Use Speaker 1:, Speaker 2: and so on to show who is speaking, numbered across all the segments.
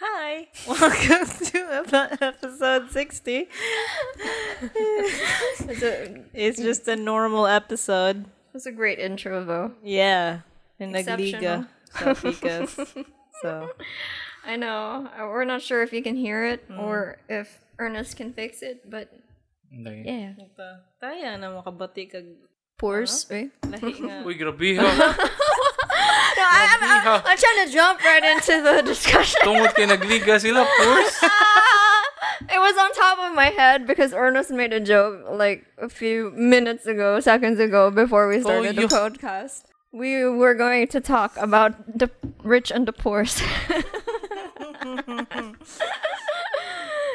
Speaker 1: Hi, welcome to about episode 60. it's, a, it's just a normal episode.
Speaker 2: That's a great intro, though.
Speaker 1: Yeah, in the
Speaker 2: Exceptional.
Speaker 1: Liga. Salpicas. so,
Speaker 2: I know. Uh, We're not sure if you can hear it or if Ernest can fix it, but
Speaker 3: Hindi.
Speaker 2: yeah.
Speaker 1: Kaya na makabati kag
Speaker 2: Pores. eh?
Speaker 1: lahi nga.
Speaker 3: Uy, grabe ha.
Speaker 2: No, I, I'm, I'm, I'm trying to jump right into the discussion.
Speaker 3: Tungod kay nagliga sila, pores.
Speaker 2: it was on top of my head because Ernest made a joke like a few minutes ago, seconds ago, before we started the
Speaker 3: you-
Speaker 2: podcast. We were going to talk about the rich and the poor.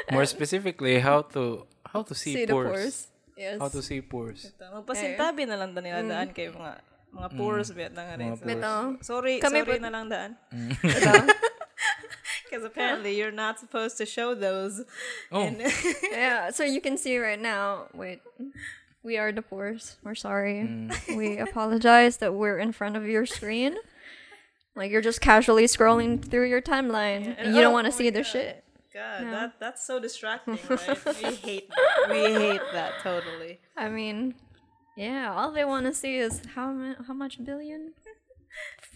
Speaker 3: More specifically, how to how to see,
Speaker 2: See the
Speaker 3: pores.
Speaker 2: pores. Yes.
Speaker 3: How to see pores.
Speaker 1: Magpasintabi na lang nila daan kayo mga mga puros mm. na nga rin.
Speaker 3: Mga
Speaker 1: So,
Speaker 3: pores.
Speaker 2: Ito.
Speaker 1: Sorry,
Speaker 2: Kami
Speaker 1: sorry
Speaker 2: po-
Speaker 1: na lang daan.
Speaker 2: Ito.
Speaker 1: Because apparently you're not supposed to show those.
Speaker 3: Oh,
Speaker 2: yeah, so you can see right now. Wait, we are the pores. We're sorry. We apologize that we're in front of your screen. Like you're just casually scrolling through your timeline, and you
Speaker 1: oh
Speaker 2: don't want to
Speaker 1: my
Speaker 2: see the
Speaker 1: God.
Speaker 2: shit.
Speaker 1: God, that that's so distracting, right? we hate that. We hate that totally.
Speaker 2: I mean, yeah, all they want to see is how mu- how much billion?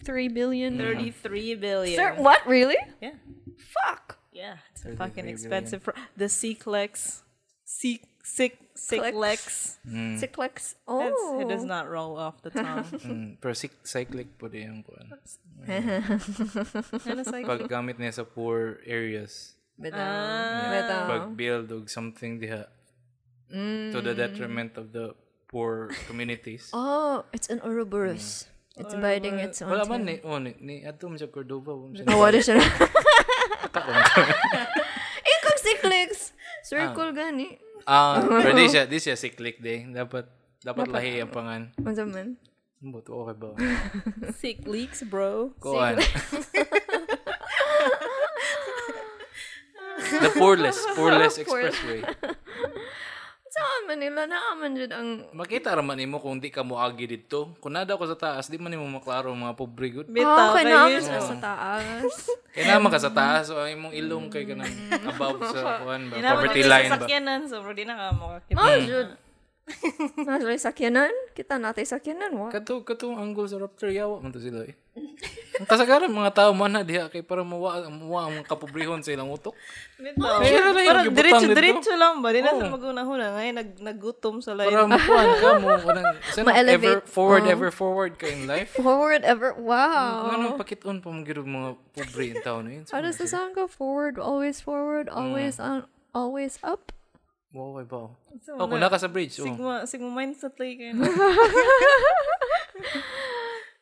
Speaker 2: Three billion?
Speaker 1: Thirty-three billion.
Speaker 2: Sir, what really?
Speaker 1: Yeah,
Speaker 2: Fuck.
Speaker 1: yeah. It's a
Speaker 3: 33
Speaker 1: fucking
Speaker 3: billion.
Speaker 1: expensive. Pro- the Clex, C Sick Clex. It's-
Speaker 2: Cyclex. Oh,
Speaker 1: It does not roll off the tongue.
Speaker 3: mm, pero cyc- cyclic po din yung kuan.
Speaker 1: and it's like,
Speaker 3: Paggamit niya sa poor areas.
Speaker 2: Bitaw.
Speaker 1: Uh,
Speaker 2: Ah.
Speaker 3: Pag
Speaker 2: Bitaw.
Speaker 3: build og something diha. To the detriment of the poor communities.
Speaker 2: Mm. Oh, it's an Ouroboros. It's biting its own.
Speaker 3: Wala
Speaker 2: tail.
Speaker 3: man ni, oh, ni, ni ato man sa Cordova. wala man siya-
Speaker 2: Oh, what is it? Ikong si Clicks. Circle gani.
Speaker 3: Ah, pero di siya, di siya cyclic day. Dapat, dapat lahi ang pangan.
Speaker 2: Ano man?
Speaker 3: But okay ba?
Speaker 1: sick leaks, bro.
Speaker 3: Kuan. The Poreless, Poreless Expressway.
Speaker 2: Sa Manila, naaman dyan ang...
Speaker 3: Makita raman nimo kung di ka moagi dito. Kung nada ko sa taas, di man nimo maklaro ang mga pobre gud.
Speaker 2: Ah,
Speaker 1: Bitaw
Speaker 2: okay,
Speaker 1: kayo.
Speaker 2: naaman sila sa taas.
Speaker 3: Kaya naman ka sa taas, so ang imong ilong kay kanang above sa kuan ba,
Speaker 1: Inabot kayo
Speaker 3: poverty
Speaker 1: sa
Speaker 3: line ba.
Speaker 1: Sasakyanan, so di na ka makakita.
Speaker 2: Oh, dyan. Nasa sakyanan? Kita natin sakyanan, wa?
Speaker 3: Kato, kato ang angle sa Raptor, yawa man to sila eh. Ang kasagaran mga tao man na diha kay para mawa, mawa ang kapobrehon sa ilang utok.
Speaker 1: Bitaw.
Speaker 3: Kaya na lang yung
Speaker 1: Parang
Speaker 3: gibutang
Speaker 1: diretso-diretso lang ba? Di na sa magunahuna. Ngayon, nag, nagutom sa lain.
Speaker 3: Para makuan ka mo, kanang, sana ever
Speaker 2: Ma-elevate.
Speaker 3: forward, ever forward ka in life.
Speaker 2: Forward ever... Wow.
Speaker 3: Ano pakiton pa mga mga pobre in town yun?
Speaker 2: How does the song go? Forward, always forward,
Speaker 3: Mm.
Speaker 2: always on, always up?
Speaker 3: Wow, ay ba? Oh, kung naka sa bridge, oh.
Speaker 1: Sigma, sigma mindset lang kayo.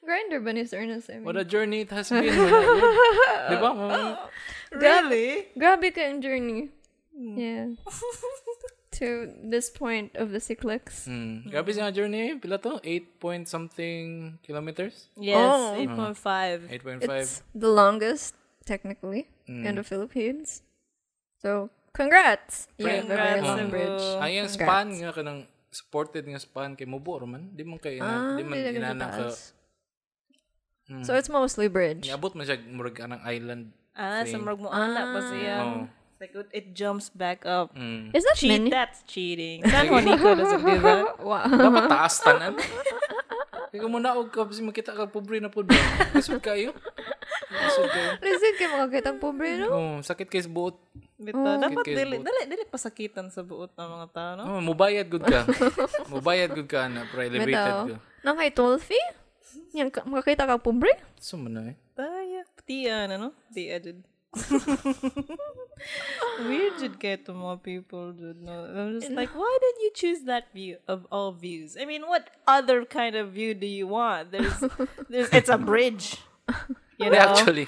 Speaker 2: Grinder ba ni Sir Ernest? I mean.
Speaker 3: What a journey it has been. mga lord. Di ba? Mga-
Speaker 1: really?
Speaker 2: Grabe ka ang journey. Yeah. to this point of the cyclics.
Speaker 3: Hmm. Grabe siya journey. Pila to? 8 point something kilometers?
Speaker 1: Yes, 8.5.
Speaker 3: 8.5.
Speaker 2: It's the longest, technically,
Speaker 3: Mm.
Speaker 2: in the Philippines. So, congrats! You have a very
Speaker 1: Congrats,
Speaker 2: long
Speaker 3: Cebu.
Speaker 2: bridge.
Speaker 3: Ay, ang span nga ka ng supported nga span kay Mubor man. Di man kay ina,
Speaker 2: Ah,
Speaker 3: di man Mm.
Speaker 2: hindi na ganun
Speaker 3: inana ka.
Speaker 2: kataas. So, it's mostly bridge.
Speaker 3: Niabot man siya murag ka ng island.
Speaker 1: Ah, sa murag mo ala pa siya.
Speaker 3: Oh.
Speaker 1: Like, it- it jumps back up.
Speaker 3: Hmm.
Speaker 2: Is that
Speaker 1: Cheat,
Speaker 2: many?
Speaker 1: that's cheating. Mm. San Juanico doesn't do that.
Speaker 2: Wow.
Speaker 3: Dapat taas tanan. Kaya mo naog ka, kasi makita ka pobre na po doon. Kasod kayo. Kasod kayo.
Speaker 2: Listen, kaya makakita ang pobre, no?
Speaker 3: Oh, sakit kay sa buot.
Speaker 1: Bito, dapat
Speaker 3: Kid-kid
Speaker 1: dili,
Speaker 3: boot.
Speaker 1: dili, dili pasakitan sa buot ng mga tao, no?
Speaker 3: Oh, mubayad good ka. mubayad good ka na, pero elevated ka.
Speaker 2: Ito. ah. Nang kay Tolfi? Yan, ka- makakita ka pobre?
Speaker 3: So mo na eh.
Speaker 1: Taya, tiya na, no? Tiya, eh, jud. Weird jud kaya to mga people, jud, no? I'm just like, why did you choose that view of all views? I mean, what other kind of view do you want? There's, there's it's a bridge. You know?
Speaker 3: Actually,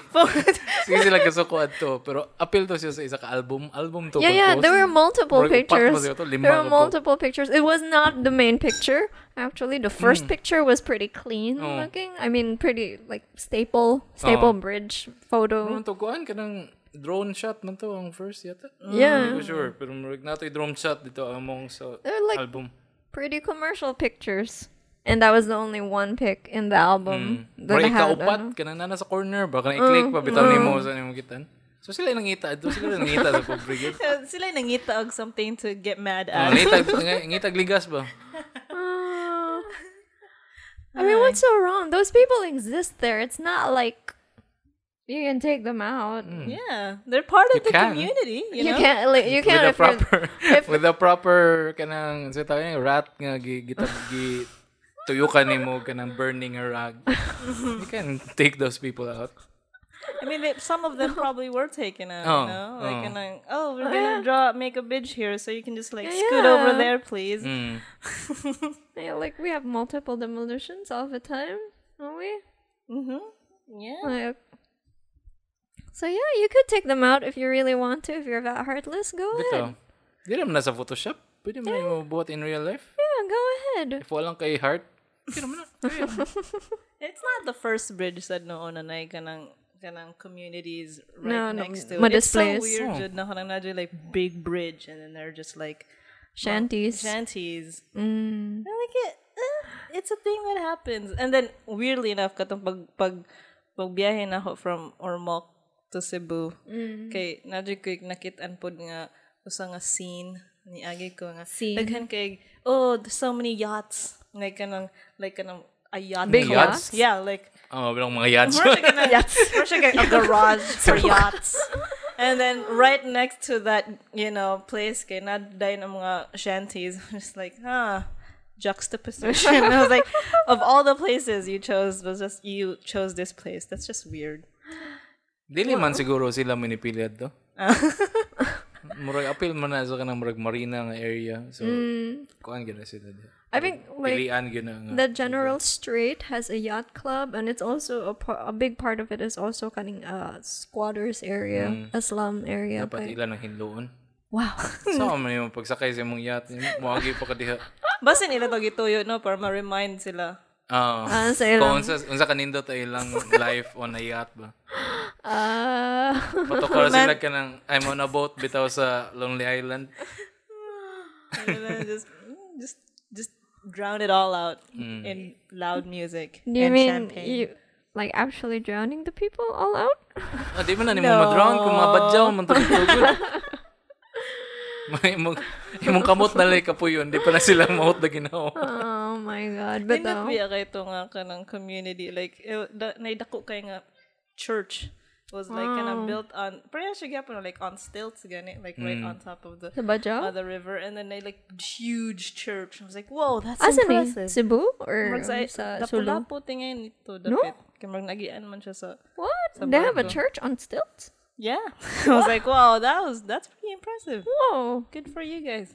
Speaker 3: sige sila kasukuan to, pero appeal to siya sa isa ka album. Album to.
Speaker 2: Yeah, yeah,
Speaker 3: purpose.
Speaker 2: there were multiple
Speaker 3: Murag upat
Speaker 2: pictures.
Speaker 3: mo siya to, lima
Speaker 2: There were
Speaker 3: ka po.
Speaker 2: multiple pictures. It was not the main picture, actually. The first picture was pretty clean
Speaker 3: Mm. Oh.
Speaker 2: looking. I mean, pretty, like, staple, staple
Speaker 3: Oh. Mm.
Speaker 2: bridge photo.
Speaker 3: Ano to, kuan ka ng drone shot man to, ang first yata. Hindi
Speaker 2: Yeah.
Speaker 3: ko sure, pero murag nato drone shot dito among sa
Speaker 2: They're like
Speaker 3: album.
Speaker 2: pretty commercial pictures. And that was the only one pic in the album that I
Speaker 3: Mm. Break ka
Speaker 2: had. ano.
Speaker 3: upat, kanana na sa corner, baka na i-click pa, bitaw ni mo sa niyong gitan. So sila nangita, ito sila nangita sa pabrigid.
Speaker 1: So, sila nangita og something to get mad
Speaker 3: Ah,
Speaker 1: at.
Speaker 3: ngitag, ng- ngitag ligas ba?
Speaker 2: Ah. I mean, what's so wrong? Those people exist there. It's not like you can take them out.
Speaker 3: Mm.
Speaker 1: Yeah, they're part of
Speaker 3: You
Speaker 1: the
Speaker 3: can.
Speaker 1: community. You,
Speaker 2: You
Speaker 1: know?
Speaker 2: can't. Like, you
Speaker 3: with
Speaker 2: can't.
Speaker 3: a
Speaker 2: if you're-
Speaker 3: proper with a proper kanang ano sa tayo yung rat nga gi gitag gi tuyo ka nimo kanang burning a rag. you can take those people out.
Speaker 1: I mean, they, some of them probably were taken out.
Speaker 3: Oh,
Speaker 1: you know, like,
Speaker 3: oh.
Speaker 1: and like, oh, we're gonna draw, make a bridge here, so you can just like scoot
Speaker 2: Yeah.
Speaker 1: over there, please.
Speaker 3: Mm.
Speaker 2: yeah, like we have multiple demolitions all the time, don't we?
Speaker 1: Mm-hmm. Yeah.
Speaker 2: Like, so yeah, you could take them out if you really want to. If you're that heartless, go ahead.
Speaker 3: Bito. Di naman nasa Photoshop. Pwede mo na buhat in real life.
Speaker 2: Yeah, go ahead.
Speaker 3: If walang kay heart, di naman na. Kaya.
Speaker 1: It's not the first bridge that no on kanang kanang communities right
Speaker 2: No, no,
Speaker 1: next to
Speaker 2: ma-
Speaker 1: it. It's so
Speaker 2: displays.
Speaker 1: weird.
Speaker 3: Oh.
Speaker 1: jud na kanang na jud, like big bridge, and then they're just like
Speaker 2: Shanties.
Speaker 1: shanties. And
Speaker 2: Mm.
Speaker 1: like it, eh, it's a thing that happens. And then weirdly enough, katong pag pag pagbiyahe na ako from Ormoc to Cebu,
Speaker 2: Mm.
Speaker 1: kay nadyo ko nakitaan pod nga usa nga scene ni agi ko nga
Speaker 2: Scene.
Speaker 1: daghan kay oh there's so many yachts like kanang like kanang a yacht
Speaker 2: Big
Speaker 1: club.
Speaker 3: yachts?
Speaker 1: yeah like
Speaker 3: Oh, bilang mga yads.
Speaker 1: we're like in a, we're like in a garage for yachts. And then right next to that, you know, place, kay nadayin ang mga uh, shanties. I'm just like, huh, juxtaposition. I was like, of all the places you chose, was just you chose this place. That's just weird.
Speaker 3: Dili man siguro sila manipilad to. murag apil man na sa kanang murag marina nga area. So, kuan gyud na sila. di.
Speaker 2: I think Mm. like
Speaker 3: Pilian gyud na nga.
Speaker 2: the general street has a yacht club, and it's also a, par- a big part of it is also kind of a squatters area, a slum area.
Speaker 3: Dapat
Speaker 2: but-
Speaker 3: ila ng hinloon.
Speaker 2: wow.
Speaker 3: Sama man yung pagsakay sa mong yacht. Muagi pa ka diha.
Speaker 1: Basin ila to gituyo, no? Para ma-remind sila.
Speaker 3: Ah.
Speaker 2: Ah, sa
Speaker 3: Kung
Speaker 2: ilang-
Speaker 3: unsa, unsa kanindo ta ilang life on a yacht ba?
Speaker 2: Ah.
Speaker 3: Patukar sila ka ng I'm on a boat bitaw sa Lonely Island.
Speaker 1: And then just, mm, just, just drown it all out in loud music
Speaker 2: Do you
Speaker 1: and
Speaker 2: mean
Speaker 1: champagne.
Speaker 2: you like actually drowning the people all out?
Speaker 3: Ah, di man na ni mo madrown kung mabadyaw man tugtugod. May imong imong kamot na lay kapuyon, di pa na sila maot na ginawa.
Speaker 2: oh my god!
Speaker 1: Tinat
Speaker 2: But um, though,
Speaker 1: biya kay to nga ah, kanang community like eh, da, naidako kay nga church was like
Speaker 2: Ah.
Speaker 1: kanang built on parehas siya gyapon like on stilts gani like right
Speaker 3: Mm.
Speaker 1: on top of the
Speaker 2: the budget
Speaker 1: other river and then they like huge church. I was like, "Whoa, that's
Speaker 2: as in
Speaker 1: Ah, impressive."
Speaker 2: Cebu or
Speaker 1: Murag sa
Speaker 2: um, sa Sulu?
Speaker 1: Lapu-Lapu tingin nito dapit. Kaya murag nagian man siya sa
Speaker 2: What? They have a
Speaker 1: Burgo.
Speaker 2: church on stilts?
Speaker 1: Yeah. I was like, "Wow, that was that's pretty impressive.
Speaker 2: Whoa!
Speaker 1: Good for you guys."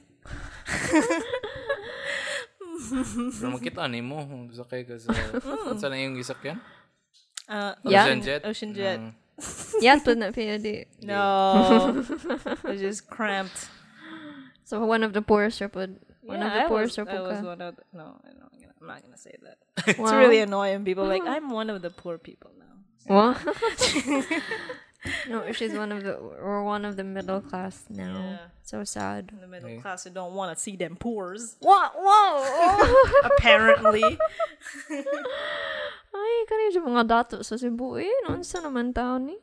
Speaker 3: Pero makita ni mo, sakay ka sa...
Speaker 2: Hmm.
Speaker 3: Sa na yung gisakyan?
Speaker 1: Uh,
Speaker 2: Yeah.
Speaker 3: Ocean jet?
Speaker 1: Ocean jet.
Speaker 3: Mm.
Speaker 2: yes, but not PID.
Speaker 1: No. it was just cramped.
Speaker 2: So one of the poorest or put one of
Speaker 1: Yeah, I
Speaker 2: the poorest or
Speaker 1: was, I
Speaker 2: put.
Speaker 1: was
Speaker 2: ka.
Speaker 1: one of the, no, I'm not gonna, I'm not gonna say that. it's really annoying. People like I'm one of the poor people now.
Speaker 2: What? no, she's one of the or one of the middle class now.
Speaker 1: Yeah.
Speaker 2: So sad.
Speaker 1: In the middle class who don't want to see them poors.
Speaker 2: What? Whoa!
Speaker 1: Apparently,
Speaker 2: Ay, kani yung mga dato sa Cebu eh. Noon sa naman tao ni.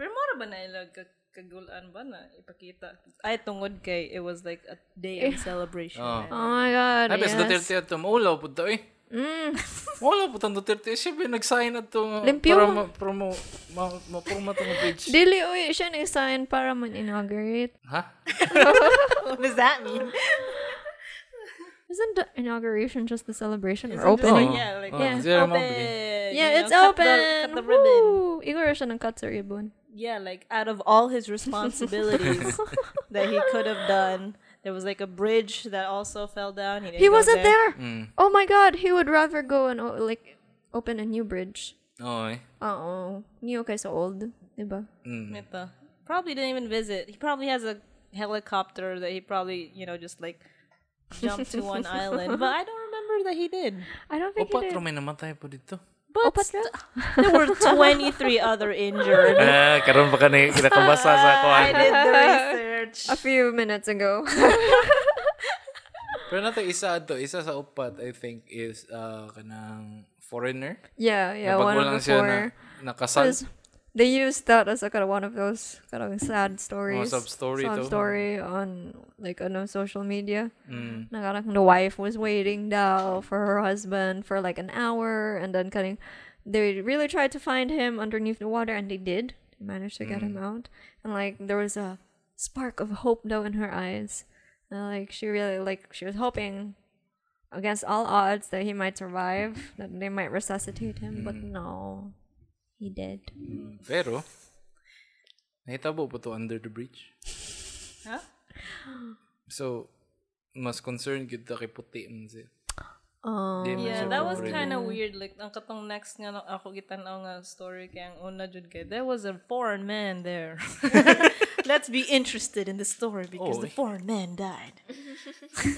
Speaker 1: pero mara ba na ilag kagulaan ba na ipakita? Ay tungod kay it was like a day of celebration.
Speaker 3: Oh.
Speaker 2: Oh my God,
Speaker 3: Ay,
Speaker 2: yes.
Speaker 3: bes Duterte at ito. Maulaw po ito eh.
Speaker 2: Mm.
Speaker 3: Maulaw po itong Duterte. Siyempre, nag-sign at ito.
Speaker 2: Limpyo.
Speaker 3: Para ma- para ma- ma- ma-promote ang page.
Speaker 2: Dili, uy, siya nag-sign para man-inaugurate.
Speaker 3: Ha?
Speaker 1: what does that mean?
Speaker 2: Isn't the inauguration just the celebration or
Speaker 1: Just like,
Speaker 2: opening?
Speaker 1: yeah, like
Speaker 3: Oh,
Speaker 1: yeah.
Speaker 3: is there a
Speaker 1: open.
Speaker 3: mobile?
Speaker 2: yeah,
Speaker 1: you
Speaker 2: it's
Speaker 1: know,
Speaker 2: open!
Speaker 1: Cut the, cut the ribbon.
Speaker 2: Woo! Igor siya ng cut sa ribbon.
Speaker 1: Yeah, like out of all his responsibilities that he could have done, there was like a bridge that also fell down. didn't
Speaker 2: He
Speaker 1: go
Speaker 2: wasn't
Speaker 1: there.
Speaker 2: there!
Speaker 3: Mm.
Speaker 2: Oh my God, he would rather go and, o- like, open a new bridge.
Speaker 3: Oo eh.
Speaker 2: Uh-oh. New kaysa old. Diba?
Speaker 1: Ito. Probably didn't even visit. He probably has a helicopter that he probably, you know, just like jumped to one island. But I don't remember that he did.
Speaker 2: I don't
Speaker 3: O
Speaker 2: think he did.
Speaker 3: patro, may namatay po dito.
Speaker 1: But
Speaker 2: Opat
Speaker 1: st- there were 23 other injured.
Speaker 3: Ah, karoon ba ka na kinakabasa sa kuhan?
Speaker 1: I did the research.
Speaker 2: A few minutes ago.
Speaker 3: Pero nato isa to, isa sa upat I think is uh, kanang foreigner.
Speaker 2: Yeah, yeah,
Speaker 3: Kapag
Speaker 2: one of the
Speaker 3: walang siya na,
Speaker 2: four.
Speaker 3: nakasal.
Speaker 2: 'Cause They used that as a kind of one of those kind of sad stories.
Speaker 3: sub-story to.
Speaker 2: sub-story on like on uh, social media.
Speaker 3: Mm.
Speaker 2: Na parang the wife was waiting daw for her husband for like an hour and then cutting they really tried to find him underneath the water and they did. They managed to get him out. And like there was a spark of hope though in her eyes. And, like she really like she was hoping against all odds that he might survive, that they might resuscitate him, but no. He did.
Speaker 3: Pero, nahitabo po to under the bridge.
Speaker 1: Huh?
Speaker 3: So, mas concerned gud ta kay puti man siya.
Speaker 2: Oh.
Speaker 3: Di man
Speaker 1: Yeah,
Speaker 3: siya
Speaker 1: that was
Speaker 3: foreigner.
Speaker 1: kind of weird. Like, ang katong next nga nung ako gitanaw nga story kay ang una jud kay there was a foreign man there. Let's be interested in the story because the
Speaker 3: Oy.
Speaker 1: foreign man died.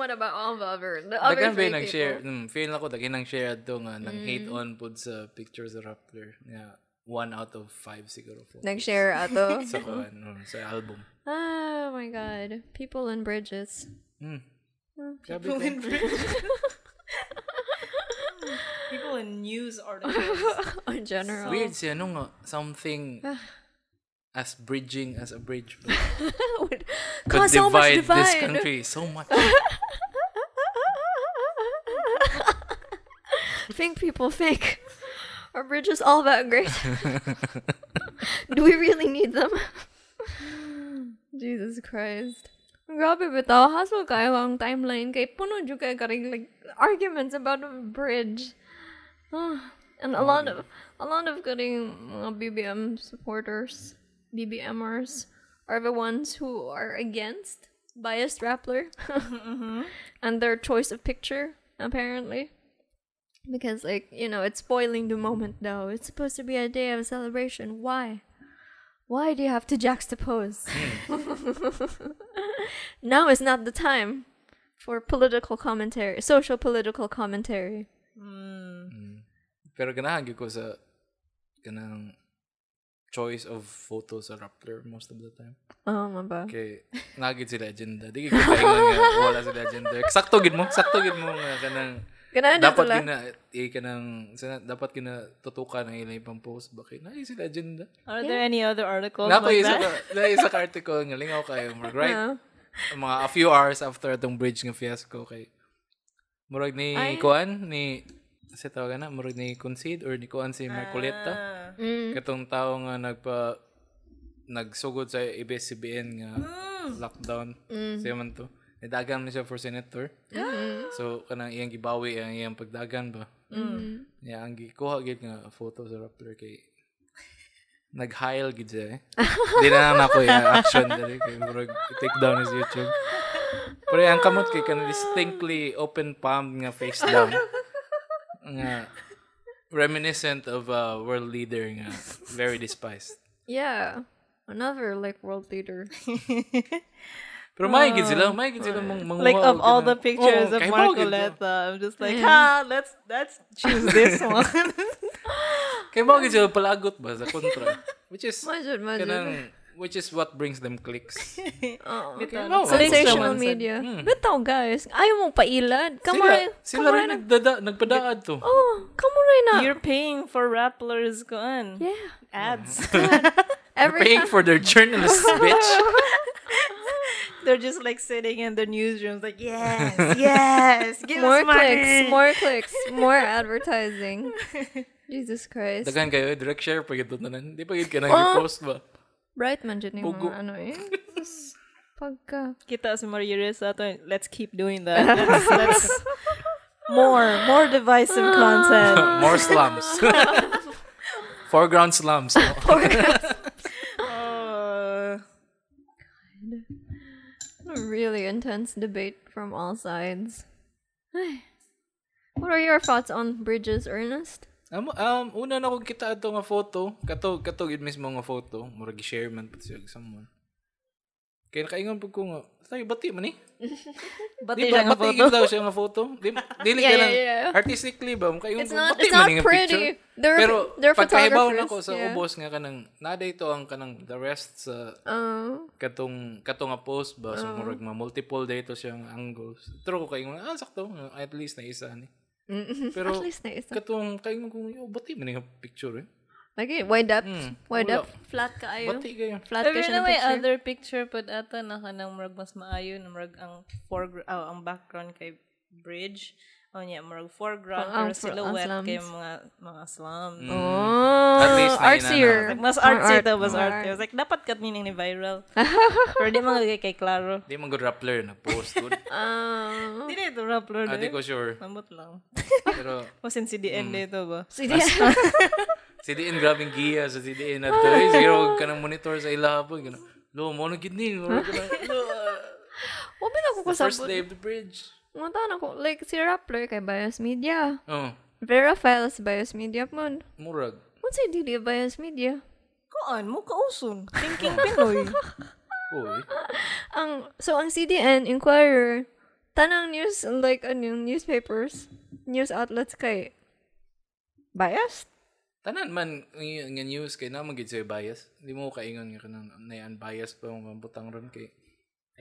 Speaker 2: what about all the other the
Speaker 3: Daghan ba yung nag-share?
Speaker 1: eh.
Speaker 3: Mm, feel ako, daghan nang share to nga, nang
Speaker 1: Mm.
Speaker 3: hate on po sa pictures sa Rappler. Yeah, one out of five siguro po.
Speaker 2: Nag-share ato.
Speaker 1: mm-hmm.
Speaker 3: Sa, ano, sa album.
Speaker 2: oh my god. People in bridges.
Speaker 3: Sabi
Speaker 1: People
Speaker 3: ko,
Speaker 1: in people in news articles.
Speaker 2: in
Speaker 1: Oh.
Speaker 2: general.
Speaker 3: weird siya, ano nga, something
Speaker 1: Ah.
Speaker 3: as bridging as a bridge po.
Speaker 2: Would
Speaker 3: could
Speaker 1: Oh,
Speaker 2: cause so much
Speaker 3: divide
Speaker 2: divide.
Speaker 3: this country so much.
Speaker 2: think people think our bridge is all that great. Do we really need them? Jesus Christ. Grabe bitaw, hassle kayo ang timeline kay puno jud kayo karing like arguments about a bridge. Ah, and a lot of a lot of uh, karing mga BBM supporters, BBMers are the ones who are against biased Rappler and their choice of picture apparently because like you know it's spoiling the moment though it's supposed to be a day of celebration why why do you have to juxtapose now is not the time for political commentary social political commentary
Speaker 3: Pero ganahan gyud ko sa kanang choice of photos sa Rappler most of the time.
Speaker 2: oh my god
Speaker 3: Kay nagid sila agenda. Di gyud ko tayo nga wala sila agenda. Sakto gid mo, sakto gid mo nga kanang
Speaker 2: Ano
Speaker 3: dapat
Speaker 2: sila.
Speaker 3: gina i kanang sana- dapat gina tutukan ang ilang pang post bakit na sila agenda.
Speaker 1: Are there any other articles
Speaker 3: Nako
Speaker 1: like
Speaker 3: isa
Speaker 1: that?
Speaker 3: ka, na isa ka article nga lingaw kayo mag right
Speaker 2: Ah.
Speaker 3: mga a few hours after atong bridge nga fiasco kay murag ni Kuan ni sa tawag na murag ni Concede or ni Kuan si Michaelita katong tao nga nagpa nagsugod sa ABS-CBN nga lockdown siya man to nidagan man siya for senator so kanang iyang gibawi ang iyang pagdagan ba yeah ang gikuha gid nga photo sa Rappler kay nag-hile gid siya eh. Di na lang ako yung action dali kay murag take down his YouTube. Pero ang kamot kay kan distinctly open palm nga face down. Nga reminiscent of a world leader nga very despised.
Speaker 2: yeah another like world leader
Speaker 3: Pero may gid sila, may gid sila mong mga
Speaker 1: Like of all the pictures
Speaker 2: Oh,
Speaker 1: of Marcoleta, I'm just like, ha, let's let's choose this one.
Speaker 3: Kay mao gid sila palagot ba sa kontra. Which is
Speaker 2: Majud, majud.
Speaker 3: kanang which is what brings them clicks.
Speaker 2: Oo.
Speaker 1: Bitaw,
Speaker 3: no.
Speaker 1: nagsalig sa
Speaker 2: Oh,
Speaker 1: one
Speaker 2: sensational
Speaker 1: side.
Speaker 2: media bitaw guys ayaw mong pailad
Speaker 3: Hmm. Sila,
Speaker 2: kamuray
Speaker 3: sila rin eh. nagdada, nagpadaad to.
Speaker 2: oh kamuray na
Speaker 1: You're paying for Rappler's gun
Speaker 2: yeah
Speaker 1: ads.
Speaker 2: every
Speaker 3: Paying for their journalists, bitch.
Speaker 1: They're just like sitting in the newsrooms, like yes, yes, give
Speaker 2: more
Speaker 1: us money.
Speaker 2: clicks, more clicks, more advertising. Jesus Christ.
Speaker 3: Daghan kayo, eh, direct share pa gito tanan. Di pa gito
Speaker 2: Ah!
Speaker 3: ka nag-repost ba?
Speaker 2: Bright man dyan yung
Speaker 3: Pugo.
Speaker 2: mga ano eh. Tapos, Pagka.
Speaker 1: Kita si Maria Ressa, to- let's keep doing that. Let's, let's- more, more divisive
Speaker 2: Ah.
Speaker 1: content.
Speaker 3: More slums. Foreground slums.
Speaker 1: Uh,
Speaker 2: Oh. A really intense debate from all sides. Ay. What are your thoughts on bridges, Ernest?
Speaker 3: um, um, una na kong kita ato nga photo. Katog, katog yun mismo nga photo. Murag share man pati siya og someone. Kaya nakaingon po ko nga, tayo bati man eh.
Speaker 1: Bati
Speaker 3: Di
Speaker 1: siya nga
Speaker 3: ba, bati
Speaker 1: photo.
Speaker 3: yun daw siya nga photo? Di, dili
Speaker 2: Yeah,
Speaker 3: ka lang,
Speaker 2: yeah, yeah.
Speaker 3: artistically ba? Makaingon
Speaker 2: It's
Speaker 3: ko,
Speaker 2: not-
Speaker 3: bati
Speaker 2: it's
Speaker 3: man
Speaker 2: not
Speaker 3: eh nga
Speaker 2: pretty.
Speaker 3: picture.
Speaker 2: They're-
Speaker 3: Pero,
Speaker 2: they're
Speaker 3: pagkahibaw na ko
Speaker 2: photographers,
Speaker 3: sa
Speaker 2: yeah.
Speaker 3: ubos nga kanang, naday to ang kanang the rest sa
Speaker 2: Oh.
Speaker 3: katong katong nga post ba so murag mga multiple dito siyang angles true ko kay ah sakto nga, at least na isa ni pero
Speaker 2: At least na isa.
Speaker 3: katong kay mo kung yo bati man nga picture eh
Speaker 2: Lagi, wide up.
Speaker 3: Hmm.
Speaker 2: Wide
Speaker 3: Wala.
Speaker 2: up. Flat ka ayo.
Speaker 3: bati kayo
Speaker 2: Flat ka
Speaker 1: Pero na
Speaker 2: siya ng
Speaker 1: may
Speaker 2: picture.
Speaker 1: other picture pud ata na kanang murag mas maayo na murag ang foreground oh, ang background kay bridge. O niya, murag foreground pero
Speaker 2: Ang- ang for- ang
Speaker 1: silhouette
Speaker 2: slums.
Speaker 1: kay mga mga slums.
Speaker 2: Oh,
Speaker 3: At least na
Speaker 2: artsier.
Speaker 1: Like, mas
Speaker 2: More
Speaker 1: artsy
Speaker 2: art.
Speaker 1: to, mas
Speaker 2: More
Speaker 1: artsy. I was like, dapat kat nining ni viral. Pero di mga kay kay Claro.
Speaker 3: di man good rappler na post good
Speaker 2: Ah.
Speaker 1: Di na ito upload
Speaker 3: ah, di
Speaker 1: eh.
Speaker 3: ko Mm. sure
Speaker 1: Lambot lang.
Speaker 3: pero
Speaker 1: Masin si DN dito ba?
Speaker 2: So, hindi-
Speaker 3: si diin grabing giya sa si diin at eh, zero ka ng monitor sa ilahapon ganun lo mo na gid ni murag ka na, lo,
Speaker 2: Wa ba na ko
Speaker 3: the first
Speaker 2: kusabot?
Speaker 3: day of the bridge
Speaker 2: Mo na ko like si Rappler kay Bias Media.
Speaker 3: oh
Speaker 2: Vera Files Bias Media man.
Speaker 3: murag
Speaker 2: Mo si dili Bias Media.
Speaker 1: Kuan mo kausun. Thinking Pinoy.
Speaker 3: oy
Speaker 2: Ang so ang CDN Inquirer tanang news like ano newspapers, news outlets kay biased.
Speaker 3: Tanan man ng ng news kay na magid sa'yo bias. Hindi mo kaingon nga kanang na unbiased pa mga butang ron kay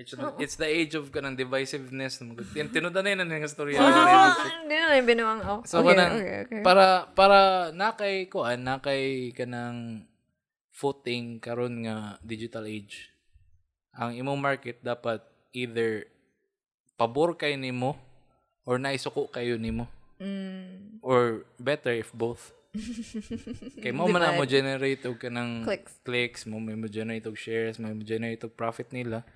Speaker 3: it's, it's the age of kanang divisiveness na magud. Yan tinudan na yun ang story.
Speaker 2: Ah, Hindi na lang binuang ako.
Speaker 3: So
Speaker 2: okay,
Speaker 3: kanang
Speaker 2: okay, okay.
Speaker 3: para para na kay kuan na kay kanang footing karon nga digital age. Ang imong market dapat either pabor kay nimo or naisuko kayo nimo.
Speaker 2: Mm.
Speaker 3: Or better if both. kay mo man na mo generate og kanang
Speaker 2: Clicks.
Speaker 3: clicks mo may mo generate og shares, may mo generate og profit nila.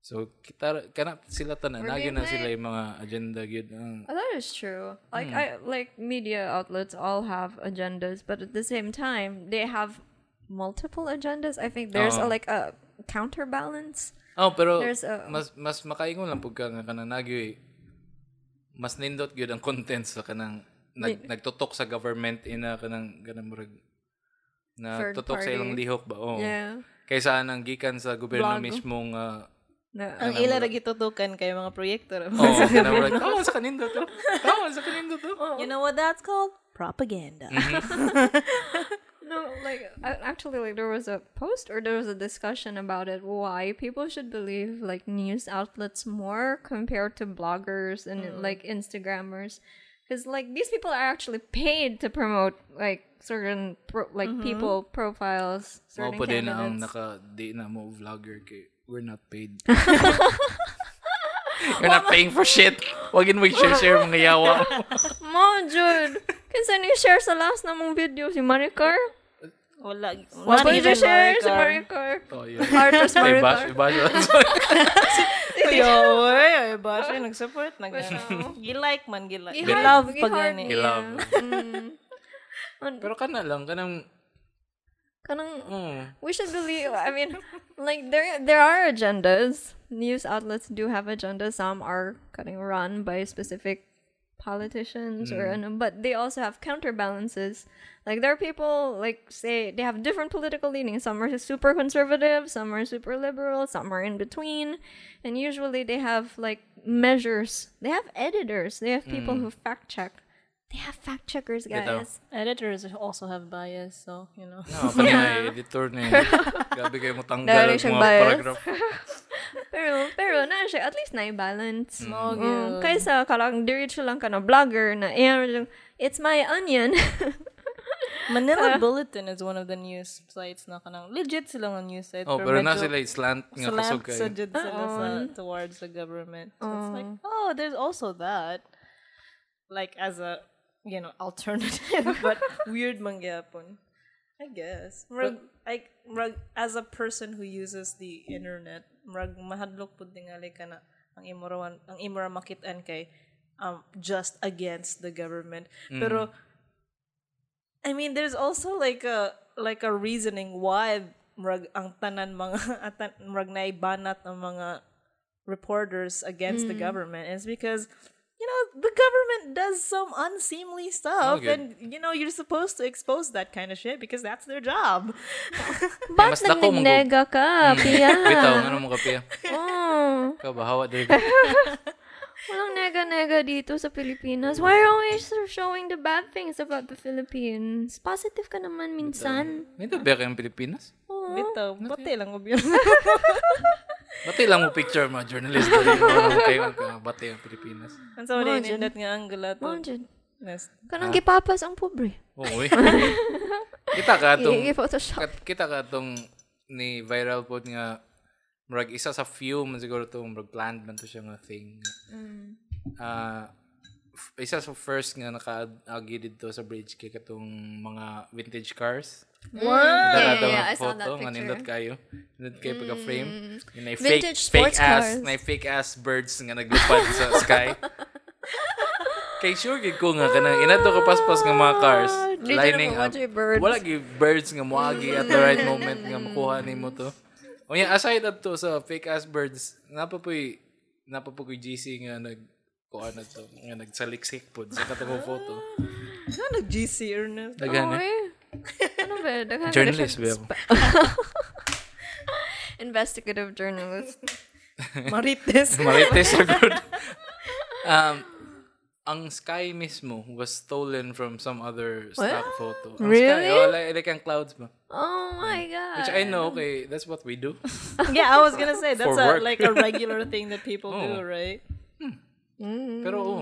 Speaker 3: So kita kana sila tanan lagi na sila yung mga agenda gyud ang
Speaker 2: Oh, that is true. Like
Speaker 3: Hmm.
Speaker 2: I like media outlets all have agendas, but at the same time, they have multiple agendas. I think there's a,
Speaker 3: Oo.
Speaker 2: like a counterbalance.
Speaker 3: Oh, pero
Speaker 2: There's a-
Speaker 3: mas mas makaingon lang pag ka nga kanang nagyoy mas nindot gyud ang content sa kanang nag, nagtutok sa government ina kanang kanang murag na
Speaker 2: Third
Speaker 3: tutok sa
Speaker 2: party.
Speaker 3: ilang lihok ba oh
Speaker 2: Yeah.
Speaker 3: kaysa nang gikan sa
Speaker 2: Blog.
Speaker 3: gobyerno mismong uh,
Speaker 2: Na,
Speaker 1: Ang ila ra gitutukan kay mga proyektor.
Speaker 3: oh kanang murag tama sa kanindot to tama oh." sa kanindot to
Speaker 1: You know what that's called? Propaganda.
Speaker 2: no, like I, actually, like there was a post or there was a discussion about it. Why people should believe like news outlets more compared to bloggers and like Instagrammers, because like these people are actually paid to promote like certain pro- like people profiles.
Speaker 3: Mao
Speaker 2: Certain
Speaker 3: pa din ang
Speaker 2: candidates.
Speaker 3: naka di na mo vlogger kay we're not paid You're not paying for shit. Wagin mo i-share mga yawa.
Speaker 2: Mo, Jude! Kinsa ni share sa last na mong video si Maricar?
Speaker 1: Wala.
Speaker 2: Wala
Speaker 1: Not
Speaker 2: pa
Speaker 1: even
Speaker 2: share si
Speaker 1: Maricar.
Speaker 2: Maricar.
Speaker 3: Oh, yeah.
Speaker 2: Artist
Speaker 3: Ay,
Speaker 2: Maricar.
Speaker 3: bash, bash.
Speaker 1: Yo, oy, oy, ba siya nag-support? Nag gilike man, gilike.
Speaker 2: Gi-heart,
Speaker 1: Gilove pa
Speaker 2: gi-heart.
Speaker 1: gani.
Speaker 3: Ilaw.
Speaker 2: An-
Speaker 3: Pero kana lang, kanang,
Speaker 2: Kanang,
Speaker 3: oh,
Speaker 2: we should believe, I mean, like, there there are agendas. News outlets do have agendas. Some are cutting run by specific politicians or ano, but they also have counterbalances. Like, there are people, like, say, they have different political leanings. Some are super conservative, some are super liberal, some are in between. And usually they have, like, measures. They have editors. They have people who fact check. They have fact checkers,
Speaker 3: Ito.
Speaker 2: guys.
Speaker 1: Editors also have bias, so, you know.
Speaker 3: no, kana na, editor na eh. Gabi kayo mo tanggal
Speaker 2: Dahil
Speaker 3: ang
Speaker 2: siyang
Speaker 3: mga
Speaker 2: bias.
Speaker 3: paragraph.
Speaker 2: Pero, pero na siya, at least na-balance.
Speaker 1: Mo,
Speaker 2: Mm,
Speaker 1: gyud.
Speaker 2: kaysa kalang diretso lang ka na vlogger na eh, ano yung, it's my onion.
Speaker 1: Manila Bulletin is one of the news sites na kanang legit sila nga news site.
Speaker 3: Oh, pero na
Speaker 1: medyo
Speaker 3: sila slant nga kusog
Speaker 1: slant
Speaker 3: kayo.
Speaker 1: sa jud sila sa, towards the government. So it's like, oh, there's also that. Like as a, you know, alternative, but weird mangyapon. I guess. Murag, like, murag, as a person who uses the internet, murag, mahadlok po tingali ka na ang imurawan, ang imura makitaan kay um, just against the government. Pero, I mean, there's also like a like a reasoning why murag ang tanan mga atan,
Speaker 3: Mm.
Speaker 1: murag naibanat ang mga reporters against the government. It's because you know know, the government does some unseemly stuff,
Speaker 3: Okay.
Speaker 1: and you know, you're supposed to expose that kind of shit because that's their job.
Speaker 2: Ba't
Speaker 3: mas dako mong
Speaker 2: nag-nega ka, Pia?
Speaker 3: Bitaw, ano mo ka, Pia?
Speaker 2: Oh,
Speaker 3: Ikaw ba, hawa, dali.
Speaker 2: walang nega-nega dito sa Pilipinas. Why are you always showing the bad things about the Philippines? Positive ka naman minsan.
Speaker 3: May ba kayong Pilipinas?
Speaker 2: Oo.
Speaker 1: Bito, pati lang obvious.
Speaker 3: Bati lang mo picture mga journalist. Dali mo kayo ang bati ang Pilipinas.
Speaker 1: Ang sa wala inindat nga ang galato.
Speaker 2: Mo oh, dyan.
Speaker 1: Nas-
Speaker 3: Ah.
Speaker 2: Kanang gipapas ang pobre.
Speaker 3: Oo, eh. Kita ka itong
Speaker 2: I-photoshop.
Speaker 3: kat, kita ka tong ni viral pod nga murag isa sa few man siguro to murag planned man to siya nga thing.
Speaker 2: Mm.
Speaker 3: Ah, f- isa sa first nga nakaagi dito sa bridge kay katong mga vintage cars.
Speaker 2: Wow!
Speaker 3: Dara
Speaker 2: Mm. Yeah, yeah, yeah, I saw that
Speaker 3: photo nga
Speaker 2: picture. Mm.
Speaker 3: nindot kayo. Nindot kayo pagka frame. Yung na fake,
Speaker 2: Vintage
Speaker 3: fake
Speaker 2: sports
Speaker 3: ass,
Speaker 2: cars.
Speaker 3: na fake ass birds nga naglupad sa sky. Kay sure gid ko nga kanang inato ka paspas nga mga cars
Speaker 2: Did you
Speaker 3: lining
Speaker 2: Ah, naman watch
Speaker 3: up.
Speaker 2: your birds?
Speaker 3: Wala gi birds nga moagi at the right moment nga makuha nimo to. O yan, aside adto sa fake ass birds, napapoy napapoy GC nga nag kuha na to, nga nagsaliksik pod sa katong photo.
Speaker 1: Nga nag-GC, Ernest.
Speaker 2: Oo
Speaker 3: Daghan.
Speaker 2: eh.
Speaker 3: eh.
Speaker 2: Ano ba? Daghan ka na
Speaker 3: Journalist
Speaker 2: siya.
Speaker 3: ba ako?
Speaker 2: Investigative journalist.
Speaker 1: Marites.
Speaker 3: Marites agad. um, ang sky mismo was stolen from some other stock photo. Ang
Speaker 2: Really?
Speaker 3: Sky, oh, like, like ang clouds ba?
Speaker 2: Oh my God.
Speaker 3: Which I know, okay, that's what we do.
Speaker 1: yeah, I was gonna say that's
Speaker 3: For
Speaker 1: a,
Speaker 3: work.
Speaker 1: like a regular thing that people do,
Speaker 3: Oh.
Speaker 1: right?
Speaker 3: Pero oo,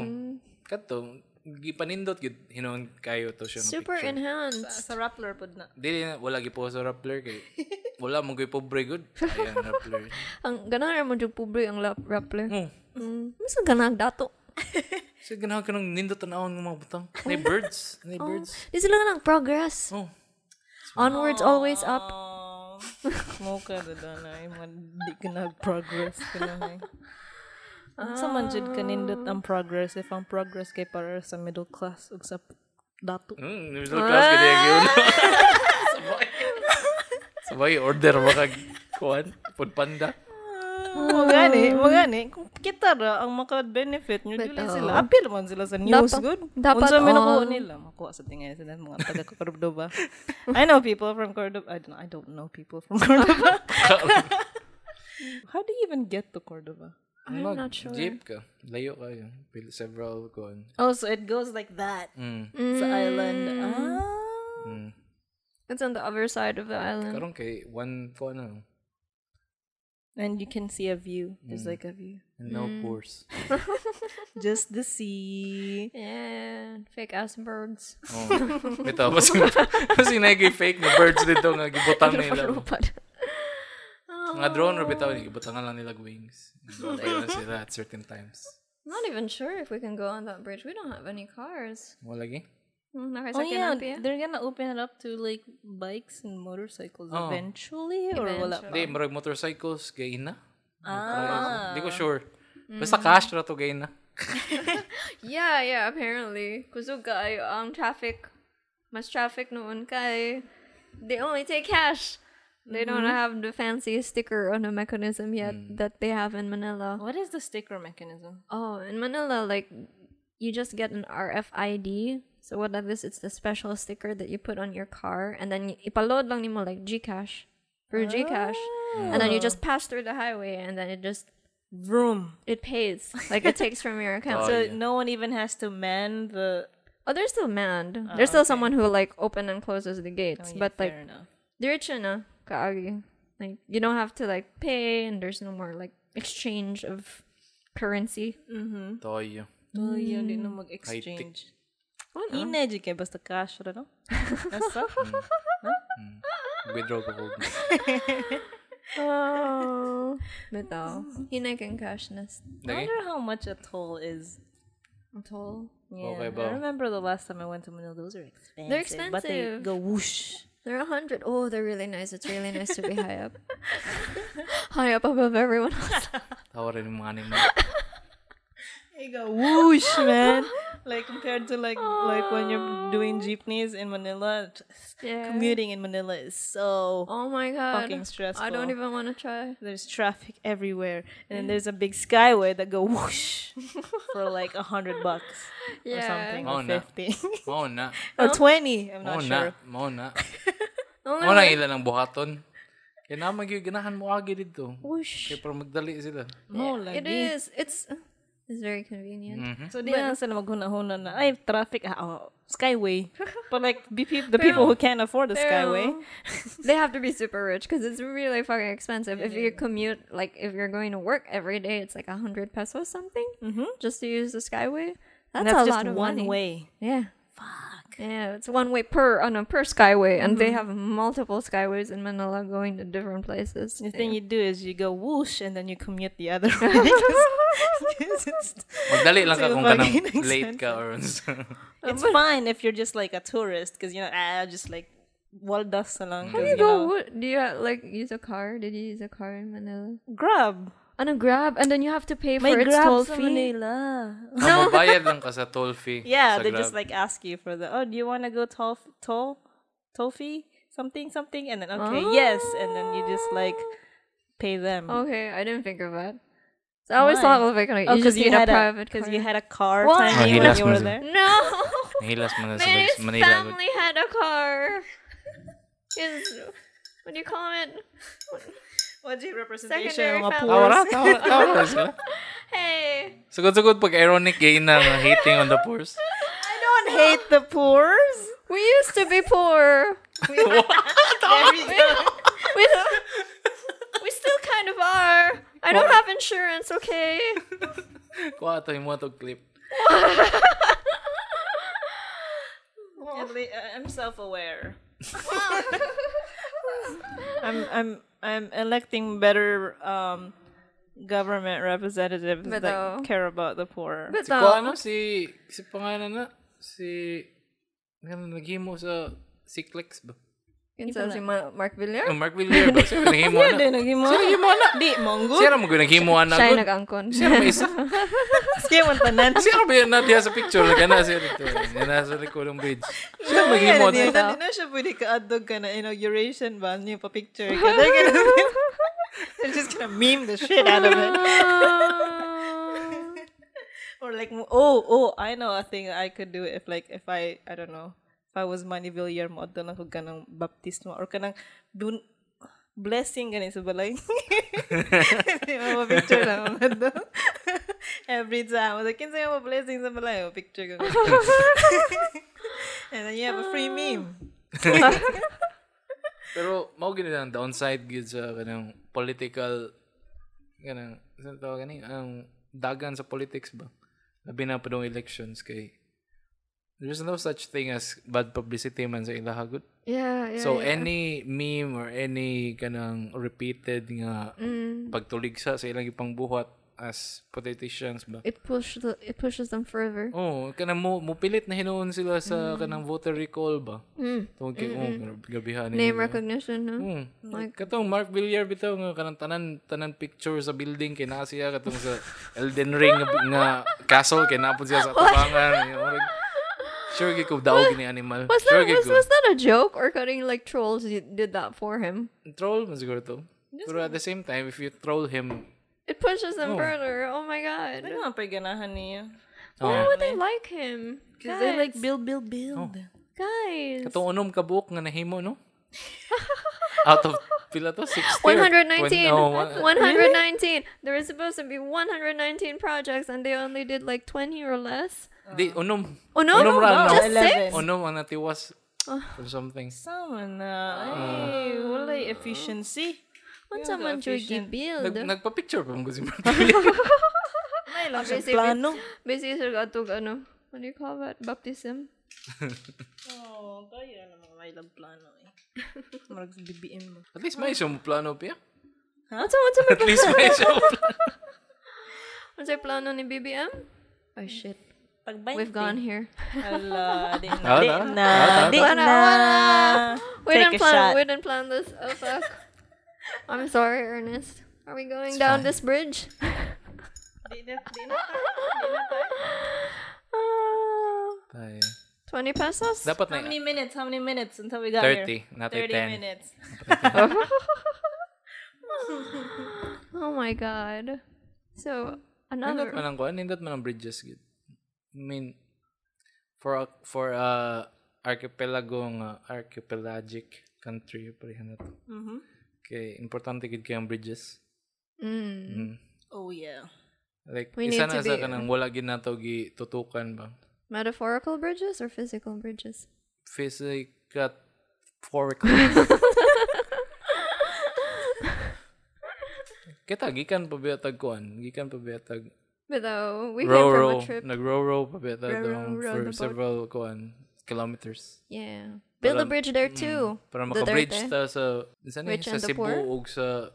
Speaker 3: kato, gipanindot gid hinon kayo to siya. nga
Speaker 2: Super
Speaker 3: picture.
Speaker 2: enhanced.
Speaker 1: Sa Rappler pod na.
Speaker 3: Dili na, wala gi po sa Rappler kay wala mo gi pobre good. Ayan, Rappler.
Speaker 2: Ang ganahan mo dyan pobre ang lap Rappler.
Speaker 3: Oh,
Speaker 2: Mm. Mas ang ganang dato.
Speaker 3: so ganahan ka nang nindot tanawon ng mga butang. Nay birds, nay birds.
Speaker 2: Di sila ganang progress.
Speaker 3: Oh.
Speaker 2: Onwards,
Speaker 1: Ah.
Speaker 2: always up.
Speaker 1: Oh, smoke ka na na. Yung mga di ka nag-progress ka na. eh. Sa man jud kanindot ang progress if ang progress kay para sa middle class ug sa dato.
Speaker 3: Mm, middle class gid yung yun. Sabay. Sabay, order mo kag kuan, food panda.
Speaker 1: Mo gani, mo gani kung kita ra ang maka-benefit nyo dili
Speaker 2: Beto.
Speaker 1: sila. Apil man sila sa news
Speaker 2: Dapat-
Speaker 1: good.
Speaker 2: dapat
Speaker 1: Unsa man
Speaker 2: all.
Speaker 1: ako nila makuha sa tingay sila mga taga Cordoba. I know people from Cordoba. I don't, I don't know people from Cordoba. How do you even get to Cordoba?
Speaker 3: I'm not sure. Jeep ka. Layo ka yun. Pil- Several kuan.
Speaker 1: Oh, so it goes like that.
Speaker 3: Mm.
Speaker 1: It's an island. Ah.
Speaker 3: Mm.
Speaker 2: It's on the other side of the island.
Speaker 3: Karon kay one kuan ano,
Speaker 1: And you can see a view. There's
Speaker 3: Mm.
Speaker 1: like a view.
Speaker 3: no course.
Speaker 1: Just the sea.
Speaker 2: Yeah. Fake ass birds.
Speaker 3: Oh. Ito, mas mas inagay fake na birds dito nga gibutang nila.
Speaker 2: Lupad.
Speaker 3: Mga drone or bitaw ni gibutangan lang nila wings. Nabay na sila at certain times.
Speaker 2: I'm not even sure if we can go on that bridge. We don't have any cars.
Speaker 3: Mo lagi?
Speaker 2: Mm,
Speaker 1: Oh
Speaker 2: nakasakyan
Speaker 1: yeah,
Speaker 2: na pa yan.
Speaker 1: they're gonna open it up to like bikes and motorcycles
Speaker 3: Oh.
Speaker 1: eventually, or will it?
Speaker 3: Di, marag Eh, motorcycles gay na. Ah. Di ko sure. Basta cash ra to gay na.
Speaker 2: Yeah, yeah, apparently. Kusog kayo ang traffic. Mas traffic noon kay. They only take cash. They don't
Speaker 1: Mm-hmm.
Speaker 2: have the fancy sticker on the mechanism yet
Speaker 1: Mm.
Speaker 2: that they have in Manila.
Speaker 1: What is the sticker mechanism?
Speaker 2: Oh, in Manila, like, you just get an RFID. So what that is, it's the special sticker that you put on your car. And then y- ipaload lang nimo like Gcash. Through Gcash. And then you just pass through the highway and then it just,
Speaker 1: Vroom.
Speaker 2: it pays. Like, it takes from your account. so
Speaker 3: Oh,
Speaker 1: So
Speaker 3: yeah.
Speaker 1: no one even has to man the.
Speaker 2: Oh, they're still manned. there's still someone who like open and closes the gates, but like
Speaker 1: fair enough.
Speaker 2: diretso na kaagi. Like you don't have to like pay, and there's no more like exchange of currency.
Speaker 3: Toyo.
Speaker 1: Oh, yun
Speaker 2: Mm.
Speaker 1: din na
Speaker 3: High-tech.
Speaker 1: mag-exchange. Ineji kay basta cash ra no? Asa?
Speaker 3: Mm, Withdraw ko ko.
Speaker 2: Oh, bitaw. Hinay kang cashless.
Speaker 1: I
Speaker 3: Lagi?
Speaker 1: wonder how much a toll is.
Speaker 2: Ang tall.
Speaker 1: Yeah,
Speaker 3: Okay ba?
Speaker 1: I remember the last time I went to Manila. Those are expensive.
Speaker 2: They're
Speaker 1: But they
Speaker 2: expensive.
Speaker 1: go whoosh.
Speaker 2: They're a hundred. Oh, they're really nice. It's really nice to be high up, high up above everyone else.
Speaker 3: Tawa rin yung mga nimo.
Speaker 1: They go whoosh, man. like compared to like like when you're doing jeepneys in Manila, t-
Speaker 2: Yeah.
Speaker 1: commuting in Manila is so
Speaker 2: Eh? Oh my god.
Speaker 1: Fucking
Speaker 2: I
Speaker 1: stressful.
Speaker 2: don't even Eh? want to try.
Speaker 1: there's traffic everywhere, and then there's a big skyway that go whoosh for like a hundred bucks or
Speaker 2: Yeah. Oh.
Speaker 1: something, or
Speaker 3: Oh, no. Oh,
Speaker 1: fifty,
Speaker 3: Mao na.
Speaker 1: or twenty. I'm not
Speaker 3: Mao
Speaker 1: sure.
Speaker 3: na. Mao na.
Speaker 2: Only
Speaker 3: Mao na ilan ang buhaton. Kaya na mag ganahan mo agi dito.
Speaker 2: Whoosh.
Speaker 3: Kaya para magdali sila.
Speaker 1: Mo
Speaker 2: Yeah, it
Speaker 1: lagi.
Speaker 2: is. It's it's very convenient.
Speaker 3: Hmm?
Speaker 1: So di na lang sila maghuna-huna na, ay, traffic, ah, oh, skyway. But like, be peop- the people who can't afford the skyway.
Speaker 2: they have to be super rich because it's really fucking expensive. If you commute, like if you're going to work every day, it's like a hundred pesos something just to use the Skyway. That's,
Speaker 1: Mm-hmm. That's,
Speaker 2: a
Speaker 1: just
Speaker 2: lot of
Speaker 1: one
Speaker 2: money.
Speaker 1: way.
Speaker 2: Yeah. Fuck. Yeah, it's one way per on a per Skyway, and
Speaker 1: Mm-hmm.
Speaker 2: they have multiple Skyways in Manila going to different places.
Speaker 1: The thing you do is you go whoosh and then you commute the other way. 'Cause it's
Speaker 3: Magdali lang ka
Speaker 1: Sila
Speaker 3: kung kanang
Speaker 1: fucking
Speaker 3: late ka or
Speaker 1: it's fine if you're just like a tourist because, you know, ah, just like waldas sa lang.
Speaker 2: How
Speaker 1: 'cause,
Speaker 2: do you
Speaker 1: you
Speaker 2: go?
Speaker 1: know,
Speaker 2: What, do you uh, like use a car? Did you use a car in Manila?
Speaker 1: Grab.
Speaker 2: On a Grab, and then you have to pay for
Speaker 1: May
Speaker 2: its
Speaker 1: grab
Speaker 2: toll
Speaker 1: sa
Speaker 2: fee.
Speaker 1: Manila.
Speaker 3: no. mabayad lang ka sa toll fee.
Speaker 1: Yeah,
Speaker 3: sa
Speaker 1: they just
Speaker 3: Grab.
Speaker 1: like ask you for the oh, do you want to go toll toll toll fee something something, and then okay yes, and then you just like pay them. Oh,
Speaker 2: Okay, I didn't think of that. So I always
Speaker 1: Why?
Speaker 2: thought of like oh, you just
Speaker 1: you
Speaker 2: need a
Speaker 1: had a
Speaker 2: private
Speaker 1: because
Speaker 2: car.
Speaker 1: you had a car
Speaker 2: Why?
Speaker 1: tiny
Speaker 3: Oh,
Speaker 1: when
Speaker 3: hilas
Speaker 1: you
Speaker 3: mo
Speaker 1: were there.
Speaker 3: siya.
Speaker 2: no,
Speaker 3: Nahilas mo na sa
Speaker 2: man, his
Speaker 3: Manila.
Speaker 2: family had a car. His what do you call it?
Speaker 1: What's your
Speaker 2: Secondary
Speaker 1: representation? Mga
Speaker 2: family.
Speaker 1: poor.
Speaker 3: Tawara, tawara, tawara sila.
Speaker 2: Hey,
Speaker 3: Sugod-sugod pag ironic gay na nga, hating on the poors.
Speaker 1: I don't hate the poors.
Speaker 2: we used to be poor. We, we still kind of are. I don't have insurance, okay?
Speaker 3: Kuha ito yung mga tog clip.
Speaker 1: At lea- I- I'm self-aware. I'm I'm I'm electing better um government representatives
Speaker 2: But
Speaker 1: that
Speaker 2: though-
Speaker 1: care about the poor.
Speaker 2: But
Speaker 3: Si Kuha
Speaker 2: though,
Speaker 3: ano, si, si pangalan na, si, ano, naghimo sa, si Clex ba?
Speaker 2: so si Ma- Mark Villar,
Speaker 3: Oh, Mark Villar ba? Siya naghimo na.
Speaker 1: Di, monggo.
Speaker 3: Siya naman naghimo
Speaker 2: siya
Speaker 3: na. good.
Speaker 2: yung nag-angkon.
Speaker 3: Siya naman isa.
Speaker 1: Sige, wanta na.
Speaker 3: Siya naman yun na diya sa picture. Nagana siya dito. Yan na sa likod ng bridge. Siya naman naghimo na.
Speaker 1: Hindi na siya pwede ka-adog ka na inauguration ba? Niyo pa-picture ka. They're gonna- They're just gonna meme the shit out of it. Or like, oh, oh, I know a thing I could do if like, if I, I don't know, if I was Manny Villarmo, at doon ako ganang baptismo or kanang dun, blessing ganin sa balay. picture lang ako doon. Every time. I was like, kinsa nga mo blessing sa balay? Mo picture ko. And then you have a free meme.
Speaker 3: Pero, mao gini lang, downside gid sa kanang political, kanang, saan tawag kanang, ang dagan sa politics ba? Labi na pa dong elections kay, there's no such thing as bad publicity man sa ilahagot.
Speaker 2: Yeah, yeah.
Speaker 3: So, any meme or any kanang repeated nga
Speaker 2: Mm.
Speaker 3: pagtuligsa sa ilang ipang buhat as politicians ba?
Speaker 2: it pushes the, it pushes them further.
Speaker 3: Oh, kanang mo mupilit na hinuon sila sa
Speaker 2: Mm.
Speaker 3: kanang voter recall ba? Tungkol kay oh, grab- grabihan nila.
Speaker 2: Name recognition, no?
Speaker 3: Hmm. katong Mark Villar bitaw nga kanang tanan tanan picture sa building kay naa siya katong sa Elden Ring nga, nga castle kay napon siya sa tabangan. Yung murag- Sure gid ko daog ni animal.
Speaker 2: Was
Speaker 3: sure
Speaker 2: that
Speaker 3: gid
Speaker 2: was,
Speaker 3: ko.
Speaker 2: was that a joke or cutting like trolls y- did that for him?
Speaker 3: Troll man siguro to. Pero at the same time, if you troll him,
Speaker 2: It pushes them further. Oh my god.
Speaker 1: Ano ang paganahan niya?
Speaker 2: Why
Speaker 3: oh,
Speaker 2: would they like him? Guys,
Speaker 1: They like build, build, build.
Speaker 2: guys.
Speaker 3: katong unom ka buok nga nahimo no? Out of pila to 60 or
Speaker 2: 119.
Speaker 3: 20 oh, one-
Speaker 2: 119. There was supposed to be 119 projects and they only did like 20 or less.
Speaker 3: Di unom.
Speaker 2: Oh no,
Speaker 3: Unom ra no.
Speaker 2: just
Speaker 1: Eleven.
Speaker 2: six.
Speaker 3: Unom ang natiwas or something.
Speaker 1: Sama na. Ay, wala yung efficiency.
Speaker 2: When
Speaker 1: the
Speaker 2: someone should
Speaker 1: efficient-
Speaker 2: build,
Speaker 3: Nag, nagpa-picture pa mo si Mark Villar.
Speaker 1: May lang
Speaker 2: Okay,
Speaker 1: siyang
Speaker 2: sige.
Speaker 1: plano.
Speaker 2: basically sir gatug ano? What do you call that? Baptism.
Speaker 1: Oo, kaya naman may lang plano eh. Marag sa BBM mo.
Speaker 3: At least may siyang plano pa.
Speaker 2: What's what's my
Speaker 3: At least may siyang plano.
Speaker 2: what's my plano ni BBM? Oh shit.
Speaker 1: Pag
Speaker 2: We've gone here.
Speaker 1: Hala, di na,
Speaker 3: Tara,
Speaker 1: di
Speaker 3: tara.
Speaker 1: na,
Speaker 3: Tara,
Speaker 1: di
Speaker 2: tara.
Speaker 1: na.
Speaker 2: We
Speaker 1: Take
Speaker 2: didn't
Speaker 1: a
Speaker 2: plan.
Speaker 1: shot.
Speaker 2: We didn't plan this. Oh fuck. I'm sorry, Ernest. Are we going down this bridge?
Speaker 1: Di na, di na tayo, di na tayo.
Speaker 2: Ah. 20 pesos?
Speaker 3: Dapat na
Speaker 1: How many minutes? How many minutes until we got here?
Speaker 3: 30, not
Speaker 1: 30
Speaker 3: 10.
Speaker 1: minutes.
Speaker 2: oh my god. So, another.
Speaker 3: Nindot man ang kuan, nindot man ang bridges gid. I mean for a, for a archipelago nga archipelagic country pareha na to.
Speaker 2: Mm-hmm.
Speaker 1: Mhm.
Speaker 3: Kay importante gid kay ang bridges.
Speaker 2: Mm.
Speaker 3: Mm.
Speaker 1: Oh yeah.
Speaker 3: Like
Speaker 2: We
Speaker 3: isa
Speaker 2: need
Speaker 3: na
Speaker 2: to
Speaker 3: sa
Speaker 2: be-
Speaker 3: kanang wala gid nato gi tutukan ba.
Speaker 2: Metaphorical bridges or physical bridges?
Speaker 3: Physical fork. Kita gikan pa biya tag kuan, gikan pa biya tag
Speaker 2: But though, we
Speaker 3: row
Speaker 2: came from
Speaker 3: row,
Speaker 2: a trip.
Speaker 3: nag row row pa biya tag
Speaker 2: Row, row,
Speaker 3: doon
Speaker 2: row
Speaker 3: for
Speaker 2: the boat.
Speaker 3: several kuan kilometers.
Speaker 2: Yeah. Build a
Speaker 3: Parang-
Speaker 2: bridge there too.
Speaker 3: Para
Speaker 2: Duterte.
Speaker 3: makabridge ta sa sa, ni,
Speaker 2: Rich
Speaker 3: sa
Speaker 2: and the
Speaker 3: Cebu
Speaker 2: poor?
Speaker 3: ug sa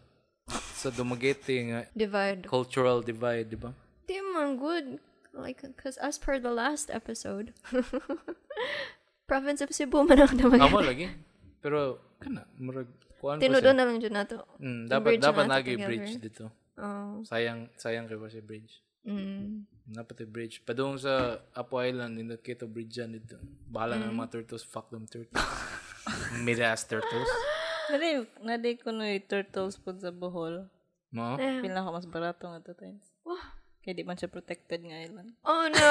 Speaker 3: sa Dumaguete nga
Speaker 2: Divide.
Speaker 3: cultural divide, di ba?
Speaker 2: Di man good. Like, cause as per the last episode, province of Cebu man ang
Speaker 3: Amo
Speaker 2: damag.
Speaker 3: lagi. Pero kana murag kuan pa
Speaker 2: Tinudo
Speaker 3: siya.
Speaker 2: na lang dyan nato.
Speaker 3: Mm, dapat
Speaker 2: bridge
Speaker 3: dapat
Speaker 2: na
Speaker 3: lagi
Speaker 2: together.
Speaker 3: bridge dito.
Speaker 2: Oh.
Speaker 3: Sayang sayang kay si bridge.
Speaker 2: Mm.
Speaker 3: Dapat yung bridge. Padung sa Apo Island, in the Keto Bridge yan dito. Bahala na
Speaker 2: Mm.
Speaker 3: ng mga turtles. Fuck them turtles. Mid-ass turtles.
Speaker 1: Nadi, nadi ko na yung turtles po sa Bohol.
Speaker 3: Mo?
Speaker 2: Eh,
Speaker 1: Pila ako mas barato nga to times. Kaya di man siya protected nga island.
Speaker 2: Oh no!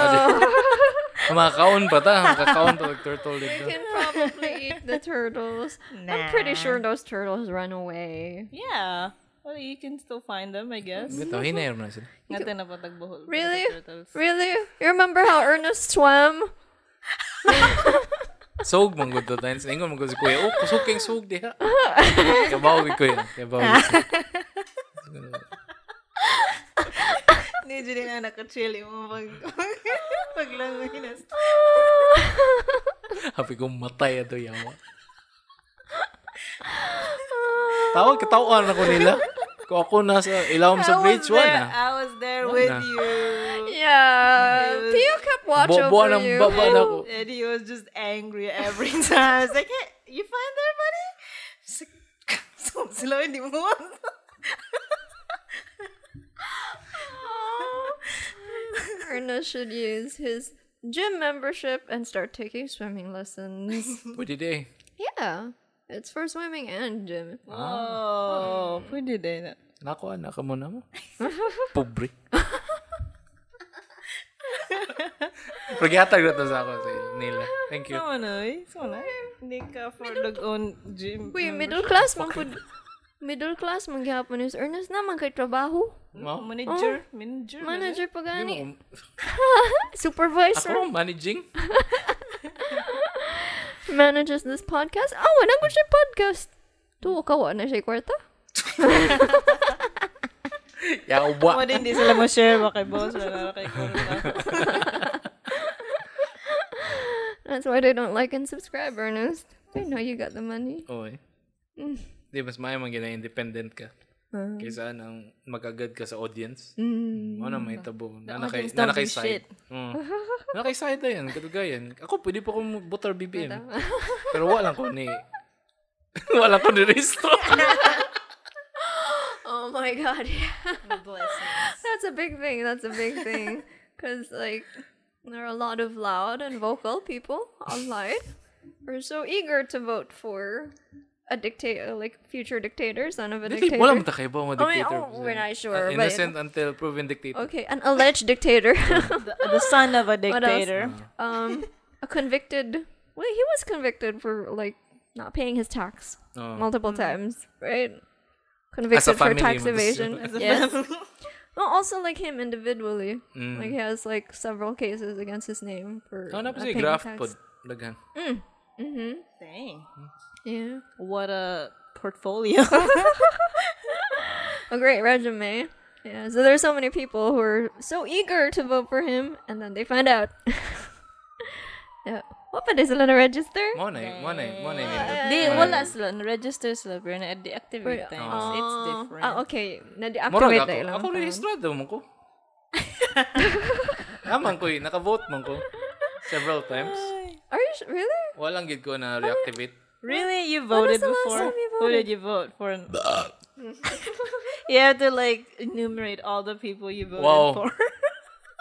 Speaker 3: Makakaon pa ta. Makakaon pa tag turtle dito.
Speaker 2: can probably eat the turtles. I'm pretty sure those turtles run away.
Speaker 1: Yeah. Well, you can still find them, I guess.
Speaker 3: Ito, hinayar mo na sila.
Speaker 1: Nga tayo na po tag Bohol.
Speaker 2: Really?
Speaker 1: Pila turtles.
Speaker 2: Really? You remember how Ernest swam?
Speaker 3: Sog man gud to times. Ingon man gud si Kuya. Oh, kusog kayong sog diha. Kabaw gud ko yan. Kabaw gid ko.
Speaker 1: Hindi dyan nga nakachill yung pag... Paglangoy na.
Speaker 3: Habi ko matay ato yawa. Tawag katawan ako nila. Kung ako nasa ilawom sa bridge one ah.
Speaker 1: I was there with
Speaker 3: na?
Speaker 1: you.
Speaker 2: yeah. Pio kept watch
Speaker 3: Bobo
Speaker 2: over
Speaker 3: ng
Speaker 2: you.
Speaker 3: baba na ako.
Speaker 1: And he was just angry every time. I was like, hey, you find there, buddy? Just like, so slow hindi mo.
Speaker 2: Ernest should use his gym membership and start taking swimming lessons.
Speaker 3: Pwede di eh.
Speaker 2: yeah. It's for swimming and gym.
Speaker 1: Oh,
Speaker 3: Ah.
Speaker 1: pwede din.
Speaker 3: Nakuha na ka muna mo. Pobre. Pagkatag na to sa ako sa nila. Thank you.
Speaker 1: Sama na, eh. Sama na. Hindi ka for dog own gym.
Speaker 2: Wait,
Speaker 1: membership.
Speaker 2: middle class man pud middle class man gyapon is Ernest naman kay trabaho.
Speaker 3: Mo?
Speaker 1: Manager.
Speaker 3: Oh.
Speaker 1: Manager.
Speaker 2: Manager pa
Speaker 3: Di
Speaker 2: gani.
Speaker 3: mo-
Speaker 2: Supervisor
Speaker 3: Ako managing.
Speaker 2: manages this podcast. Ah, wala ko siya podcast. Tuwa ka wala na siya kwarta.
Speaker 1: Mo
Speaker 3: Yawa.
Speaker 1: din, hindi sila ma-share ba kay boss? Wala na kay Corona.
Speaker 2: That's why they don't like and subscribe, Ernest. They know you got the money.
Speaker 3: Oo eh.
Speaker 2: Mm.
Speaker 3: Di, mas maya man gina independent ka.
Speaker 2: Ah.
Speaker 3: Kaysa nang magagad ka sa audience. Mm. Ano may tabo. Nanakay,
Speaker 1: audience don't
Speaker 3: nanakay
Speaker 1: do
Speaker 3: side.
Speaker 1: shit.
Speaker 3: Mm. nanakay side na yan. Katugayan. Ako, pwede pa akong butter BBM. Pero wala ko ni... wala ko ni resto.
Speaker 2: Oh my god. Yeah.
Speaker 1: Blessings.
Speaker 2: That's a big thing. That's a big thing. Cuz like there are a lot of loud and vocal people online who are so eager to vote for a dictator like future dictator, son of a
Speaker 3: Dili,
Speaker 2: dictator.
Speaker 3: wala mo takay ba
Speaker 2: I
Speaker 3: mga
Speaker 2: mean,
Speaker 3: dictator?
Speaker 2: oh, we're not sure,
Speaker 3: Uh,
Speaker 2: but-
Speaker 3: innocent until proven dictator.
Speaker 2: Okay, an alleged dictator.
Speaker 1: The, the son of a
Speaker 2: else?
Speaker 1: dictator.
Speaker 2: um, a convicted. Well, he was convicted for like not paying his tax
Speaker 3: Oh.
Speaker 2: multiple times, right? Convicted for
Speaker 3: family,
Speaker 2: tax
Speaker 3: man, this is-
Speaker 2: evasion. Yes. Well, also like him individually.
Speaker 3: Mm.
Speaker 2: Like he has like several cases against his name for. not
Speaker 3: Ano na pa si
Speaker 2: paying
Speaker 3: graph
Speaker 2: tax.
Speaker 3: pod? Daghan.
Speaker 1: Dang.
Speaker 2: Yeah,
Speaker 1: What a portfolio.
Speaker 2: a great resume. Yeah, so there's so many people who are so eager to vote for him, and then they find out. yeah, what pa is gonna register?
Speaker 3: Mo na, yun, mo na, yun, mo na. yun.
Speaker 1: Di, wala uh, sila. Register sila, pero na-deactivate
Speaker 2: Pero-
Speaker 1: things. It's different.
Speaker 2: Ah, okay.
Speaker 3: Murag
Speaker 2: Na-deactivate
Speaker 3: ako.
Speaker 2: na ilang
Speaker 3: Ako
Speaker 2: taon.
Speaker 3: rehistrado mo ko. Naman ko eh. Nakavote man ko. Several times.
Speaker 2: Are you sh- really?
Speaker 3: Walang gid ko na reactivate.
Speaker 1: Really? You voted
Speaker 2: the last
Speaker 1: before?
Speaker 2: time you
Speaker 1: Who
Speaker 2: voted?
Speaker 1: did you vote for? you have to like enumerate all the people you voted
Speaker 3: Wow.
Speaker 1: for.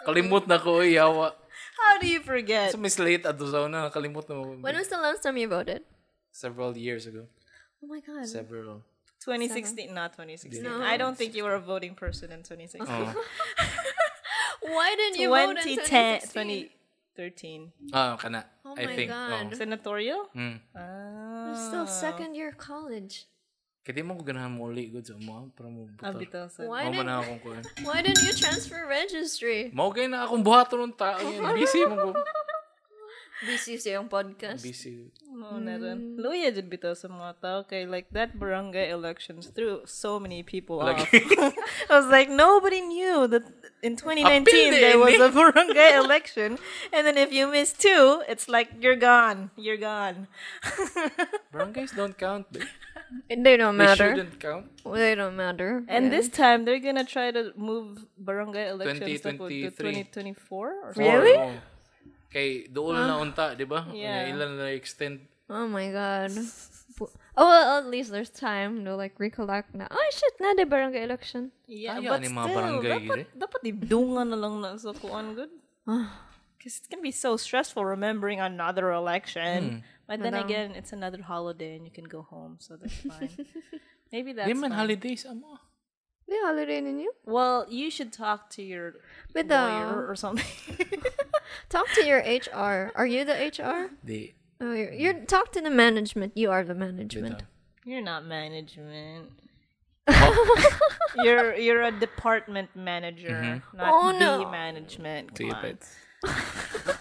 Speaker 3: Kalimot na ko eh. Yawa.
Speaker 1: How do you forget?
Speaker 3: So, miss late at Dozona. Nakalimot na mo.
Speaker 2: When was the last time you voted?
Speaker 3: Several years ago.
Speaker 2: Oh my god.
Speaker 3: Several.
Speaker 1: 2016, not 2016.
Speaker 2: No.
Speaker 1: I don't think you were a voting person in 2016.
Speaker 3: Oh.
Speaker 2: Why didn't you vote in
Speaker 1: 2010,
Speaker 2: 2016?
Speaker 1: 2013.
Speaker 3: Ah, kana.
Speaker 2: Oh
Speaker 3: I
Speaker 2: my
Speaker 3: think.
Speaker 2: God.
Speaker 3: Oh.
Speaker 1: Senatorial?
Speaker 3: Mm.
Speaker 1: Ah.
Speaker 2: You're still second year college.
Speaker 3: Kaya di mo ko ganahan mo uli. Good sa mo. Para mo
Speaker 1: Ah,
Speaker 3: buta.
Speaker 1: bitaw sa-
Speaker 2: Why
Speaker 3: Mao man
Speaker 2: didn't
Speaker 3: na akong kuhan.
Speaker 2: Why didn't you transfer registry?
Speaker 3: Mao kayo na akong buhato ng tao yan. Busy mo ko.
Speaker 2: BC sa yung podcast.
Speaker 3: Busy.
Speaker 1: Mo na rin. Oh, Luya dyan bitaw sa mga tao. Kay like that barangay elections threw so many people off. I was like, nobody knew that in 2019
Speaker 3: Apil
Speaker 1: there was
Speaker 3: din eh.
Speaker 1: a barangay election. And then if you miss two, it's like, you're gone. You're gone.
Speaker 3: Barangays don't count. They,
Speaker 2: They don't
Speaker 3: they
Speaker 2: matter.
Speaker 3: shouldn't count.
Speaker 2: They don't matter.
Speaker 1: And this time, they're gonna try to move barangay elections to
Speaker 3: 2023.
Speaker 1: 2024 or something.
Speaker 2: Really?
Speaker 3: Oo. Kay dool na unta, di
Speaker 1: Ah.
Speaker 3: ba?
Speaker 1: Yeah.
Speaker 3: Kaya Ilan na extend.
Speaker 2: Oh my god. Bu- Oh, well, at least there's time to like recollect na. Oh shit, na de barangay election.
Speaker 1: Yeah,
Speaker 3: Kaya
Speaker 1: but
Speaker 3: ni
Speaker 1: still,
Speaker 3: mga barangay eh.
Speaker 1: dapat, dapat idungan na lang na sa kuan good. Because it's gonna be so stressful remembering another
Speaker 3: Hmm.
Speaker 1: election. But then again, it's another holiday and you can go home, so that's fine. Maybe that's
Speaker 3: Di man
Speaker 1: fine.
Speaker 3: holidays amo.
Speaker 2: Di holiday ninyo?
Speaker 1: well, you should talk to your
Speaker 2: But
Speaker 1: lawyer
Speaker 2: uh,
Speaker 1: or something.
Speaker 2: talk to your HR. Are you the HR?
Speaker 3: Di.
Speaker 2: Oh, you're, you're talk to the management. You are the management.
Speaker 3: Bitaw.
Speaker 1: you're not management. you're you're a department manager,
Speaker 3: Mm-hmm.
Speaker 1: not
Speaker 2: Oh,
Speaker 1: the
Speaker 2: no.
Speaker 1: management.
Speaker 3: Sige,
Speaker 1: Come on.
Speaker 3: pets.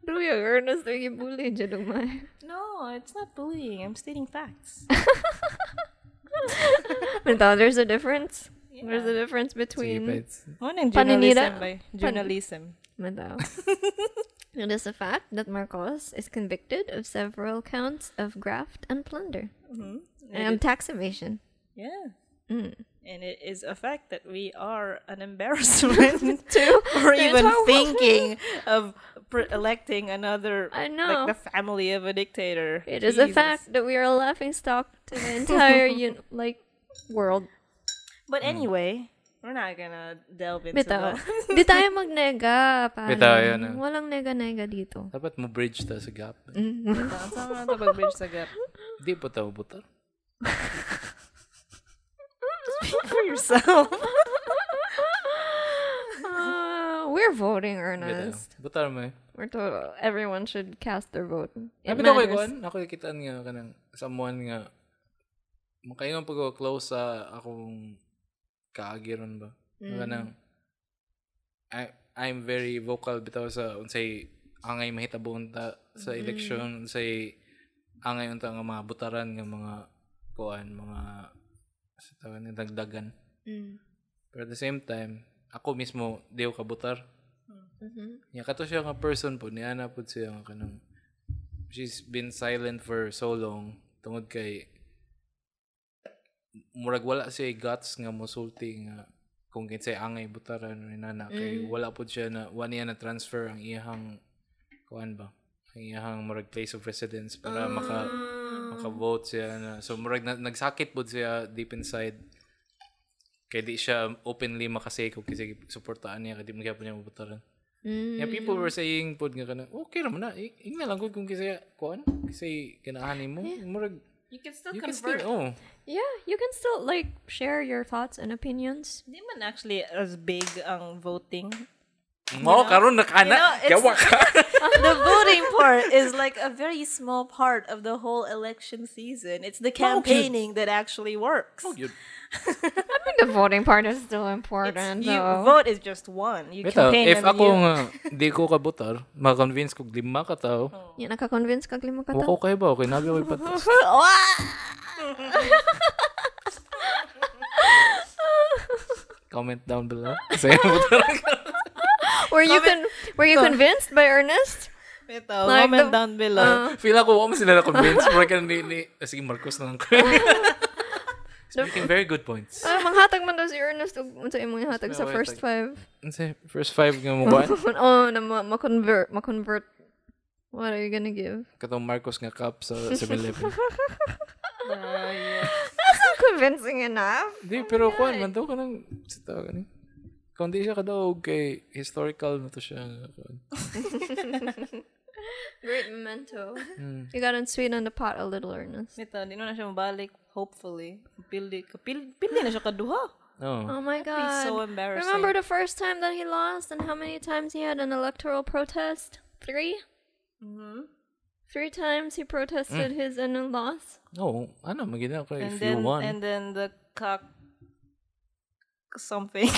Speaker 2: Ruya, earnest na yung bully dyan umay.
Speaker 1: No, it's not bullying. I'm stating facts.
Speaker 2: there's a difference. There's a difference
Speaker 3: Sige,
Speaker 2: between
Speaker 3: pets.
Speaker 1: Morning
Speaker 2: Paninira.
Speaker 1: journalism by journalism.
Speaker 2: Mindanao. it is a fact that Marcos is convicted of several counts of graft and plunder and tax evasion.
Speaker 1: Yeah.
Speaker 2: Mm.
Speaker 1: And it is a fact that we are an embarrassment to or
Speaker 2: the
Speaker 1: even
Speaker 2: entire world.
Speaker 1: thinking of pr- electing another
Speaker 2: I know.
Speaker 1: like the family of a dictator.
Speaker 2: It is a
Speaker 1: Jesus.
Speaker 2: fact that we are a laughing stock to the entire un- like world.
Speaker 1: But anyway, we're not gonna delve into
Speaker 2: Bitaw.
Speaker 1: that.
Speaker 2: Di tayo magnega. pare.
Speaker 3: Bitaw, yun ah.
Speaker 2: Walang nega-nega dito.
Speaker 3: Dapat mo bridge ta sa gap.
Speaker 1: Mm. Ang sama na to pag-bridge sa gap.
Speaker 3: Di po tao buta.
Speaker 1: Speak for yourself.
Speaker 2: Ah, we're voting,
Speaker 3: Bitaw.
Speaker 2: Ernest.
Speaker 3: Buta mo eh.
Speaker 2: We're to- everyone should cast their vote. It
Speaker 3: Sabi ko kay
Speaker 2: matters.
Speaker 3: Kwan, ako kitaan nga kanang someone nga makaingon pag close sa akong kaagiron ba. Kanang I I'm very vocal bitaw sa unsay angay mahitabon ta sa election, unsay angay unta nga mga butaran nga mga kuan, mga sa tawag nga dagdagan. Mm. Pero at the same time, ako mismo diw kabutar. Nya kato siya nga person po, niya na po siya nga kanang she's been silent for so long tungod kay murag wala siya guts nga mosulti nga kung kinsay angay butaran ni nana kay wala po siya na wala niya na transfer ang iyahang kuan ba ang iyahang murag place of residence para maka maka-vote siya na so murag na, nagsakit po siya deep inside kaya di siya openly makasay kung kasi suportaan niya kaya di mo kaya po niya mabutaran
Speaker 2: Mm.
Speaker 3: Yeah,
Speaker 1: Hmm.
Speaker 3: people were saying pod nga kana, okay naman ah. na, ing ing na lang gud kung kisaya kuan, kasi kinahani mo,
Speaker 1: Eh,
Speaker 3: murag
Speaker 1: You can still
Speaker 3: you can still oh.
Speaker 2: Yeah, you can still like share your thoughts and opinions.
Speaker 1: Di man actually as big ang voting.
Speaker 3: Mo karon na kana,
Speaker 1: You know, it's-
Speaker 3: yawa ka.
Speaker 1: the voting part is like a very small part of the whole election season. It's the campaigning that actually works.
Speaker 3: Yun.
Speaker 2: I think the voting part is still
Speaker 1: It's-
Speaker 2: important,
Speaker 1: you
Speaker 2: though.
Speaker 1: vote is just one. You
Speaker 3: Bitaw,
Speaker 1: campaign
Speaker 3: if
Speaker 1: and then
Speaker 3: ako
Speaker 1: you-
Speaker 3: nga di ko kabutar, ma-convince kog lima ka
Speaker 1: Oh.
Speaker 3: tao,
Speaker 2: Yan, nakakonvince ka, lima ka
Speaker 3: wako kay ba, okay nabi ko ipatas. Comment down below. Saya butar.
Speaker 2: Were you con- were you convinced by Ernest?
Speaker 1: Bitaw,
Speaker 2: Like
Speaker 1: comment
Speaker 2: the-
Speaker 1: down below.
Speaker 3: Feel ako wa mo sila na convince, murag kana ni ni ah, sige Marcos na lang ko.
Speaker 1: Oh.
Speaker 3: Speaking very good points.
Speaker 2: Ah, manghatag man daw si Ernest ug unsa imong hatag sa
Speaker 3: May
Speaker 2: first five.
Speaker 3: Ano sa first five nga mo kuan?
Speaker 2: oh, na ma- ma-convert, ma-convert. What are you gonna give?
Speaker 3: Katong Marcos nga cup sa 7-Eleven.
Speaker 2: That's not convincing enough.
Speaker 1: Ano
Speaker 3: Hindi, pero kuan, man daw ka ng, sa tawag ka Kung di siya kadaog kay historical na to siya. nga kuan.
Speaker 2: Great memento.
Speaker 3: Mm.
Speaker 1: Hmm.
Speaker 2: You got to sweeten the pot a little, Ernest.
Speaker 1: Nito, di na siya mabalik. Hopefully. Pildi, kapil, pildi na siya kaduha.
Speaker 3: Oo.
Speaker 2: Oh my
Speaker 1: It's
Speaker 2: god.
Speaker 1: so embarrassing.
Speaker 2: Remember the first time that he lost and how many times he had an electoral protest? 3 Mm-hmm. Three times he protested his and then lost.
Speaker 3: Oo. Ano, magina ko
Speaker 1: and
Speaker 3: if
Speaker 1: then
Speaker 3: you won.
Speaker 1: and then the cock something.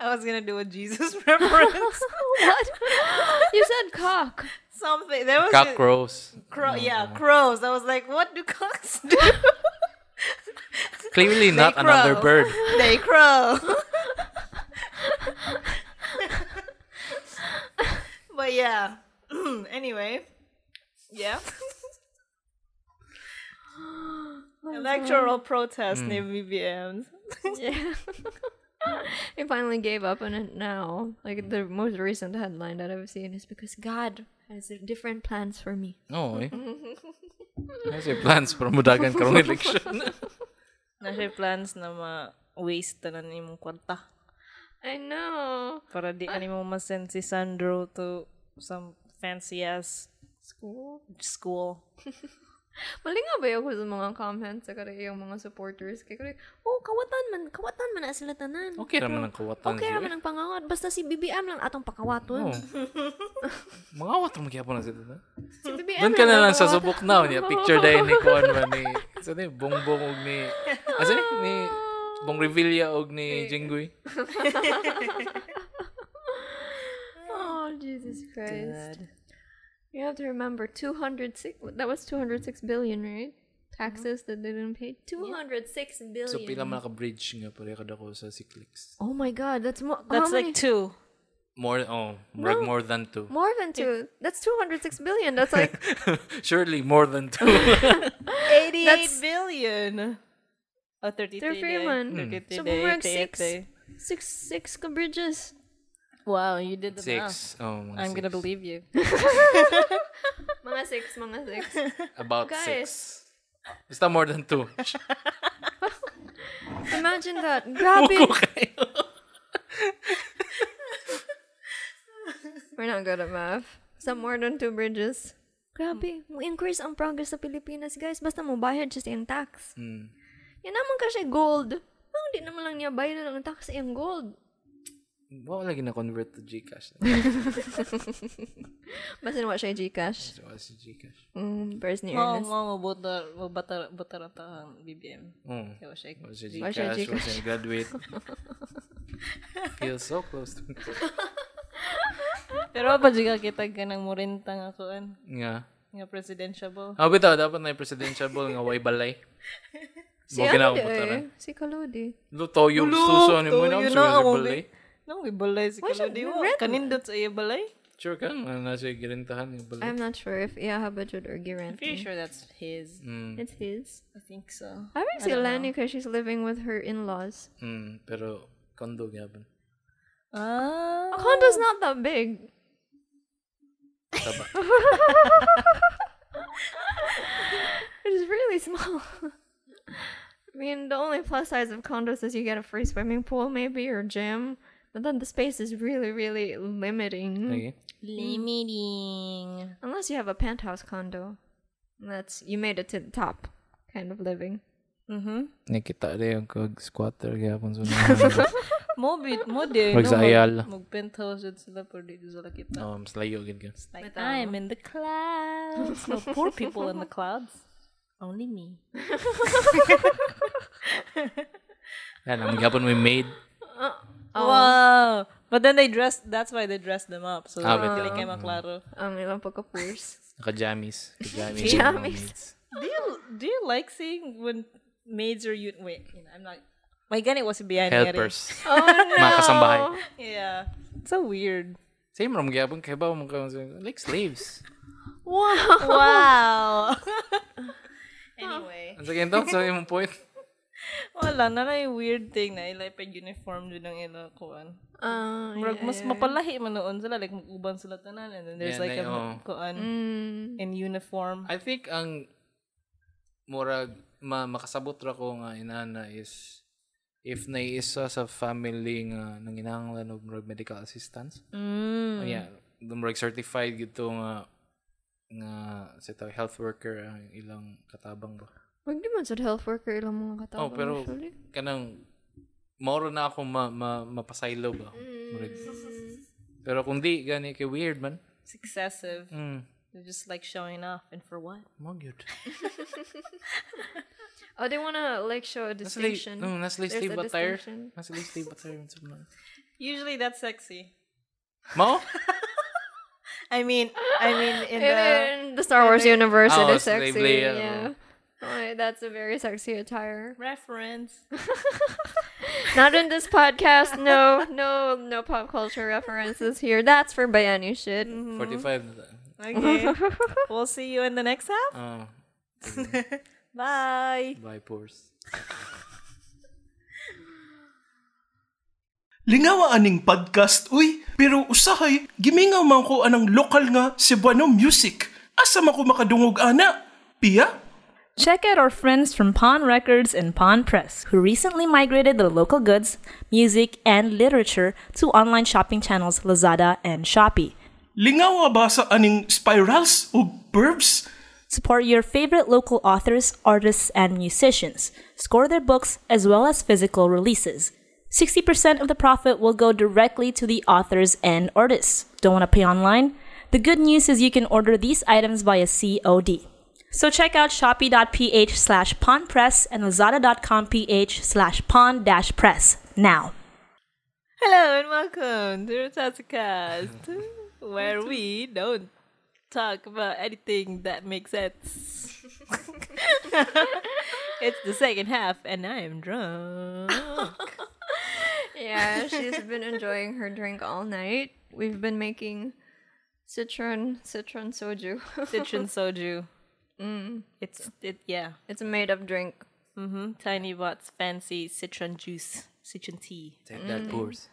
Speaker 1: I was gonna do a Jesus reference.
Speaker 2: what? you said cock.
Speaker 1: something. There was a-
Speaker 3: Cock crows.
Speaker 1: crow. Yeah, crows. I was like, what do cocks do?
Speaker 3: Clearly not
Speaker 1: crow.
Speaker 3: another bird.
Speaker 1: they crow. but yeah. anyway. Yeah. Electoral protest near VBMs.
Speaker 2: Yeah. he finally gave up on it now. Like the most recent headline that I've seen is because God has different plans for me.
Speaker 3: Oo eh. Kasi plans para mudagan karong election.
Speaker 1: Na siya plans na ma-waste na na imong kwarta.
Speaker 2: I know.
Speaker 1: Para di ani mo masend si Sandro to some fancy ass
Speaker 2: School.
Speaker 1: school.
Speaker 2: Mali nga ba ako sa mga comments sa kare yung mga supporters kay kare, oh kawatan man, kawatan man na sila tanan.
Speaker 3: Okay naman ang kawatan.
Speaker 2: Okay ra
Speaker 3: siya,
Speaker 2: man ang pangangat basta si BBM lang atong
Speaker 3: eh.
Speaker 2: pakawaton.
Speaker 3: Oo. Mga awat mo magyapon na sila. na.
Speaker 2: Si BBM
Speaker 3: Doon ka
Speaker 2: lang
Speaker 3: na lang
Speaker 2: ang
Speaker 3: sa
Speaker 2: kawatan.
Speaker 3: subok na. Niya, picture dahil ni Kuan ba ni... Sa ni Bongbong og ni... Asa ni? Ni Bong Revilla og ni Jinggoy.
Speaker 2: Oh Jesus Christ. You have to remember 206 that was 206 billion, right? Taxes that they didn't pay. 206 billion.
Speaker 3: So pila man naka-bridge nga pare kada ko sa 6 clicks.
Speaker 2: oh my god, that's more
Speaker 1: That's like two.
Speaker 3: More oh, like more than 2.
Speaker 2: more than 2. That's 206 billion. That's like
Speaker 3: Surely more than 2.
Speaker 1: 88 billion. Oh, 33
Speaker 2: They're free
Speaker 1: day.
Speaker 2: man.
Speaker 1: 33 day,
Speaker 2: So boomerang
Speaker 1: 88
Speaker 2: six.
Speaker 1: day.
Speaker 2: 6 6 ka bridges.
Speaker 1: Wow, you did the math.
Speaker 3: 6. Oh, mga
Speaker 1: I'm gonna
Speaker 3: six.
Speaker 1: believe you.
Speaker 2: Mga 6, mga 6.
Speaker 3: about
Speaker 2: Guys.
Speaker 3: 6. Basta more than 2.
Speaker 2: Imagine that. Grabe.
Speaker 3: kayo.
Speaker 2: We're not good at math. Sa more than two bridges. Mm. Grabe. Mo increase ang progress sa Pilipinas, guys. Basta mo bayad siya sa iyong tax. Yan naman kasi gold. Ang di naman lang niya bayad ang tax sa iyong gold.
Speaker 3: Wala lagi na-convert to Gcash.
Speaker 2: Basta nawa siya yung Gcash.
Speaker 3: So, si Gcash.
Speaker 2: Mm, first ni
Speaker 1: Oh,
Speaker 2: Ernest.
Speaker 1: mo butar butar butar ta BBM.
Speaker 3: Oh.
Speaker 1: Kaya siya.
Speaker 3: Wala si
Speaker 2: Wala siya
Speaker 3: Gcash. Wala
Speaker 2: Gcash.
Speaker 3: siya graduate. Feels so close to me.
Speaker 1: Pero pa juga kita ganang mo rin tang akoan
Speaker 3: Nga.
Speaker 1: nga presidential.
Speaker 3: Ako bitaw, dapat na yung presidential ball nga way balay.
Speaker 2: Si
Speaker 3: Mo
Speaker 2: ano
Speaker 3: ginawa
Speaker 2: di
Speaker 3: ko tara.
Speaker 2: eh? Si Kaludi.
Speaker 3: Luto yung suso ni mo na
Speaker 1: you
Speaker 3: sa
Speaker 1: know,
Speaker 3: mga
Speaker 1: ako,
Speaker 3: balay.
Speaker 1: No, may balay si
Speaker 2: siya
Speaker 1: Kalodi. Wa,
Speaker 2: red?
Speaker 1: Kanindot sa iya balay?
Speaker 3: Sure ka, nga na siya girintahan yung balay.
Speaker 2: I'm not sure if Iaha Bajud or
Speaker 1: Pretty
Speaker 2: Giranti.
Speaker 1: sure that's his.
Speaker 3: Mm,
Speaker 2: It's his.
Speaker 1: I think so.
Speaker 2: I haven't seen Lani because she's living with her in-laws.
Speaker 3: mm, pero kondo gaban.
Speaker 1: Ah.
Speaker 2: Condo's not that big.
Speaker 3: Taba.
Speaker 2: It is really small. I mean, the only plus size of condos is you get a free swimming pool, maybe, or gym. But then the space is really, really limiting.
Speaker 3: Okay.
Speaker 1: Limiting.
Speaker 2: Unless you have a penthouse condo. That's, you made it to the top kind of living.
Speaker 1: Mm-hmm.
Speaker 3: Nakita rin yung kag-squatter gapon sa mga.
Speaker 1: Mo bit mo di
Speaker 3: Wag sa ayala.
Speaker 1: Mag penthouse yun sila pero di sila kita.
Speaker 3: Um, slayo gid ka.
Speaker 1: Like, I'm in the clouds. no poor people in the clouds. Only me.
Speaker 3: Yan, ang gapon may maid.
Speaker 1: Oh. Wow. But then they dressed. That's why they dressed them up. So
Speaker 2: Oh,
Speaker 1: ah,
Speaker 3: Ah, but-
Speaker 1: really came out claro.
Speaker 2: Um, ilang pagka-poors.
Speaker 3: Naka-jammies. Naka-jammies. yung mga
Speaker 2: Jammies.
Speaker 3: maids.
Speaker 1: Do you do you like seeing when maids are you? Wait, you know, I'm not. My gun it was behind me,
Speaker 3: Helpers.
Speaker 2: oh no!
Speaker 3: Mga kasambahay.
Speaker 1: Yeah. It's so weird.
Speaker 3: Same ram gapon kay ba mga like slaves.
Speaker 2: Wow!
Speaker 1: Wow. anyway.
Speaker 3: Ang sige to, so yung point.
Speaker 1: Wala na lang yung weird thing na ilay pa uniform dun ang ila kuan.
Speaker 2: Uh,
Speaker 1: Murag mas mapalahi man noon sila like mag-uban sila tanan and then there's
Speaker 3: Yeah,
Speaker 1: like a
Speaker 3: na- oo.
Speaker 1: kuan
Speaker 2: mm,
Speaker 1: in uniform.
Speaker 3: I think ang murag ma makasabot ra ko nga inana is if naiisa sa family nga nanginahanglan og murag medical assistance
Speaker 1: Mm.
Speaker 3: yeah murag certified gito nga nga sa tawag, health worker ang ilang katabang ba
Speaker 2: Wag di man sa health worker ilang mga katao.
Speaker 3: Oh, pero-
Speaker 2: usually.
Speaker 3: kanang mauro na ako ma, ma, mapasaylo ba Murag.
Speaker 2: Mm.
Speaker 3: pero kung di gani kay weird man
Speaker 1: It's excessive.
Speaker 3: mm
Speaker 1: They're just like showing off, and for what?
Speaker 3: magyud
Speaker 2: Oh, they wanna like show a
Speaker 3: Nasli,
Speaker 2: distinction.
Speaker 3: no, nasli
Speaker 2: There's
Speaker 3: Steve
Speaker 2: a
Speaker 3: Batayer.
Speaker 2: distinction.
Speaker 3: Nasli Steve Batayer. yun sa mga-
Speaker 1: Usually that's sexy.
Speaker 3: Mo?
Speaker 1: I mean, I mean, in the
Speaker 2: In the Star Wars universe,
Speaker 3: Oh,
Speaker 2: it is
Speaker 3: it's
Speaker 2: sexy.
Speaker 3: lively, yeah.
Speaker 2: yeah. Like, Oh, that's a very sexy attire.
Speaker 1: reference.
Speaker 2: Not in this podcast. No, no, no pop culture references here. That's for Bayani shit.
Speaker 3: 45 na tayo.
Speaker 1: Okay. we'll see you in the next half.
Speaker 3: Ah,
Speaker 1: Bye.
Speaker 3: by pores.
Speaker 4: Lingawa aning podcast, uy! Pero usahay, gimingaw man ko anang lokal nga Cebuano music. Asa man ko makadungog ana? Pia?
Speaker 5: Check out our friends from Pawn Records and Pawn Press, who recently migrated their local goods, music, and literature to online shopping channels Lazada and Shopee.
Speaker 4: Lingawa ba sa aning spirals o verbs?
Speaker 5: Support your favorite local authors, artists, and musicians. Score their books as well as physical releases. 60% of the profit will go directly to the authors and artists. Don't want to pay online? The good news is you can order these items via COD. So check out shopee.ph slash pawnpress and lazada.com ph slash pawn dash press now.
Speaker 1: Hello and welcome to the Tatsucast, where we don't talk about anything that makes sense. it's the second half, and I am drunk.
Speaker 2: Yeah, she's been enjoying her drink all night. We've been making citron citron soju.
Speaker 1: Citron soju. Mm. It's it yeah.
Speaker 2: it's a made up drink.
Speaker 1: Mm-hmm. Tiny Bot's fancy citron juice, citron tea.
Speaker 3: Take that
Speaker 2: Mm.
Speaker 3: pores.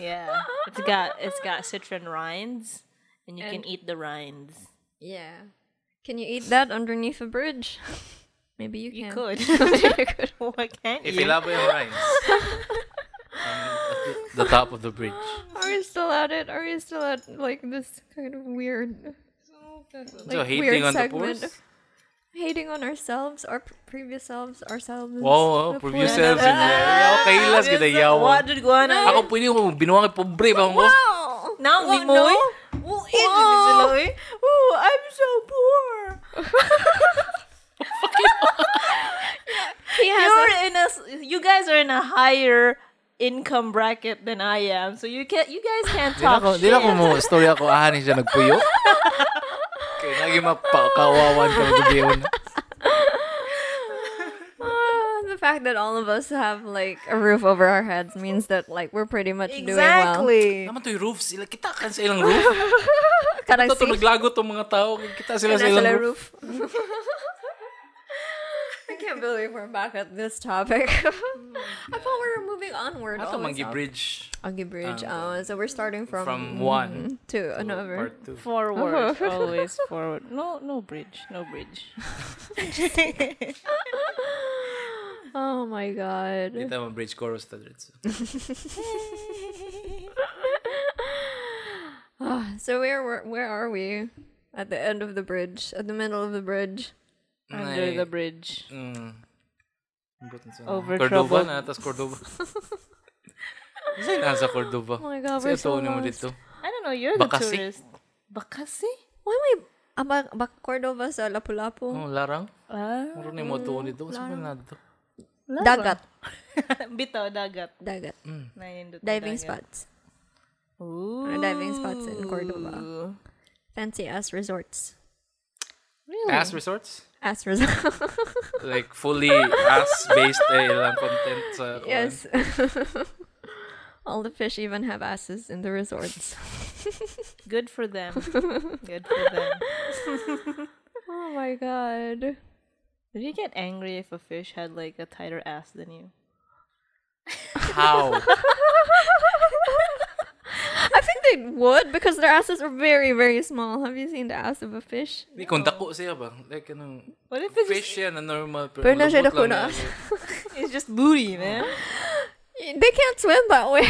Speaker 1: Yeah, it's got it's got citron rinds, and you
Speaker 2: And-
Speaker 1: can eat the rinds.
Speaker 2: Yeah. Can you eat that underneath a bridge? Maybe you can.
Speaker 1: You could. Why can't
Speaker 3: If
Speaker 1: you?
Speaker 3: ilabo yung rhymes. Um, the top of the bridge.
Speaker 2: Are you still at it? Are you still at like this kind of weird, like,
Speaker 3: so, hating
Speaker 2: weird
Speaker 3: on the
Speaker 2: segment?
Speaker 3: pores?
Speaker 2: of Hating on ourselves, our p- previous selves, ourselves.
Speaker 3: Wow,
Speaker 2: the
Speaker 3: wow, preview
Speaker 2: pores.
Speaker 3: selves. Yaw, kailas
Speaker 1: Obvious
Speaker 3: gina
Speaker 1: na-
Speaker 3: yawan.
Speaker 1: What did go on?
Speaker 3: Ako pwede ko binuwang pobre ba mo?
Speaker 2: Wow.
Speaker 1: Now
Speaker 2: Wow,
Speaker 1: we know.
Speaker 2: no.
Speaker 1: Well, it is
Speaker 2: Wow.
Speaker 1: Loy. Oh, I'm so poor.
Speaker 2: He has a-
Speaker 1: You're in a. s- You guys are in a higher income bracket than I am, so you can't. You guys can't
Speaker 3: Di na
Speaker 1: talk
Speaker 3: ko, di
Speaker 1: shit.
Speaker 3: na ko mo, story ako, ahanin siya nagpuyo. Kaya naging mapakawawan ka mag
Speaker 2: Ah, the fact that all of us have like a roof over our heads means that like we're pretty much doing well.
Speaker 1: Exactly.
Speaker 3: Naman to yung roof sila. Kita kan sa ilang roof.
Speaker 2: Can I
Speaker 3: Ito to
Speaker 2: see?
Speaker 3: naglago tong mga tao. Kita sila
Speaker 2: Can
Speaker 3: sa
Speaker 2: I see
Speaker 3: ilang
Speaker 2: the
Speaker 3: roof.
Speaker 2: roof? I can't believe we're back at this topic. I thought we were moving onward.
Speaker 3: Ato
Speaker 2: always
Speaker 3: mangi
Speaker 2: up.
Speaker 3: bridge Um,
Speaker 2: Agi Bridge. oh, so we're starting from,
Speaker 3: from one
Speaker 2: to
Speaker 3: to
Speaker 2: another.
Speaker 3: part two.
Speaker 1: Forward, always forward. No, no bridge, no bridge.
Speaker 2: Oh my god.
Speaker 3: Hindi tayo mag-bridge chorus ta dito.
Speaker 2: Ah, So where, where where are we? At the end of the bridge, at the middle of the bridge.
Speaker 1: Under the bridge.
Speaker 3: Mm. Butin sa-
Speaker 1: Over
Speaker 3: Cordoba
Speaker 1: troubled.
Speaker 3: na, tas Cordoba. Saan nasa Cordoba? Oh
Speaker 2: my God, we're so
Speaker 3: mo
Speaker 2: lost.
Speaker 3: dito.
Speaker 1: I don't know. You're the
Speaker 3: Bakasi?
Speaker 1: tourist. Bakasi?
Speaker 2: Why am I ah, about, Cordova sa Lapu-Lapu?
Speaker 3: Oh, larang.
Speaker 1: Ah,
Speaker 3: Muro na yung mga tuon dito. Saan ba na dito?
Speaker 2: Dagat.
Speaker 1: bitaw dagat.
Speaker 2: Dagat.
Speaker 1: Nanindot na
Speaker 2: Diving
Speaker 1: dagat.
Speaker 2: spots.
Speaker 1: Ooh.
Speaker 2: Mga diving spots in Cordoba. Fancy ass resorts.
Speaker 3: Ass resorts?
Speaker 2: Ass resorts.
Speaker 3: Like, fully ass-based eh, lang content sa...
Speaker 2: yes. All the fish even have asses in the resorts.
Speaker 1: Good for them. Good for them.
Speaker 2: oh my god.
Speaker 1: Would you get angry if a fish had like a tighter ass than you?
Speaker 3: How?
Speaker 2: I think they would because their asses are very, very small. Have you seen the ass of a fish?
Speaker 3: Hindi, kung dako siya ba? Like, anong...
Speaker 1: What if it's
Speaker 3: Fish siya na normal.
Speaker 2: Pero na siya
Speaker 3: malambot
Speaker 2: dako na.
Speaker 3: lang na-
Speaker 1: It's just booty, man.
Speaker 2: They can't swim that way.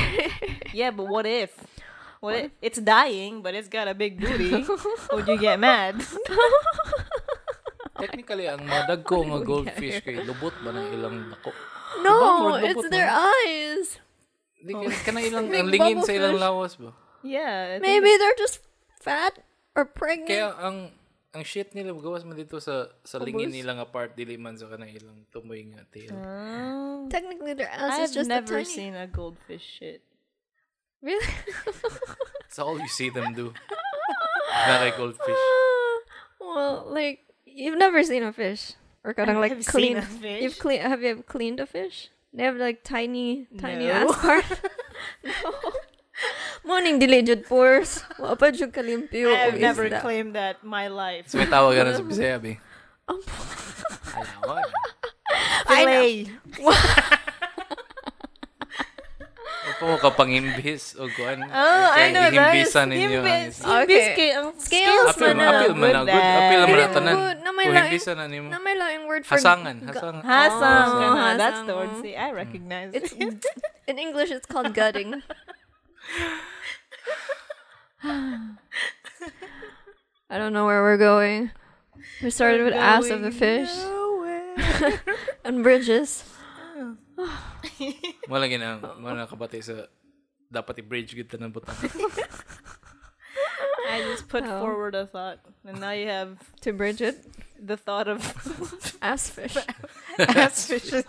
Speaker 1: Yeah, but what if? What if it's dying, but it's got a big booty? Would you get mad?
Speaker 3: Technically, ang madag ko nga goldfish kay lubot ba ng ilang dako?
Speaker 2: no,
Speaker 3: Lubot, lubot
Speaker 2: it's their eyes.
Speaker 3: Di ka, kana ilang
Speaker 2: Big
Speaker 3: ang lingin sa
Speaker 2: bubblefish.
Speaker 3: ilang lawas ba?
Speaker 1: Yeah. I think
Speaker 2: Maybe they're just fat or pregnant.
Speaker 3: Kaya ang ang shit nila gawas man dito sa sa lingin nila nga part dili man sa kanang ilang tumoy nga tail.
Speaker 2: Technically, their ass is
Speaker 1: I've
Speaker 2: just a
Speaker 1: never
Speaker 2: tiny.
Speaker 1: seen a goldfish shit.
Speaker 2: Really?
Speaker 3: That's all you see them do. na kay goldfish.
Speaker 2: well, like you've never seen a fish or kind of like
Speaker 1: have seen a
Speaker 2: clean.
Speaker 1: fish.
Speaker 2: You've clean. Have you cleaned a fish? They have like tiny, tiny
Speaker 1: No.
Speaker 2: ass part. no. Morning diligent pores. Wapa jud kalimpyo.
Speaker 1: I've
Speaker 2: Is
Speaker 1: never
Speaker 2: that-
Speaker 1: claimed that in my life.
Speaker 3: So may tawag ka na sa Bisaya, be. ano? Alawan.
Speaker 1: Fillet.
Speaker 3: Huwag po ka pangimbis o kuan.
Speaker 1: Oh, I know that.
Speaker 3: Himbisan ninyo. ano?
Speaker 1: Himbis,
Speaker 3: Himbisan.
Speaker 2: Okay.
Speaker 1: himbis kay ang
Speaker 2: Scales
Speaker 1: scales
Speaker 3: Apil
Speaker 1: man
Speaker 3: man, apil man na good. Apil man na
Speaker 2: Pero
Speaker 3: tanan.
Speaker 2: good, na may
Speaker 3: Kung
Speaker 2: lain.
Speaker 3: himbisan na nimo.
Speaker 2: Na may laing word for
Speaker 3: Hasangan,
Speaker 2: gu-
Speaker 3: hasangan.
Speaker 1: Hasang.
Speaker 2: Oh,
Speaker 1: Ah, that's the
Speaker 2: hasang.
Speaker 1: word. See, I recognize
Speaker 2: It's
Speaker 1: it.
Speaker 2: in English. It's called gutting. I don't know where we're going. We started with ass of the fish and bridges.
Speaker 3: Wala ginang, wala kabati sa dapat i-bridge gud ng butang.
Speaker 1: I just put
Speaker 2: Oh.
Speaker 1: forward a thought, and now you have
Speaker 2: to Bridget.
Speaker 1: the thought of
Speaker 2: Ass fish.
Speaker 1: ass fishes.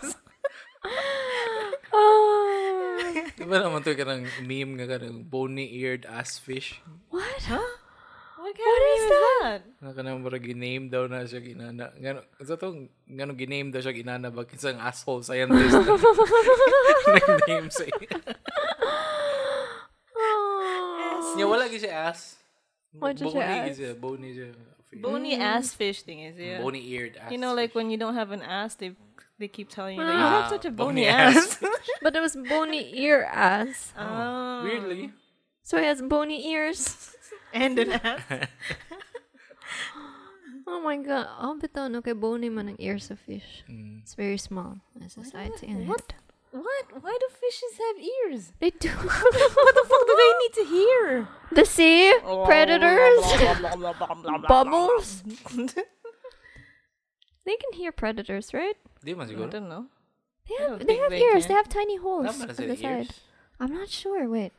Speaker 2: oh,
Speaker 3: Diba naman to kanang meme nga kanang bony-eared ass fish.
Speaker 2: what?
Speaker 1: What,
Speaker 2: is
Speaker 1: that?
Speaker 3: Nga kanang mura giname daw na siya ginana. Ngano, sa to, ngano giname daw siya ginana ba isang asshole scientist. Nag-name sa iya.
Speaker 2: Oh.
Speaker 3: Nga wala gi siya ass.
Speaker 2: Why just siya
Speaker 3: Bony gi
Speaker 2: ass?
Speaker 3: siya, bony siya.
Speaker 1: Bony ass fish thing is yeah.
Speaker 3: Bony-eared ass
Speaker 1: You know, like
Speaker 3: fish.
Speaker 1: when you don't have an ass, they they keep telling you that you
Speaker 3: Ah,
Speaker 1: have such a bony,
Speaker 3: bony
Speaker 1: ass.
Speaker 2: But it was bony ear ass.
Speaker 1: oh,
Speaker 3: Weirdly.
Speaker 2: So he has bony ears.
Speaker 1: and an ass.
Speaker 2: Oh my god. Oh, bitaw no kay bony man ang ears of fish.
Speaker 3: Mm.
Speaker 2: It's very small in society. and
Speaker 1: what?
Speaker 2: it-
Speaker 1: What? Why do fishes have ears?
Speaker 2: They do.
Speaker 1: What the fuck do they need to hear?
Speaker 2: the sea
Speaker 1: Oh.
Speaker 3: Oh.
Speaker 2: predators. Bubbles. They can hear predators, right?
Speaker 3: Di
Speaker 1: I
Speaker 3: man siguro.
Speaker 1: don't know.
Speaker 2: They
Speaker 1: don't
Speaker 2: have, they
Speaker 1: think
Speaker 2: have
Speaker 1: they
Speaker 2: ears.
Speaker 1: can.
Speaker 2: They have tiny holes on
Speaker 3: Tama na
Speaker 2: the
Speaker 3: sa
Speaker 2: side.
Speaker 3: ears.
Speaker 2: I'm not sure. Wait.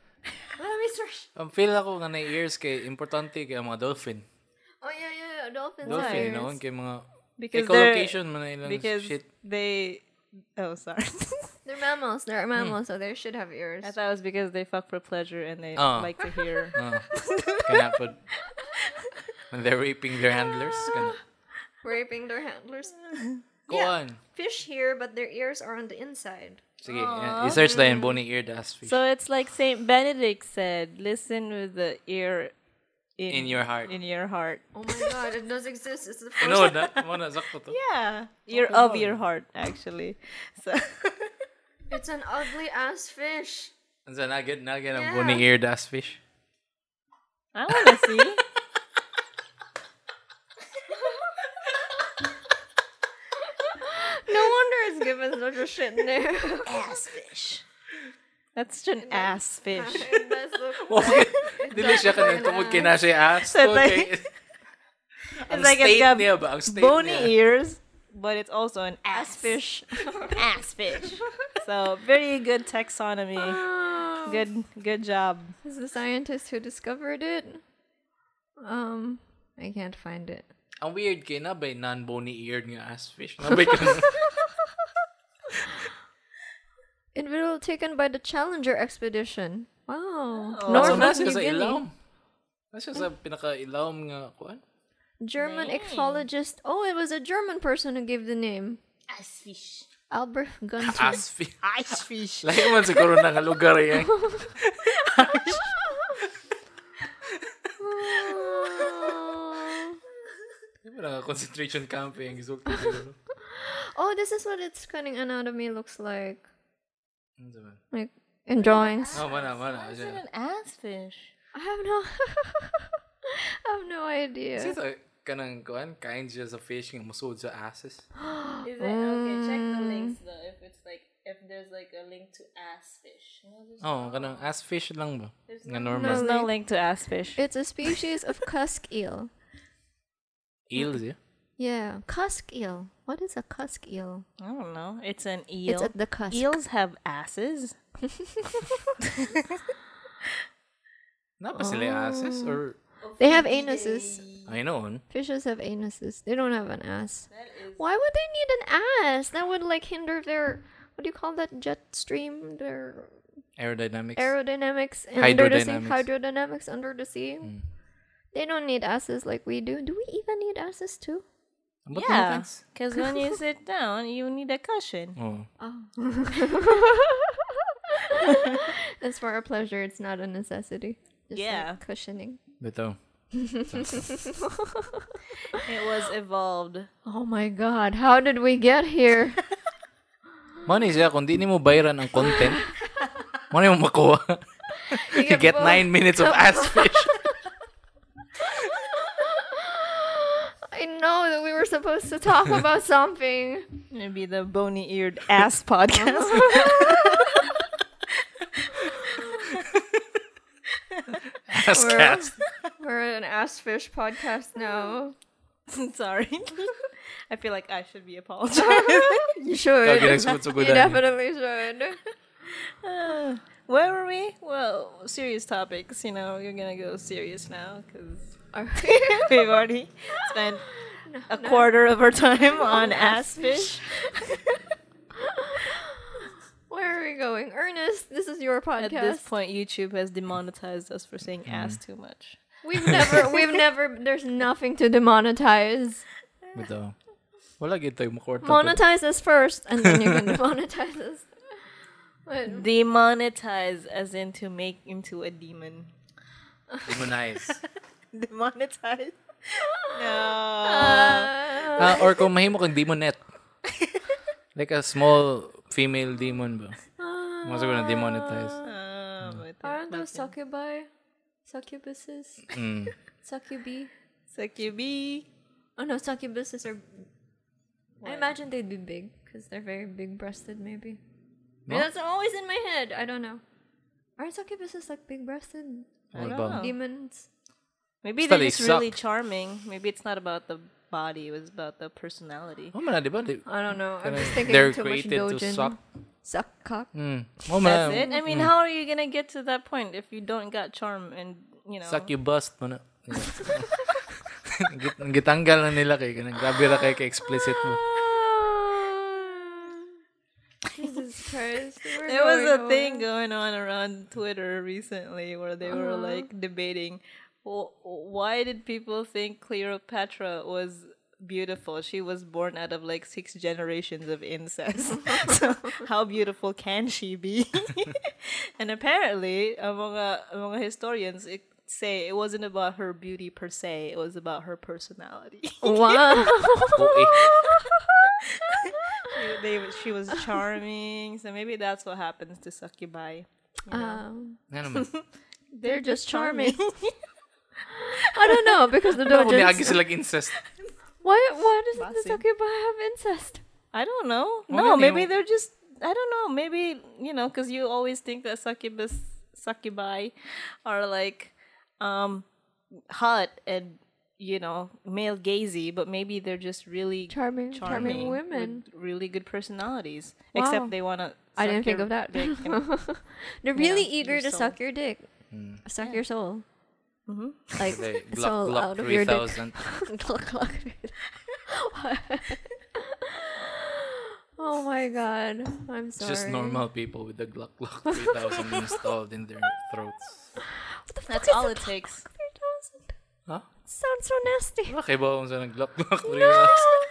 Speaker 2: Let me search.
Speaker 3: Ang feel ako nga na ears kay importante kay ang mga dolphin.
Speaker 2: Oh yeah, yeah, yeah. Dolphins.
Speaker 3: Dolphin, you know? Kay mga
Speaker 1: Because they're-
Speaker 3: echolocation man na ilang
Speaker 1: because
Speaker 3: shit.
Speaker 1: they. Oh, sorry.
Speaker 2: They're mammals. They're mammals, so they should have ears.
Speaker 1: I thought it was because they fuck for pleasure and they
Speaker 3: Oh.
Speaker 1: like to hear.
Speaker 3: Oh. Kana pud. When they're raping their handlers. Kana.
Speaker 2: Raping their handlers.
Speaker 3: Go on.
Speaker 2: Fish here, but their ears are on the inside.
Speaker 3: Sige, yeah. i-search na yun, bony eared ass fish.
Speaker 1: So it's like Saint Benedict said, "Listen with the ear in,
Speaker 3: In your heart.
Speaker 1: in your heart."
Speaker 2: Oh my god, it does exist. It's the first.
Speaker 3: Ano na? Mo na sakto to.
Speaker 1: Yeah, ear of your heart, actually. So
Speaker 2: It's an ugly ass fish.
Speaker 3: Ang sa nugget, nugget ang bony eared ass fish.
Speaker 1: I want to see.
Speaker 2: No wonder it's given such a shit name.
Speaker 1: ass fish. That's such an ass fish.
Speaker 2: That's the-
Speaker 3: Okay. Dili siya kanang tungod kay na siya ass.
Speaker 1: So,
Speaker 3: Okay. Ang
Speaker 1: It's like it's
Speaker 3: state
Speaker 1: got
Speaker 3: niya ba? Ang state
Speaker 1: bony
Speaker 3: niya.
Speaker 1: ears, but it's also an ass fish. ass fish. So very good taxonomy. Good, good job.
Speaker 2: Is the scientist who discovered it? Um, I can't find it.
Speaker 3: Ang weird kay na ba non-bony eared nga ass fish. Nabay ka
Speaker 2: Individual taken by the Challenger expedition. Wow.
Speaker 3: Nasa
Speaker 2: North
Speaker 3: na
Speaker 2: New
Speaker 3: siya sa
Speaker 2: Guinea.
Speaker 3: ilawom. Nasa sa pinaka-ilawom nga kuan.
Speaker 2: German ichthyologist. Oh, it was a German person who gave the name. Ass fish. Albert Gunther.
Speaker 3: Ass fish.
Speaker 1: Ice fish.
Speaker 3: Lahi man siguro eh. na nga lugar yan.
Speaker 2: Oh.
Speaker 3: Di ba nga concentration camp eh, yung gisulti siguro.
Speaker 2: oh, this is what its cunning anatomy looks like.
Speaker 3: Ano sa man?
Speaker 2: Like in drawings.
Speaker 3: Ah, mana, mana. siya.
Speaker 1: An ass fish.
Speaker 2: I have no I have no idea.
Speaker 3: Kasi sa- kanang kuan kain siya sa fish nga musud sa asses.
Speaker 1: Is Mm. it okay? Check the links though. If it's like if there's like a link to ass fish. No, there's,
Speaker 3: Oh, kanang ass fish lang ba? Nga
Speaker 2: no.
Speaker 3: normal.
Speaker 1: no link to ass fish.
Speaker 2: It's a species of cusk eel.
Speaker 3: Eel siya.
Speaker 2: Yeah, cusk eel. What is a cusk eel?
Speaker 1: I don't know. It's an eel.
Speaker 2: It's at the cusk.
Speaker 1: Eels have asses.
Speaker 3: Napa sila yung asses or
Speaker 2: They have anuses.
Speaker 3: ay noon.
Speaker 2: Fishes have anuses. They don't have an ass. Why would they need an ass? That would like hinder their what do you call that jet stream? Their
Speaker 3: Aerodynamics.
Speaker 2: aerodynamics and under the sea.
Speaker 3: Hydrodynamics.
Speaker 2: Hydrodynamics under the sea. They don't need asses like we do. Do we even need asses too?
Speaker 3: But
Speaker 1: Yeah, because when you sit down, you need a cushion.
Speaker 3: Oh.
Speaker 2: It's for our pleasure. It's not a necessity. Just like
Speaker 1: Yeah.
Speaker 2: cushioning.
Speaker 3: Bitaw.
Speaker 1: It was evolved.
Speaker 2: Oh my god, how did we get here?
Speaker 3: Money siya, kung di ni mo bayaran ang content, money mo makuha. you get
Speaker 2: both.
Speaker 3: 9 minutes of ass fish.
Speaker 2: I know that we were supposed to talk about something.
Speaker 1: It'd be the bony eared ass podcast.
Speaker 3: ass cast.
Speaker 2: We're an ass fish podcast now.
Speaker 1: Sorry. I feel like I should be apologizing.
Speaker 2: You should.
Speaker 3: Kagi nagsugod-sugod
Speaker 2: you
Speaker 3: na.
Speaker 2: definitely should.
Speaker 1: Where were we? Well, serious topics. You know, you're gonna go serious now because we've already spent a quarter of our time on ass fish.
Speaker 2: Where are we going? Ernest, this is your podcast.
Speaker 1: At this point, YouTube has demonetized us for saying ass too much.
Speaker 2: We've never, we've never, there's nothing to demonetize.
Speaker 3: Bitaw. Wala gid tayo makorta.
Speaker 2: Monetize us first, and then you can demonetize us. But
Speaker 1: Mm. Demonetize, as in to make into a demon.
Speaker 3: Demonize.
Speaker 1: Demonetize. No.
Speaker 3: Ah, or kung mahimo kang demonet. like a small female demon ba? Mga siguro na demonetize.
Speaker 1: Um, I think-
Speaker 2: aren't those succubi? Succubuses?
Speaker 3: Mm.
Speaker 2: Succubi?
Speaker 1: Succubi.
Speaker 2: Oh no, succubuses are. I imagine they'd be big because they're very big-breasted, maybe.
Speaker 3: No?
Speaker 2: That's always in my head. I don't know. Aren't succubuses like big-breasted
Speaker 1: I
Speaker 3: What
Speaker 1: don't
Speaker 3: about-
Speaker 1: know.
Speaker 2: demons?
Speaker 1: Maybe
Speaker 3: Basta
Speaker 1: they're
Speaker 3: they
Speaker 1: just really
Speaker 3: suck.
Speaker 1: charming. Maybe it's not about the body; it was about the personality.
Speaker 3: Oh, man, di ba? Di,
Speaker 2: I don't know. I'm
Speaker 3: kanang
Speaker 2: just thinking
Speaker 3: they're
Speaker 2: too much
Speaker 3: created to
Speaker 2: dojin.
Speaker 3: suck.
Speaker 2: Suck cock.
Speaker 3: Mm. Oh,
Speaker 1: That's
Speaker 3: man.
Speaker 1: it. I mean, how are you gonna get to that point if you don't got charm and you know?
Speaker 3: Suck you bust mo na. Git- Gitanggal na nila kay kanang grabe ra kay kay explicit mo.
Speaker 2: Jesus Christ. we're
Speaker 1: There was
Speaker 2: going
Speaker 1: a thing
Speaker 2: nowhere.
Speaker 1: going on around Twitter recently where they were like debating, well, why did people think Cleopatra was beautiful? She was born out of like six generations of incest. so how beautiful can she be? and apparently, among uh, among historians, it say it wasn't about her beauty per se; it was about her personality.
Speaker 3: Oh, eh.
Speaker 1: they, she was charming, so maybe that's what happens to succubi.
Speaker 2: Um,
Speaker 3: Nga naman.
Speaker 2: they're just charming. I don't know because the
Speaker 3: Kung niagi
Speaker 2: dojins.
Speaker 3: sila incest.
Speaker 2: Why? Why doesn't the
Speaker 1: Basi.
Speaker 2: succubi have incest?
Speaker 1: I don't know. no,
Speaker 3: Well, then they
Speaker 1: maybe
Speaker 3: w-
Speaker 1: they're just. I don't know. Maybe you know, because you always think that succubus, succubi, are like, um, hot and you know, male gazy, but maybe they're just really
Speaker 2: Charming, charming,
Speaker 1: charming
Speaker 2: women.
Speaker 1: with really good personalities.
Speaker 2: Wow.
Speaker 1: Except they want to.
Speaker 2: I didn't think of that. They're
Speaker 1: you know,
Speaker 2: really eager
Speaker 1: your
Speaker 2: to
Speaker 1: soul.
Speaker 2: suck your dick, suck your soul, mm-hmm. like
Speaker 3: Like,
Speaker 2: soul out
Speaker 3: Glock, Glock
Speaker 2: of your dick.
Speaker 3: 3000.
Speaker 2: Glock, glock. oh my god, I'm
Speaker 3: It's
Speaker 2: sorry.
Speaker 3: just normal people with the Glock, Glock 3000 installed in their throats.
Speaker 2: What the fuck
Speaker 1: That's
Speaker 2: is
Speaker 1: all
Speaker 2: a
Speaker 1: it takes.
Speaker 2: Glock 3000?
Speaker 3: Huh?
Speaker 2: Sounds so nasty.
Speaker 3: Wala kay ba kung saan Glock, Glock 3000?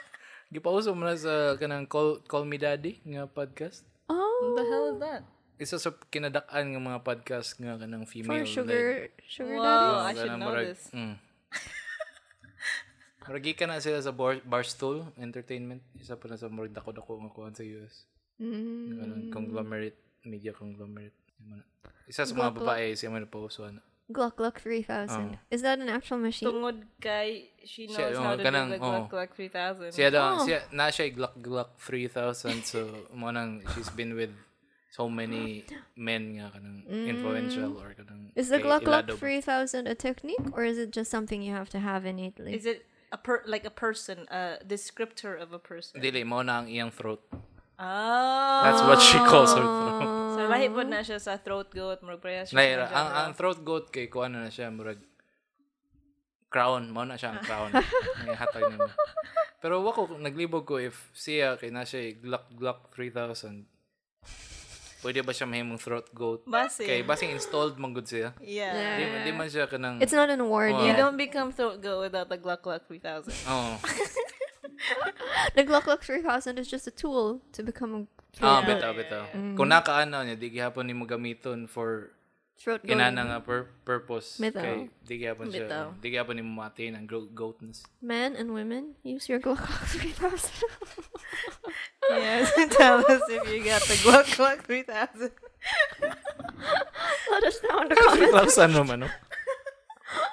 Speaker 3: Gipauso mo na sa kanang call, call Me Daddy nga podcast.
Speaker 2: Oh,
Speaker 1: The hell is that?
Speaker 3: Isa sa kinadak-an nga mga podcast nga kanang female.
Speaker 2: for sugar, sugar daddy.
Speaker 1: Wow, Oh, I should know this.
Speaker 3: Mm. Murag gikan na sila sa bar, Barstool Entertainment. Isa pa na sa murag dako-dako nga kuhan sa US. Mm. Yung anong conglomerate, media conglomerate. Yung mga- Isa sa mga babae, siya may napausuan.
Speaker 2: Gluck Gluck 3000. Is that an actual machine?
Speaker 1: Tungod kay she knows
Speaker 3: Siya,
Speaker 1: how
Speaker 3: oh,
Speaker 1: to
Speaker 3: kanang,
Speaker 1: do the
Speaker 3: oh.
Speaker 1: Glock Glock 3000.
Speaker 3: Siya
Speaker 2: Oh.
Speaker 3: daw, siya, na siya gluck gluck 3,000. So, mo nang, she's been with so many men nga kanang influential or
Speaker 2: Mm.
Speaker 3: kanang
Speaker 2: Is the
Speaker 3: kay
Speaker 2: Gluck Gluck
Speaker 3: Ilado ba?
Speaker 2: 3000 a technique or is it just something you have to have innately?
Speaker 1: Is it a per like a person, a descriptor of a person?
Speaker 3: Dili, mo na ang iyang throat.
Speaker 1: Oh.
Speaker 3: That's what she calls her throat.
Speaker 2: Oh.
Speaker 1: So lahi po na siya sa throat goat, murag pareha siya.
Speaker 3: Naira,
Speaker 1: sa
Speaker 3: ang,
Speaker 1: genre.
Speaker 3: ang throat goat kay kuha na na siya, murag, crown, mo na siya ang crown. May hatag na mo. Pero wako, naglibog ko if siya kay na siya gluck gluck 3,000. Pwede ba siya mahimong throat goat?
Speaker 1: Basi.
Speaker 3: Kay basing installed man good siya.
Speaker 1: yeah.
Speaker 3: Di, di man siya kanang...
Speaker 2: Eh, It's not an award.
Speaker 3: Wow.
Speaker 1: You
Speaker 2: yeah.
Speaker 1: don't become throat goat without the Glock Glock 3000.
Speaker 3: Oo.
Speaker 2: The Glock Glock 3000 is just a tool to become a
Speaker 3: Ah,
Speaker 2: throat,
Speaker 3: bitaw, bitaw.
Speaker 2: Mm.
Speaker 3: Kung nakaano niya, di gihapon ni mo gamiton for
Speaker 2: throat goat.
Speaker 3: kinana nga pur- purpose.
Speaker 2: Bitaw.
Speaker 3: Kay di gihapon
Speaker 1: Bitaw.
Speaker 3: siya. Di gihapon ni mo matin ang gro- goatness.
Speaker 2: Men and women use your Glock Glock 3000.
Speaker 1: yes, tell us if you got the Glock Glock 3000.
Speaker 2: Let us know in the comments.
Speaker 3: Saan naman, no?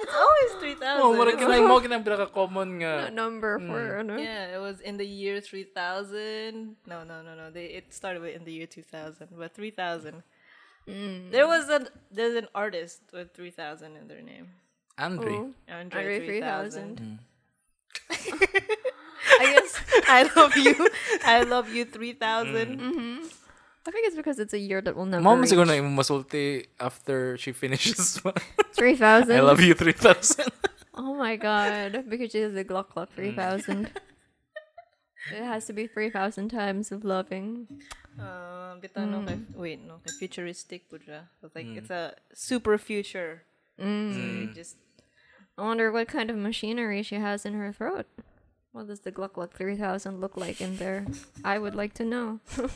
Speaker 1: It's always 3000.
Speaker 3: Oo, mura
Speaker 1: It's
Speaker 3: kinay mo, kinang pinaka-common nga.
Speaker 2: A number for
Speaker 3: Hmm,
Speaker 2: ano.
Speaker 1: Yeah, it was in the year 3000. No, no, no, no. They it started with in the year 2000, but 3000. There was a there's an artist with 3000 in their name.
Speaker 2: Oh.
Speaker 3: Andre.
Speaker 1: Andre,
Speaker 2: Andre
Speaker 1: 3000.
Speaker 2: 3000. I guess
Speaker 1: I love you. I love you 3000.
Speaker 2: I think it's because it's a year that will never.
Speaker 3: Mama
Speaker 2: reach.
Speaker 3: siguro na imo masulti after she finishes.
Speaker 2: Three thousand.
Speaker 3: I love you 3,000.
Speaker 2: Oh my god! Because she has the Glock
Speaker 3: Hmm.
Speaker 2: Glock three thousand. it has to be three thousand times of loving.
Speaker 1: Uh, bitaw no kay, wait, no kay futuristic po siya. So, like it's a super future. So you just
Speaker 2: I wonder what kind of machinery she has in her throat. What does the Glock Glock three thousand look like in there? I would like to know.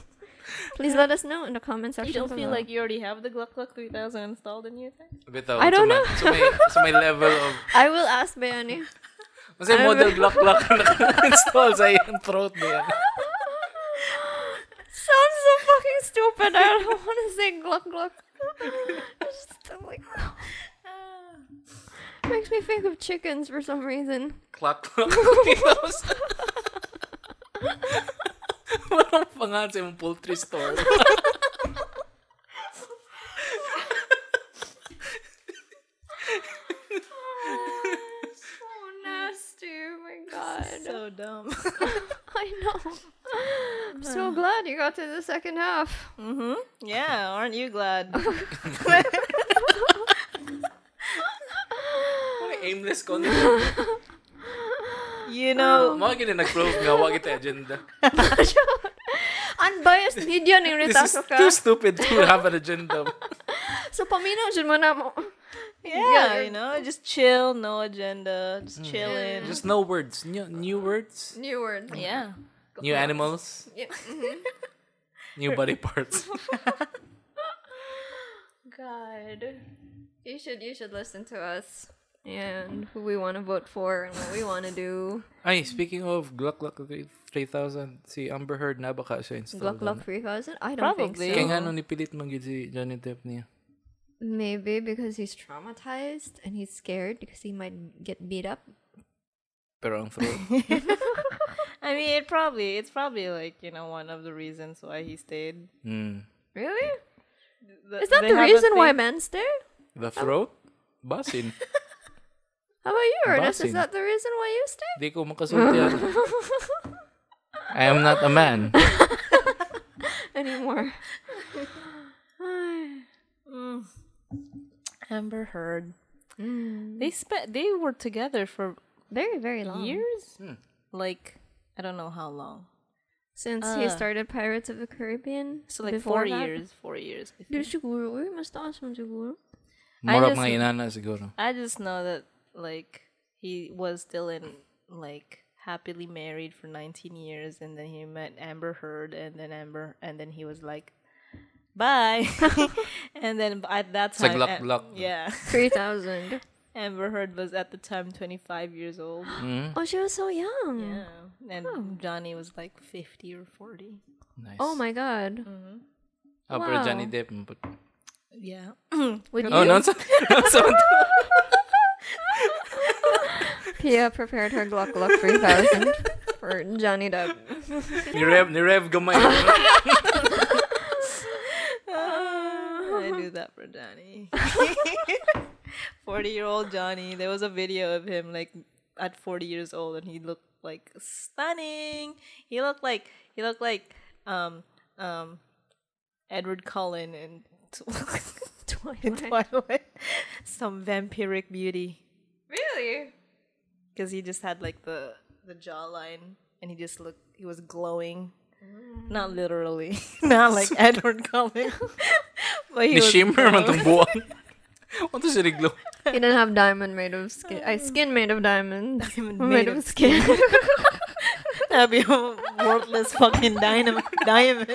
Speaker 2: Please let us know in the comment
Speaker 1: you
Speaker 2: section.
Speaker 1: don't feel
Speaker 2: below.
Speaker 1: like you already have the Glock Glock 3000 installed in your thing.
Speaker 3: Bitaw,
Speaker 2: I don't
Speaker 3: sa
Speaker 2: know.
Speaker 3: ma- Sa may, sa may level of...
Speaker 2: I will ask Bayani.
Speaker 3: Kasi model block-block na install sa iyang throat niya.
Speaker 2: Sounds so fucking stupid. I don't want to say Glock Glock. It's just I'm like.
Speaker 1: Ah,
Speaker 2: Makes me think of chickens for some reason.
Speaker 3: Clock clock Windows. Walang pangalan sa imong poultry store.
Speaker 2: So nasty. Oh my god.
Speaker 1: So dumb.
Speaker 2: I know. I'm so glad you got to the second half.
Speaker 1: yeah, aren't you glad?
Speaker 3: Mga aimless content.
Speaker 1: You know,
Speaker 3: Mga gini nag-prove nga, wag ito agenda.
Speaker 2: Unbiased media ni
Speaker 3: This
Speaker 2: Rita
Speaker 3: is
Speaker 2: so
Speaker 3: too stupid to have an agenda.
Speaker 2: So paminaw dyan mo na mo.
Speaker 1: Yeah,
Speaker 2: you're-
Speaker 1: you know, just chill, no agenda, just chilling.
Speaker 3: Just no words. New, new words.
Speaker 2: New words.
Speaker 1: yeah.
Speaker 3: New animals.
Speaker 2: Yeah.
Speaker 3: New body parts.
Speaker 2: Oh God. You should you should listen to us. And who we want to vote for and what we want to do.
Speaker 3: Ay, speaking of Glock Glock 3000, si Amber Heard na baka siya installed.
Speaker 2: Gluck Gluck 3000? I don't
Speaker 1: Probably.
Speaker 2: think so.
Speaker 3: Kaya nga nung nipilit mag si Johnny Depp niya.
Speaker 2: Maybe because he's traumatized and he's scared because he might get beat up.
Speaker 3: Pero ang throat.
Speaker 1: I mean, it probably it's probably like you know one of the reasons why he stayed.
Speaker 3: Mm.
Speaker 2: Really?
Speaker 1: Th-
Speaker 2: Is that
Speaker 1: they
Speaker 2: the
Speaker 1: have a
Speaker 2: reason why
Speaker 1: thing-
Speaker 2: men stare?
Speaker 3: The throat? Basin.
Speaker 2: How about you, Ernest? Is
Speaker 3: Boxing.
Speaker 2: that the reason why you stay?
Speaker 3: Di ko makasultihan. I am not a man.
Speaker 2: Anymore.
Speaker 1: Amber Heard? They spent they were together for
Speaker 2: Very, very
Speaker 1: Hmm.
Speaker 2: long.
Speaker 1: years. Like I don't know how long.
Speaker 2: Since he started Pirates of the Caribbean.
Speaker 1: So like
Speaker 2: before
Speaker 1: four
Speaker 2: that.
Speaker 1: years. Four years. I,
Speaker 2: Dude,
Speaker 1: think.
Speaker 2: siguro, uy, mas taas mo siguro.
Speaker 1: I
Speaker 3: Mura
Speaker 1: just-
Speaker 3: mga inana siguro.
Speaker 1: I just know that like he was still in like happily married for 19 years and then he met Amber Heard and then Amber and then he was like bye and then at that
Speaker 3: like
Speaker 1: time
Speaker 3: luck,
Speaker 1: Am-
Speaker 3: luck.
Speaker 1: yeah
Speaker 2: 3,000.
Speaker 1: Amber Heard was at the time 25 years old
Speaker 3: Mm-hmm.
Speaker 2: oh, she was so young.
Speaker 1: yeah and Johnny was like 50 or 40
Speaker 3: Nice.
Speaker 2: Oh my god.
Speaker 3: Ah, pero
Speaker 2: wow.
Speaker 3: Johnny Depp. mapag-
Speaker 1: Yeah.
Speaker 2: Would
Speaker 3: Oh,
Speaker 2: you?
Speaker 3: no, so, no, so,
Speaker 2: Pia prepared her Glock Glock 3000 for Johnny Depp.
Speaker 3: ni Rev, ni Rev gamay.
Speaker 1: I do that for Johnny. 40 year old Johnny. There was a video of him like at 40 years old and he looked like stunning. He looked like he looked like um um Edward Cullen in, Tw- in Twilight. Some vampiric beauty
Speaker 2: Really?
Speaker 1: because he just had like the the jawline and he just looked he was glowing not literally not like edward cullen but he
Speaker 3: Ni
Speaker 1: was
Speaker 3: Shimmer man
Speaker 1: glowing.
Speaker 3: tong buwan. Ano siya niglo?
Speaker 2: He didn't have diamond made of skin. I skin made of diamond.
Speaker 1: Diamond
Speaker 2: made,
Speaker 1: made
Speaker 2: of,
Speaker 1: of
Speaker 2: skin.
Speaker 1: that'd be a worthless fucking dynam- diamond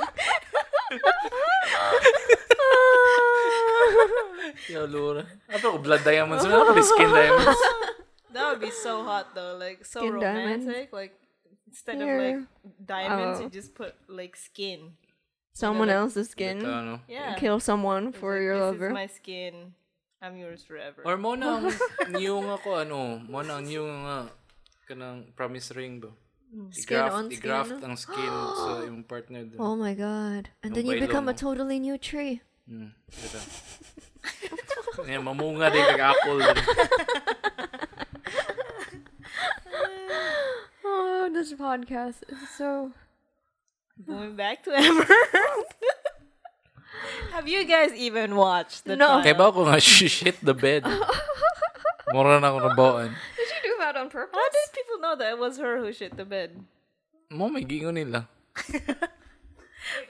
Speaker 3: Yo, Lura. Ato ko blood diamonds. Ano ko skin diamonds?
Speaker 1: that would be so hot though like so
Speaker 2: Skin
Speaker 1: romantic
Speaker 2: diamonds.
Speaker 1: like instead
Speaker 2: Yeah.
Speaker 1: of like diamonds
Speaker 2: Oh.
Speaker 1: you just put like skin
Speaker 2: Someone else's skin.
Speaker 3: Ito, ano?
Speaker 1: yeah
Speaker 2: Kill someone for your
Speaker 1: this
Speaker 2: lover.
Speaker 1: is my skin i'm yours forever
Speaker 3: Or mo na ang new nga ko, ano? Mo na ang new nga kanang promise ring ba?
Speaker 2: Skin
Speaker 3: I-graft,
Speaker 2: on
Speaker 3: i-graft
Speaker 2: skin.
Speaker 3: ang skin sa yung partner doon.
Speaker 2: Oh my god. And
Speaker 3: Yung
Speaker 2: then you
Speaker 3: bailo
Speaker 2: become a
Speaker 3: mo.
Speaker 2: totally new tree.
Speaker 3: Hmm, ito. Yan, mamunga din kag-apple din.
Speaker 2: Oh, this podcast is so.
Speaker 1: Going back to Amber. Have you guys even watched the
Speaker 2: No.
Speaker 1: trial?
Speaker 3: Kaya ba ako nga, "Sh- shit the bed. Mura na ako nabawaan.
Speaker 2: Did you do that on purpose?
Speaker 1: How did people know that it was her who shit the bed?
Speaker 3: Mo, may gingo nila.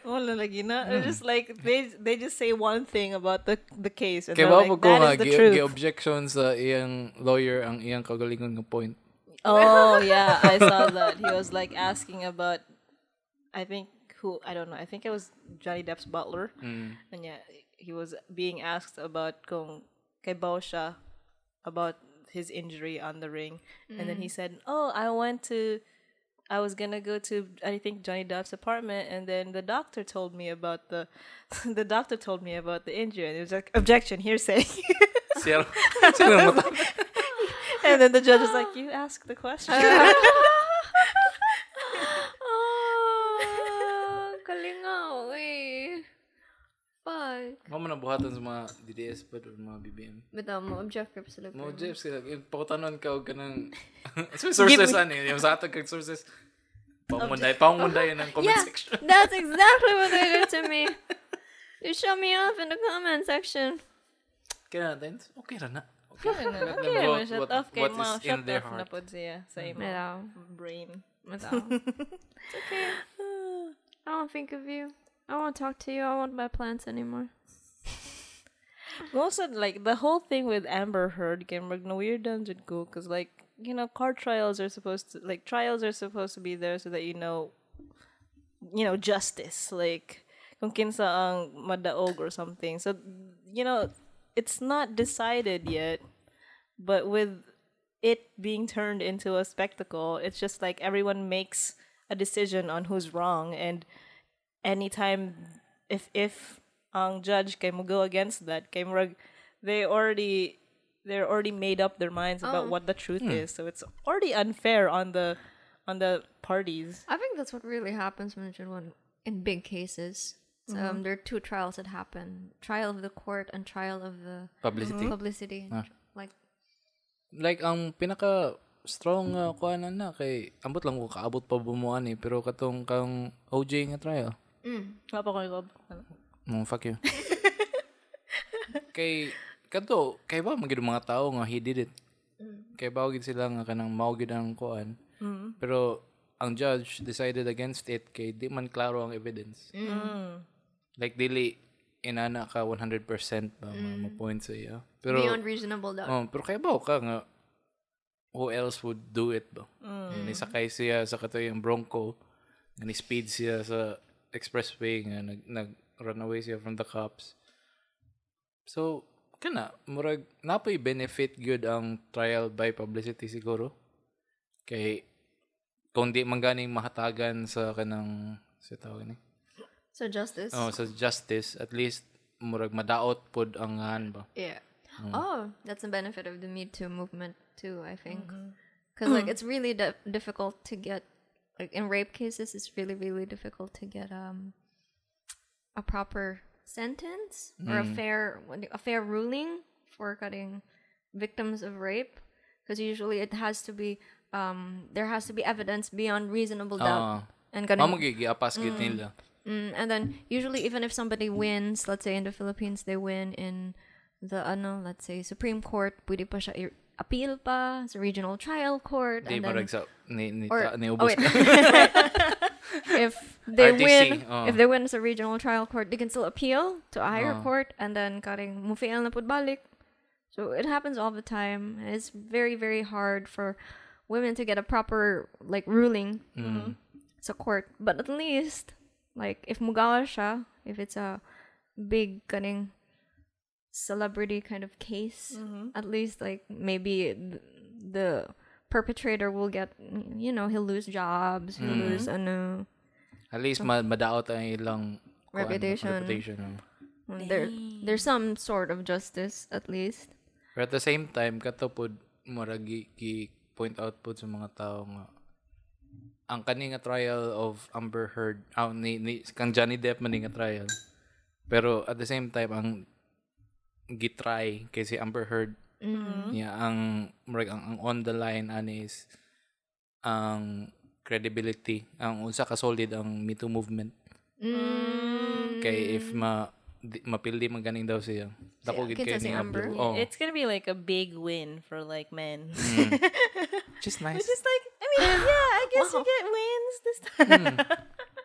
Speaker 1: Wala lagi na. It's just like they they just say one thing about the the case and
Speaker 3: Kaya
Speaker 1: they're
Speaker 3: ba ako
Speaker 1: like, that
Speaker 3: nga,
Speaker 1: is the
Speaker 3: gi-
Speaker 1: truth.
Speaker 3: gi-objection sa iyang lawyer ang iyang kagalingon nga point.
Speaker 1: Oh yeah, I saw that. He was like asking about, I think who I don't know. I think it was Johnny Depp's butler, and yeah, he was being asked about kung kay Bao siya about his injury on the ring, and then he said, "Oh, I went to." I was gonna go to I think Johnny Depp's apartment, and then the doctor told me about the, the doctor told me about the injury, and it was like objection hearsay,
Speaker 3: Siya, siya lang mata.
Speaker 1: and then the judge was like, "You asked the question."
Speaker 2: Oh, kalingaw eh. Fuck.
Speaker 3: Mo mo nabuhatan sa mga DDS pa doon, mga BBM.
Speaker 2: Bitaw mo, objective sila.
Speaker 3: Mo,
Speaker 2: pero-
Speaker 3: Jeff, sila, yung pakutanon ka o ganang... So, sources, ano yun? Yung sa ato kag sources. Pangunday, pangunday yun ang comment
Speaker 2: Yeah,
Speaker 3: section.
Speaker 2: that's exactly what they did to me. They shut me off in the comment section.
Speaker 3: Kaya natin, okay ra na. Okay ra na. Let them
Speaker 1: Okay,
Speaker 3: vote
Speaker 1: man, shut
Speaker 3: what-
Speaker 1: off kay
Speaker 3: what
Speaker 1: Mao.
Speaker 3: is in
Speaker 1: Shut
Speaker 3: their
Speaker 1: off na
Speaker 3: heart. Mm-hmm.
Speaker 1: po siya sa imong
Speaker 2: Bitaw.
Speaker 1: brain.
Speaker 2: Bitaw. it's okay. I won't think of you. I won't talk to you. I won't buy plants anymore.
Speaker 1: Most of, like, the whole thing with Amber Heard, kay mag na weird dungeon ko, because, like, you know, court trials are supposed to, like, trials are supposed to be there so that you know, you know, justice. Like, kung kinsa ang madaog or something. So, you know, it's not decided yet, but with it being turned into a spectacle, it's just like everyone makes a decision on who's wrong and anytime if if ang judge kay mo go against that kay mo rag- they already they're already made up their minds about what the truth is so it's already unfair on the on the parties
Speaker 2: I think that's what really happens when it's in one in big cases. So,
Speaker 3: Mm-hmm.
Speaker 2: um, there are two trials that happen: trial of the court and trial of the
Speaker 3: Publicity?
Speaker 2: publicity.
Speaker 3: Ah.
Speaker 2: Like
Speaker 3: Like, ang pinaka strong uh, kuhanan na kay ambot lang ko kaabot pa bumuan eh pero katong kang OJ nga trial
Speaker 1: Wala pa akong ilob.
Speaker 3: Mm, fuck you. kay kadto kay ba magid mga tao nga he did it.
Speaker 1: Mm.
Speaker 3: Kay ba gid sila nga kanang mao gid ang kuan. Pero ang judge decided against it kay di man klaro ang evidence.
Speaker 1: Mm.
Speaker 3: Like dili inana ka 100% ba
Speaker 1: Mm.
Speaker 3: mga mga points sa iya. Pero
Speaker 2: beyond reasonable doubt.
Speaker 3: oh, pero kay ba ka nga who else would do it ba? Ni sakay siya sa katuyang Bronco, nga ni speed siya sa expressway nga nag nag run away siya from the cops. So, kana murag napoy benefit good ang trial by publicity siguro. Kay kung di man ganing mahatagan sa kanang sa tawag ni.
Speaker 2: So justice.
Speaker 3: Oh, sa justice at least murag madaot pod ang han ba.
Speaker 2: Yeah. Oh, that's the benefit of the Me Too movement too. I think because like it's really di- difficult to get like in rape cases, it's really really difficult to get um a proper sentence or a fair what do- a fair ruling for cutting victims of rape because usually it has to be um there has to be evidence beyond reasonable doubt
Speaker 3: Ah.
Speaker 2: and cutting
Speaker 3: Mamo gigi apas gid nila.
Speaker 2: Mm, and then usually even if somebody wins, let's say in the Philippines they win in the ano, let's say Supreme Court, pwede pa siya i- appeal pa sa regional trial court
Speaker 3: Di
Speaker 2: and then
Speaker 3: murag sa ni ni
Speaker 2: or-
Speaker 3: ta, ni
Speaker 2: oh,
Speaker 3: ubos.
Speaker 2: wait. if they
Speaker 3: RTC,
Speaker 2: win,
Speaker 3: oh.
Speaker 2: if they win sa regional trial court, they can still appeal to a higher
Speaker 3: Oh.
Speaker 2: court and then karing mufiel na pud balik. So it happens all the time. And it's very very hard for women to get a proper like ruling
Speaker 3: Mm-hmm.
Speaker 2: sa court. But at least like if mugawa siya, if it's a big kaning celebrity kind of case,
Speaker 3: Mm-hmm.
Speaker 2: at least like maybe th- the perpetrator will get you know he'll lose jobs, he'll
Speaker 3: Mm-hmm.
Speaker 2: lose ano
Speaker 3: At least ma- madaot ang ilang kuan,
Speaker 2: Reputation.
Speaker 3: reputation. oh.
Speaker 2: there there's some sort of justice at least.
Speaker 3: Pero at the same time, kato po, murag gi- gi- point out po sa mga tao nga, ang kani nga trial of Amber Heard, ah, ni, ni, kang Johnny Depp man ni nga trial. Pero at the same time, ang gitry kay si Amber Heard,
Speaker 2: Mm-hmm.
Speaker 3: niya ang, murag, ang, ang on the line ani is, ang credibility, ang unsa ka solid ang Me Too movement.
Speaker 2: Mm.
Speaker 3: Kay if ma, di, mapildi man ganing daw siya. Dako gid
Speaker 2: kinsa
Speaker 3: kay
Speaker 2: si
Speaker 3: ni Amber.
Speaker 2: Amber?
Speaker 3: Oh. Mm.
Speaker 1: It's gonna be like a big win for like men.
Speaker 3: Just nice.
Speaker 1: It's like, I mean, yeah, I guess you get wins this
Speaker 3: Hmm.
Speaker 1: time.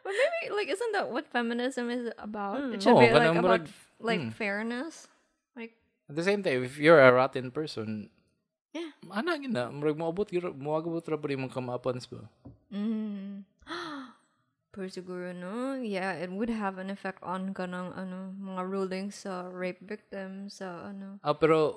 Speaker 2: But maybe like isn't that what feminism is about? It should
Speaker 3: Oo,
Speaker 2: be like
Speaker 3: kanang
Speaker 2: about
Speaker 3: murag-
Speaker 2: f- like fairness. Like
Speaker 3: At the same time, if you're a rotten person, yeah. Ana gyud na, murag moabot gyud moabot ra pud imong kamapans ba.
Speaker 2: per siguro no, yeah, it would have an effect on kanang ano mga rulings sa rape victims sa ano.
Speaker 3: Ah pero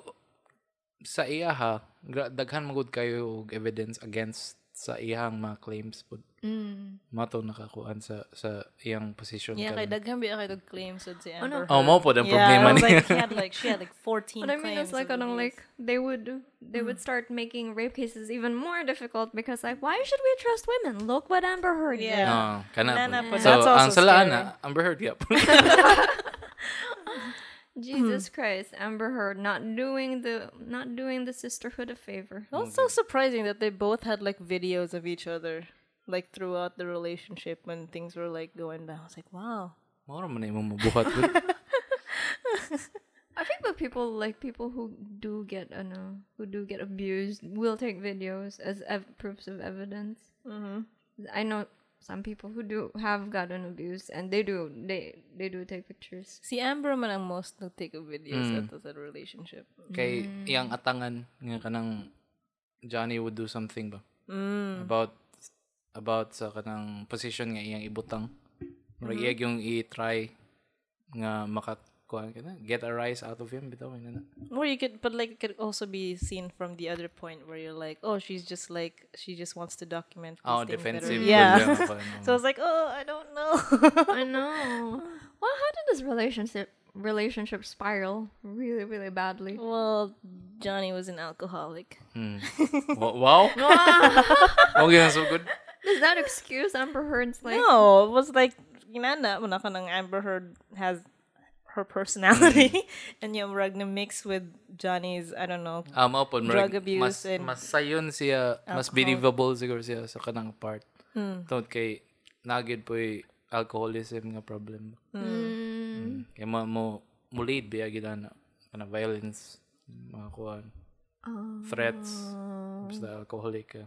Speaker 3: sa iya ha, gra- daghan magud kayo og evidence against sa iyang mga claims pud. Mm. Mato nakakuan sa sa iyang position
Speaker 1: yeah, kay
Speaker 3: karon.
Speaker 1: daghan biya kay dog claims sa si Amber.
Speaker 3: Oh, mo pod ang
Speaker 1: Yeah, I
Speaker 3: problema
Speaker 1: was
Speaker 3: ni.
Speaker 1: like, he had like she had like fourteen.
Speaker 2: But I mean,
Speaker 1: claims
Speaker 2: it's like
Speaker 1: of
Speaker 2: kanang
Speaker 1: abuse.
Speaker 2: like they would they would start making rape cases even more difficult because like why should we trust women? Look what Amber Heard did.
Speaker 1: Yeah.
Speaker 3: Oh, kana.
Speaker 1: Nana pod.
Speaker 3: po. So,
Speaker 1: That's also
Speaker 3: ang sala
Speaker 1: scary.
Speaker 3: na, Amber Heard yap.
Speaker 2: Hmm. Jesus Christ, Amber Heard not doing the not doing the sisterhood a favor.
Speaker 1: Well, it's so surprising that they both had like videos of each other, like throughout the relationship when things were like going down. I was like, wow.
Speaker 3: Mao ra man na imong mabuhat. pud.
Speaker 2: I think that people like people who do get uh, no, who do get abused will take videos as ev- proofs of evidence. Mm-hmm. I know some people who do have gotten abused and they do they they do take pictures.
Speaker 1: See, Amber man ang most nagtake of videos
Speaker 3: Hmm.
Speaker 1: at that relationship.
Speaker 3: kay
Speaker 1: Hmm.
Speaker 3: iyang atangan nga kanang Johnny would do something ba
Speaker 1: Hmm.
Speaker 3: about about sa kanang position nga iyang ibutang murag
Speaker 1: Hmm.
Speaker 3: iya yung i-try nga makakuha ka na get a rise out of him bitaw na na
Speaker 1: Or you could, but like it could also be seen from the other point where you're like, oh, she's just like she just wants to document. These
Speaker 3: oh
Speaker 1: things that are-
Speaker 3: defensive
Speaker 1: Yeah.
Speaker 3: good lang ako, ano.
Speaker 1: so I was like, oh, I don't know.
Speaker 2: I know. Well, how did this relationship relationship spiral really really badly?
Speaker 1: well, Johnny was an alcoholic.
Speaker 3: Wa- wow okay so good
Speaker 2: Does that excuse Amber Heard's like?
Speaker 1: No, it was like inana mo na kanang Amber Heard has her personality
Speaker 3: Mm-hmm.
Speaker 1: and yung rag na mix with Johnny's I don't know.
Speaker 3: ah mao po, murag
Speaker 1: Drug abuse
Speaker 3: mas,
Speaker 1: and
Speaker 3: mas sayon siya mas believable siguro siya sa kanang part
Speaker 1: Hmm.
Speaker 3: tungod kay nagid po alcoholism nga problem Mm. Kaya mo, mo, mo lead biya gila na, na violence, mga kuhan. Threats. Basta alcoholic ka.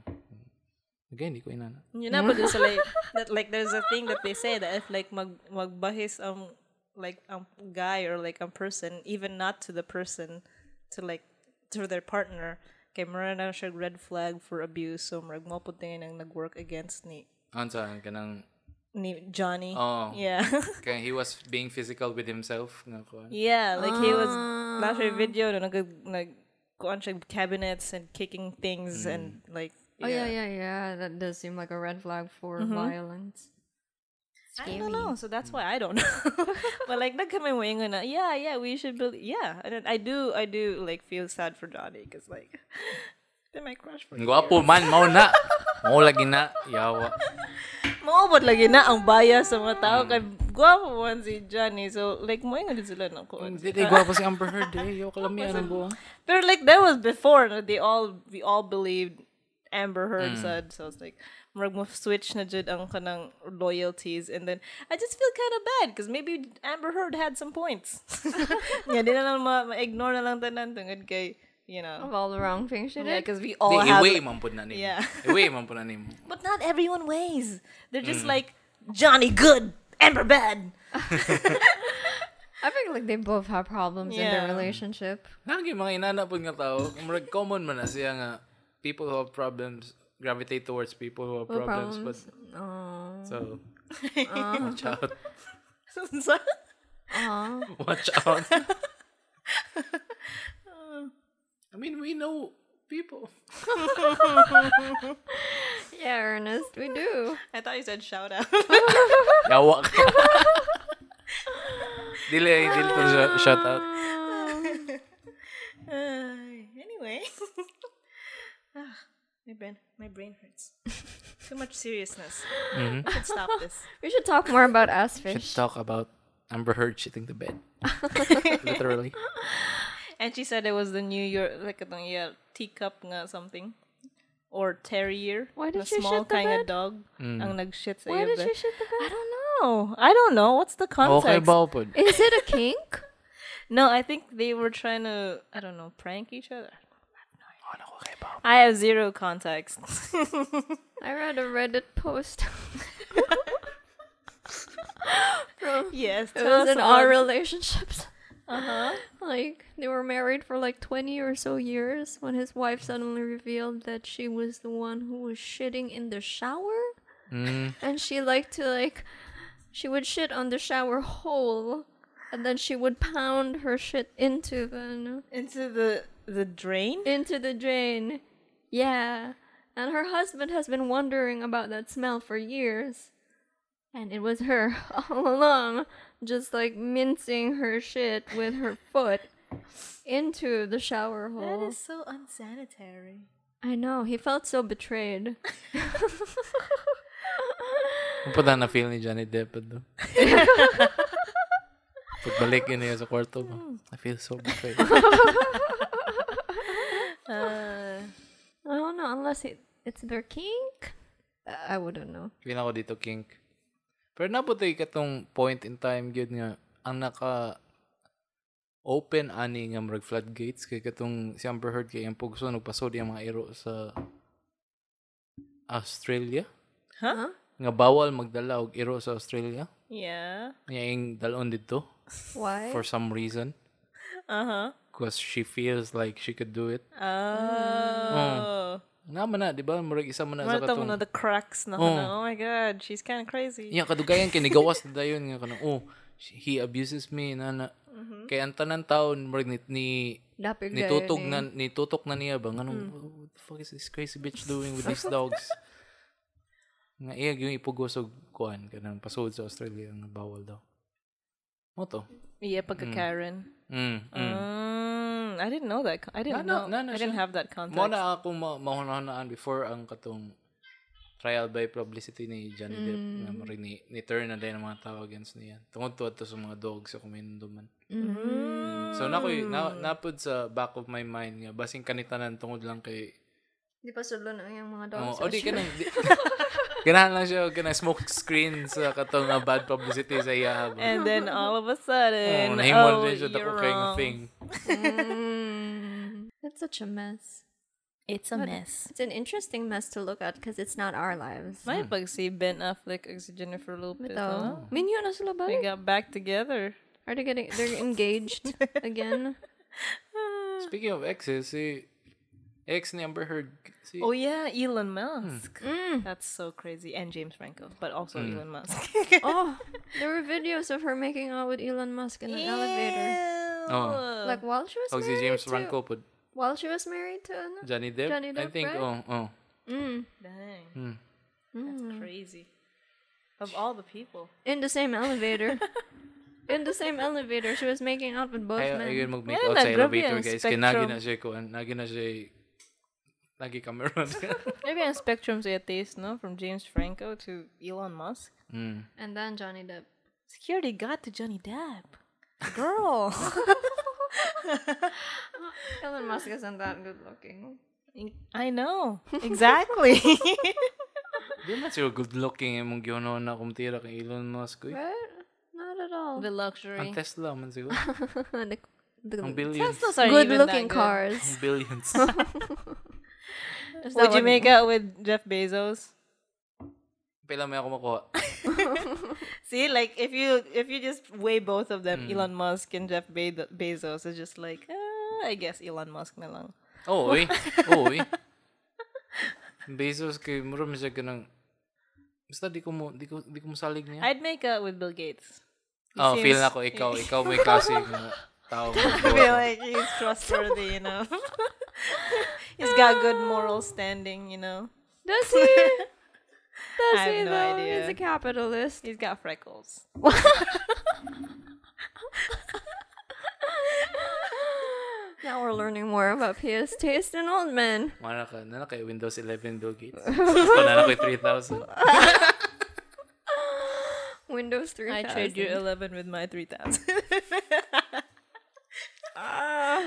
Speaker 3: Again, di ko inana.
Speaker 1: Yun na po dun sa like that like there's a thing that they say that if like mag magbahis ang like ang guy or like ang person even not to the person to like to their partner kay meron na siya red flag for abuse so marag mo po tingin ang nag-work against ni
Speaker 3: Ano saan ka nang,
Speaker 1: ni Johnny.
Speaker 3: Oo.
Speaker 1: Yeah.
Speaker 3: kaya he was being physical with himself, nga kuhan.
Speaker 1: Yeah, like he was last year video na nag nag kuan siya cabinets and kicking things and like
Speaker 2: Mm-hmm. Oh yeah, yeah, yeah. That does seem like a red flag for violence.
Speaker 1: I don't know, so that's why I don't know. but like nagkamay mo yung na, uh, yeah, yeah, we should believe, yeah. And then I do, I do like feel sad for Donnie because like, they my crush for you.
Speaker 3: Gwapo man, mao na. Mao lagi na. Yawa.
Speaker 1: Maubot lagi na ang bias sa mga tao kay guwapo man si Johnny. So like mo din sila na ko.
Speaker 3: Hindi, di gwapo si Amber Heard eh. Yawa ka lang yan ang buha.
Speaker 1: But like that was before no? they all we all believed Amber Heard said so it's like murag mo switch na jud ang kanang loyalties and then I just feel kind of bad because maybe Amber Heard had some points. yeah, di na lang ma- ma-ignore na lang tanan tungod kay you know.
Speaker 2: Of all the wrong things she
Speaker 1: Yeah,
Speaker 2: did.
Speaker 1: because we all
Speaker 3: Di,
Speaker 1: have
Speaker 3: iway man po na nimo.
Speaker 1: Yeah.
Speaker 3: Iway man po na nimo.
Speaker 1: But not everyone weighs. They're just like Johnny good, Amber bad.
Speaker 2: I feel like they both have problems in
Speaker 1: Yeah.
Speaker 2: their relationship.
Speaker 3: Nagi mga inana po nga tao, murag common man na siya nga people who have problems gravitate towards people who have problems, Oh. but so watch out.
Speaker 1: So-
Speaker 3: Watch out. I mean, we know people.
Speaker 2: Yeah, Ernest, we do.
Speaker 1: I thought you said shout out.
Speaker 3: Yawa ka. dili, dili to siya- shout out.
Speaker 1: Ay, Uh, anyway. Ah, my brain my brain hurts. Too much seriousness. We should stop this.
Speaker 2: We should talk more about
Speaker 3: Should
Speaker 2: Assfish.
Speaker 3: talk about Amber Heard shitting the bed. Literally.
Speaker 1: And she said it was the New York like a yeah, teacup nga something. Or terrier.
Speaker 2: Why did
Speaker 1: a
Speaker 2: she
Speaker 1: small
Speaker 2: shit the
Speaker 1: kind
Speaker 2: bed?
Speaker 1: of dog ang nag-shit sa
Speaker 2: Why
Speaker 1: iyo
Speaker 2: did she
Speaker 1: bed.
Speaker 2: shit the
Speaker 1: I
Speaker 2: bed?
Speaker 1: don't know. I don't know. What's the context?
Speaker 3: Okay ba po?
Speaker 2: Is it a kink?
Speaker 1: No, I think they were trying to, I don't know, prank each other.
Speaker 3: Oh, Okay ba?
Speaker 1: I have zero context.
Speaker 2: I read a Reddit post. From
Speaker 1: yes,
Speaker 2: it
Speaker 1: tell
Speaker 2: was
Speaker 1: us
Speaker 2: in our
Speaker 1: about-
Speaker 2: relationships. Uh huh. Like they were married for like twenty or so years when his wife suddenly revealed that she was the one who was shitting in the shower,
Speaker 3: Mm.
Speaker 2: and she liked to like, she would shit on the shower hole, and then she would pound her shit into the
Speaker 1: into the the drain.
Speaker 2: into the drain. Yeah. And her husband has been wondering about that smell for years. And it was her all along, just like mincing her shit with her foot into the shower hole.
Speaker 1: so unsanitary.
Speaker 2: I know, he felt so betrayed.
Speaker 3: Pupunta na feel ni Johnny Depp eh, do. Pagbalik yun niya sa kwarto ba? I feel so betrayed.
Speaker 1: Uh,
Speaker 2: I don't know, unless it, it's their kink? I I wouldn't know.
Speaker 3: Feel ako dito kink. Pero nabutay ka tong point in time gyud nga ang naka open ani nga murag floodgates kay katong si Amber Heard kay ang pugso nagpasod yung mga iro sa Australia
Speaker 1: Huh?
Speaker 3: nga bawal magdala og iro sa Australia
Speaker 1: Yeah.
Speaker 3: nga yung dalon dito
Speaker 2: Why?
Speaker 3: for some reason
Speaker 1: Uh
Speaker 3: because she feels like she could do it
Speaker 1: huh. Oh.
Speaker 3: Naman na, di ba? Murag isa mo na sa
Speaker 1: Marta mo na
Speaker 3: katong...
Speaker 1: the cracks na
Speaker 3: Oh.
Speaker 1: oh. oh my god, she's kind of crazy.
Speaker 3: Iya, kadugayan, kinigawas na dayon nga kanang, oh, she- he abuses me, na na. Kaya ang tanan taon, murag ni, ni
Speaker 2: Dapig
Speaker 3: nitutok
Speaker 2: gayon
Speaker 3: na,
Speaker 2: eh.
Speaker 3: nitutok na niya ba? Anong, what the fuck is this crazy bitch doing with these dogs? nga iya, yung ipugusog kuan, kanang pasood sa Australia, nga bawal daw. Mo to?
Speaker 1: Yeah, pagka Karen.
Speaker 3: Mm, mm.
Speaker 1: Mm, I didn't know that. co- I didn't
Speaker 3: No, no,
Speaker 1: know.
Speaker 3: no, no,
Speaker 1: I didn't
Speaker 3: siya.
Speaker 1: have that context.
Speaker 3: Mo na ako ma- mahunahunaan before ang katong trial by publicity ni Johnny Depp
Speaker 1: Mm.
Speaker 3: nga maring ni, ni turn na din ang mga tao against niya. Tungod to ato sa mga dogs sa kuminduman.
Speaker 1: Mm.
Speaker 3: So nakoy na, napod sa back of my mind nga basing kanitanan tungod lang kay
Speaker 2: Di pa sulo na yung mga dogs.
Speaker 3: Oh, oh di kanang di, Ganahan lang siya kana smoke screen sa katong nga bad publicity sa iya ba.
Speaker 1: and then all of a sudden,
Speaker 3: Oh,
Speaker 1: oh,
Speaker 3: nahimol din siya
Speaker 1: you're
Speaker 3: dako kay nga
Speaker 1: wrong.
Speaker 3: thing.
Speaker 2: That's such a mess.
Speaker 1: It's a mess.
Speaker 2: It's an interesting mess to look at because it's not our lives.
Speaker 3: Mm.
Speaker 1: May pag si Ben Affleck ug si Jennifer Lopez.
Speaker 2: Ito.
Speaker 1: no?
Speaker 2: Minyo na sila
Speaker 1: They
Speaker 2: balik.
Speaker 1: got back together.
Speaker 2: Are they getting, they're engaged again?
Speaker 3: Speaking of exes, si ex ni Amber Heard si
Speaker 1: Oh yeah, Elon Musk.
Speaker 3: Mm.
Speaker 1: Mm. That's so crazy. And James Franco, but also Elon Musk.
Speaker 2: Oh, there were videos of her making out with Elon Musk in an elevator.
Speaker 3: Oh.
Speaker 2: Like while she was
Speaker 3: Og si
Speaker 2: married
Speaker 3: James
Speaker 2: to,
Speaker 3: Franco pod
Speaker 2: While she was married to ano?
Speaker 3: Johnny Depp.
Speaker 2: Johnny
Speaker 3: I oh,
Speaker 2: Depp,
Speaker 3: think
Speaker 2: right?
Speaker 3: oh, oh.
Speaker 1: Mm. Dang. That's crazy. Of all the people.
Speaker 2: in the same elevator. in the same elevator, she was making out with both
Speaker 3: Ayaw,
Speaker 2: men.
Speaker 3: ayaw mag-make
Speaker 1: Ayun
Speaker 3: out
Speaker 1: na,
Speaker 3: sa
Speaker 1: grabe
Speaker 3: elevator,
Speaker 1: ang
Speaker 3: guys. Kaya nagi
Speaker 1: spectrum.
Speaker 3: na siya, kuhan. Nagi na siya, nagi camera.
Speaker 1: Maybe on spectrum to taste, no? From James Franco to Elon Musk.
Speaker 2: And then Johnny Depp.
Speaker 1: Security got to Johnny Depp. Girl.
Speaker 2: Elon Musk isn't that good looking.
Speaker 1: I know. Exactly.
Speaker 3: Di man siya good looking eh, mong ginoon na kumtira kay Elon Musk. Uy.
Speaker 2: Right? Not at all.
Speaker 1: the
Speaker 3: Ang
Speaker 1: luxury.
Speaker 3: Tesla man siguro.
Speaker 2: the, the
Speaker 3: Ang billions.
Speaker 1: Tesla's aren't
Speaker 2: good
Speaker 1: even that
Speaker 2: looking
Speaker 1: good.
Speaker 2: cars.
Speaker 3: Ang billions.
Speaker 2: Is
Speaker 1: Would
Speaker 2: that
Speaker 1: you
Speaker 2: what-
Speaker 1: make out with Jeff Bezos?
Speaker 3: Pila may ako makuha.
Speaker 1: See, like if you if you just weigh both of them, Elon Musk and Jeff Be- Bezos is just like ah, I guess Elon Musk na lang.
Speaker 3: Oo, eh. Oo, eh. Bezos kay Muro man siya ganang Basta di ko mo di ko di ko masalig niya.
Speaker 1: I'd make out with Bill Gates. He
Speaker 3: Oh, feel
Speaker 1: seems-
Speaker 3: na ko ikaw, ikaw may klase ng tao.
Speaker 1: I feel like he's trustworthy, you know. he's got good moral standing, you know.
Speaker 2: Does he? Does
Speaker 1: I have
Speaker 2: he
Speaker 1: no
Speaker 2: though?
Speaker 1: idea.
Speaker 2: He's a capitalist.
Speaker 1: He's got freckles.
Speaker 2: Now we're learning more about PS taste in old men.
Speaker 3: Mana ka, nana kay eh, Windows 11 Bill Gates. Ako nana kay 3000.
Speaker 2: Windows 3000.
Speaker 1: I trade you eleven with my three thousand. Ah.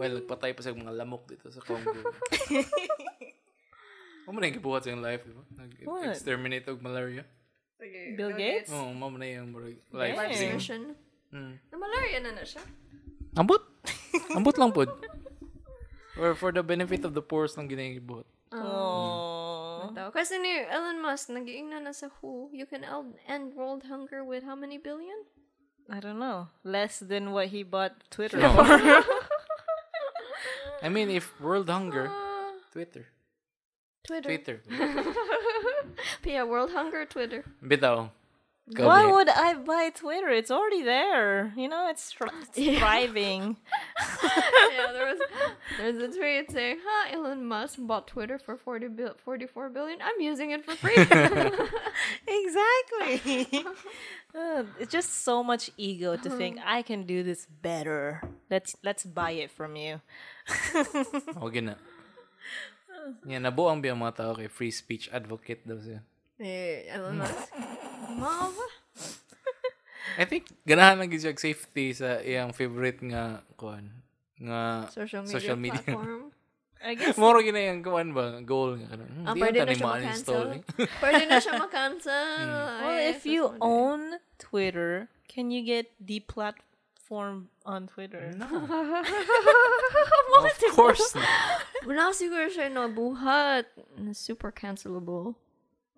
Speaker 3: Well, nagpatay pa sa mga lamok dito sa Congo. Kung mo na yung gibuhat sa yung life, di ba? Nag-exterminate og malaria.
Speaker 1: Bill Gates.
Speaker 3: Oo, oh, mo na yung murag life
Speaker 1: Damn.
Speaker 3: thing. Hmm.
Speaker 2: Mission. The malaria na na siya.
Speaker 3: Ambot! Ambot lang po. Or for the benefit of the poorest lang ginagibuhat.
Speaker 1: Mm. Oh,
Speaker 2: Daw. Kasi ni Elon Musk, nagiing na na sa WHO. You can el- end world hunger with how many billion?
Speaker 1: I don't know. Less than what he bought Twitter
Speaker 3: No.
Speaker 1: for.
Speaker 3: I mean, if world hunger, Twitter.
Speaker 2: Twitter.
Speaker 3: Twitter.
Speaker 2: Pia, world hunger, Twitter.
Speaker 3: Bitaw. Ikaw,
Speaker 1: Why
Speaker 3: Bea.
Speaker 1: would I buy Twitter? It's already there. You know, it's, thr- it's thriving.
Speaker 2: yeah, there was there's a tweet saying, "Huh, Elon Musk bought Twitter for 40 bil- 44 billion. I'm using it for free."
Speaker 1: exactly. Uh, it's just so much ego to think I can do this better. Let's let's buy it from you.
Speaker 3: Huwag yun na. Yan, nabuang ba yung mga tao kay free speech advocate daw siya.
Speaker 2: hey, Elon Musk. Mom.
Speaker 3: I think ganahan lang gyud siya og safety sa iyang favorite nga kuan nga
Speaker 2: Social media, platform.
Speaker 1: I guess
Speaker 3: Moro gyud na yung kuan ba goal nga karon. Hmm,
Speaker 2: Ah,
Speaker 3: di
Speaker 2: pwede
Speaker 3: yata
Speaker 2: na
Speaker 3: ni
Speaker 2: siya
Speaker 3: ma-uninstall,
Speaker 2: ma-cancel.
Speaker 3: eh.
Speaker 2: Pwede na siya makancel.
Speaker 1: well,
Speaker 2: Ay,
Speaker 1: if you
Speaker 2: susunod.
Speaker 1: own Twitter, can you get deplatformed on Twitter?
Speaker 3: Of course. na.
Speaker 2: Wala siguro siya nabuhat. Super cancelable.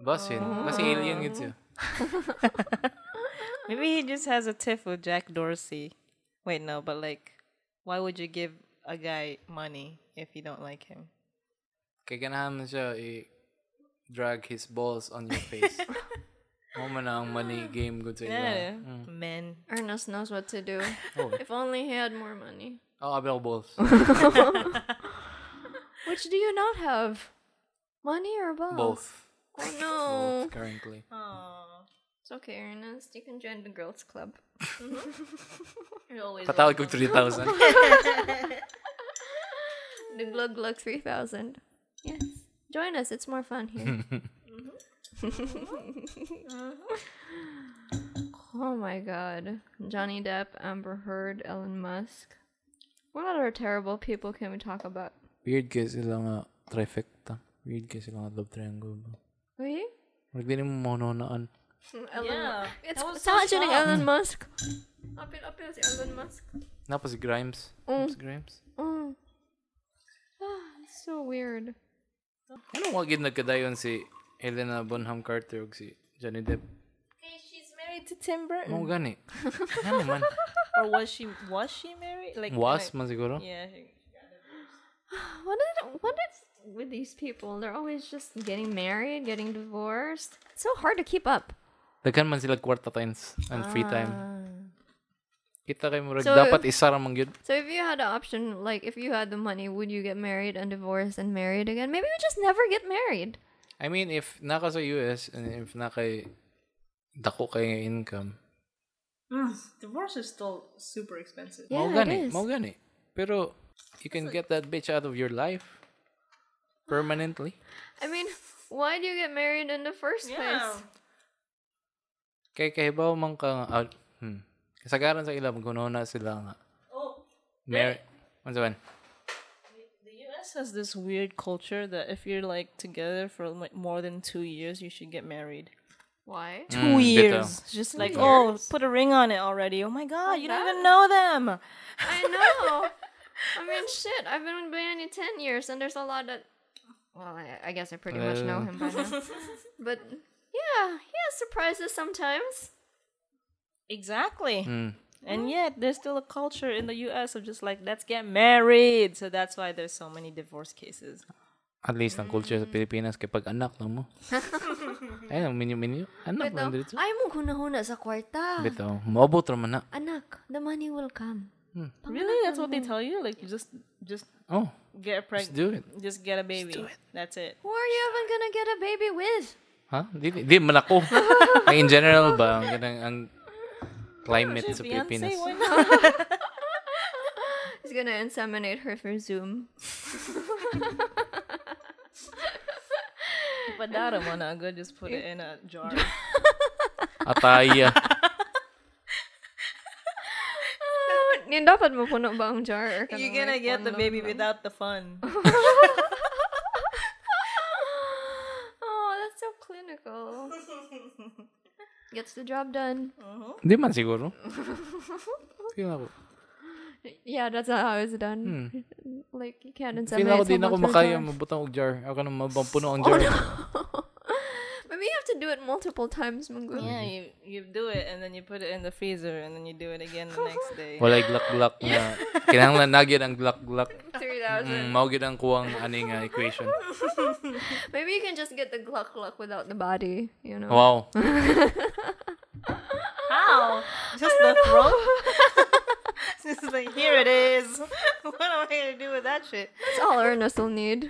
Speaker 3: Bas yun.
Speaker 2: Oh.
Speaker 3: Kasi alien gyud siya.
Speaker 1: Maybe he just has a tiff with Jack Dorsey. Wait, no, but like, why would you give a guy money if you don't like him?
Speaker 3: Kay ganahan man siya i drag his balls on your face. Mo man ang money game good sa
Speaker 1: Yeah, Mm.
Speaker 3: ila.
Speaker 1: men.
Speaker 2: Ernest knows what to do.
Speaker 3: Oh,
Speaker 2: If only he had more money.
Speaker 3: oh abi ako balls.
Speaker 2: Which do you not have? Money or balls?
Speaker 3: Both.
Speaker 2: Oh no.
Speaker 3: Both currently.
Speaker 2: It's okay, Ernest. You can join the girls' club. You're always
Speaker 3: Patawad ko 3,000.
Speaker 2: the Glug Glug 3000. Yes. Join us. It's more fun here. Mm-hmm. oh my god. Johnny Depp, Amber Heard, Ellen Musk. What other terrible people can we talk about?
Speaker 3: Weird kay sila nga trifecta. Weird kay sila nga love triangle.
Speaker 2: We?
Speaker 3: Huwag din mo maunaan.
Speaker 2: Ellen
Speaker 1: Yeah,
Speaker 2: Mu- It's
Speaker 1: that was
Speaker 2: not
Speaker 1: so
Speaker 2: joining
Speaker 1: strong.
Speaker 2: Ellen Musk. Up it, up it, Ellen Musk.
Speaker 3: Napa si Grimes.
Speaker 2: Mm.
Speaker 3: Si Grimes.
Speaker 2: Mm. Ah, so weird.
Speaker 3: Ano nga gid nagkadayon si Helena Bonham Carter ug si Johnny Depp?
Speaker 1: She's married to Tim Burton.
Speaker 3: Mo gani. Ano man?
Speaker 1: Or was she was she married? Like
Speaker 3: Was
Speaker 1: like-
Speaker 3: man siguro?
Speaker 1: Yeah. she-
Speaker 2: What is what is with these people? They're always just getting married, getting divorced. It's so hard to keep up.
Speaker 3: Daghan man sila kwarta times and free time. Kita kay murag
Speaker 2: Ah. So-
Speaker 3: dapat isa ra man gyud.
Speaker 2: So if you had an option, like if you had the money, would you get married and divorced and married again? Maybe we just never get married.
Speaker 3: I mean, if naka sa US and if naka dako kayo ng income,
Speaker 1: Mm, Divorce is still super expensive.
Speaker 2: Yeah,
Speaker 3: mau
Speaker 2: it
Speaker 3: gani,
Speaker 2: is.
Speaker 3: mau gani. Pero you can get that bitch out of your life permanently.
Speaker 2: I mean, why do you get married in the first place?
Speaker 3: Kay kahibaw man ka nga out. Hmm. Kasagaran sa ila magkuno na sila nga.
Speaker 1: Oh,
Speaker 3: Mer Ano ba?
Speaker 1: the US has this weird culture that if you're like together for like more than two years, you should get married.
Speaker 2: Why?
Speaker 1: Mm, Two years. It's Just like, oh,
Speaker 2: years?
Speaker 1: put a ring on it already. Oh my god, you don't
Speaker 2: that?
Speaker 1: even know them.
Speaker 2: I know. I mean, shit. I've been with Bayani ten years, and there's a lot that. Well, I, I guess I pretty much know
Speaker 3: Uh.
Speaker 2: him by now. but yeah, he has surprises sometimes.
Speaker 1: Exactly.
Speaker 3: Hmm.
Speaker 1: And yet, there's still a culture in the US of just like, let's get married. So that's why there's so many divorce cases.
Speaker 3: At least ang culture sa Pilipinas kay pag anak lang mo. Ay, ang minyo minyo. Anak
Speaker 2: But no,
Speaker 3: lang dito.
Speaker 2: ay mo hunahuna sa kwarta.
Speaker 3: Bitaw, maabot ra man na.
Speaker 2: Anak, the money will come.
Speaker 1: Really? That's what they tell you? Like, you just just
Speaker 3: Oh,
Speaker 1: get
Speaker 3: let's
Speaker 1: pregnant.
Speaker 3: do it.
Speaker 1: Just get a baby. That's it.
Speaker 2: Who are you even gonna get a baby with?
Speaker 3: Ha? Di, di, di man ako. Ay, in general ba, ang, ganang, ang climate sa Pilipinas.
Speaker 1: Beyonce, why not?
Speaker 2: He's gonna inseminate her for Zoom.
Speaker 1: Padara mo na agad, just put it in a jar.
Speaker 3: Ataya.
Speaker 2: Yun dapat mapuno ba ang jar? or ka
Speaker 1: You're
Speaker 2: lang,
Speaker 1: gonna
Speaker 2: like,
Speaker 1: get
Speaker 2: one
Speaker 1: the
Speaker 2: lang
Speaker 1: baby
Speaker 2: lang?
Speaker 1: without the fun.
Speaker 2: oh, that's so clinical. Gets the job done.
Speaker 3: Di man siguro. Feel ako.
Speaker 2: Yeah, that's how it's done. Like you can't
Speaker 3: Feel
Speaker 2: inseminate
Speaker 3: Hmm. ako di na ako
Speaker 2: someone for
Speaker 3: makaya
Speaker 2: jar.
Speaker 3: mabutang og jar. Ako na mabampuno ang jar.
Speaker 2: Maybe you have to do it multiple times, Mungo.
Speaker 1: Yeah, you, you do it and then you put it in the freezer and then you do it again the next day.
Speaker 3: Walay glak-glak na. Kinahanglan na gyud ang glak-glak.
Speaker 2: Three thousand.
Speaker 3: Mm, mao gyud ang kuwang aning ah, equation.
Speaker 2: Maybe you can just get the gluck gluck without the body. You know.
Speaker 3: Wow.
Speaker 1: How? Just the throat? Just like, here it is. What am I gonna do with that shit?
Speaker 2: That's all Ernest will need.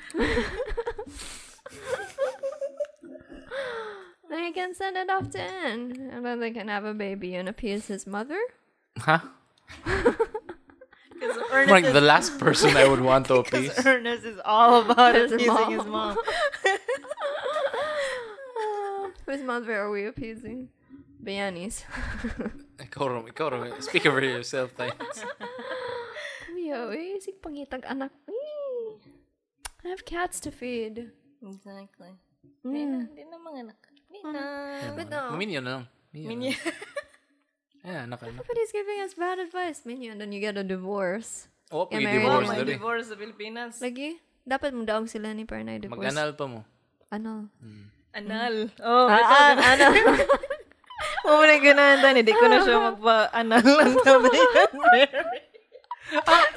Speaker 2: then he can send it off to Anne. And then they can have a baby and appease his mother.
Speaker 3: Ha?
Speaker 1: Because
Speaker 3: I'm
Speaker 1: Ernest,
Speaker 3: like
Speaker 1: is-
Speaker 3: the last person I would want to
Speaker 1: 'cause
Speaker 3: appease.
Speaker 1: Ernest is all about
Speaker 2: His
Speaker 1: abusing
Speaker 2: mom.
Speaker 1: his mom.
Speaker 2: Whose mother are we appeasing? Bianni's.
Speaker 3: Ikaw rin, ikaw rin. Speak over yourself, thanks.
Speaker 2: Yo, eh, si pangitag anak. Eh, I have cats to feed.
Speaker 1: Exactly.
Speaker 2: Mm. But no,
Speaker 3: Minion na lang. Minion. na lang. Yeah, anak, anak.
Speaker 2: nobody's giving us bad advice, Minion. Then you get a divorce.
Speaker 3: Oh,
Speaker 2: Yeah,
Speaker 1: Well,
Speaker 2: married
Speaker 3: pag-divorce
Speaker 1: my
Speaker 3: na rin.
Speaker 1: divorce sa Pilipinas.
Speaker 2: Lagi, dapat mo daog sila ni para na divorce.
Speaker 3: Mag-anal pa mo.
Speaker 2: Ano?
Speaker 1: Anal. Oh,
Speaker 2: Ah,
Speaker 1: ito.
Speaker 2: ano?
Speaker 1: Mumuna ganahan Hindi ko na siya magpa-anal lang tabi.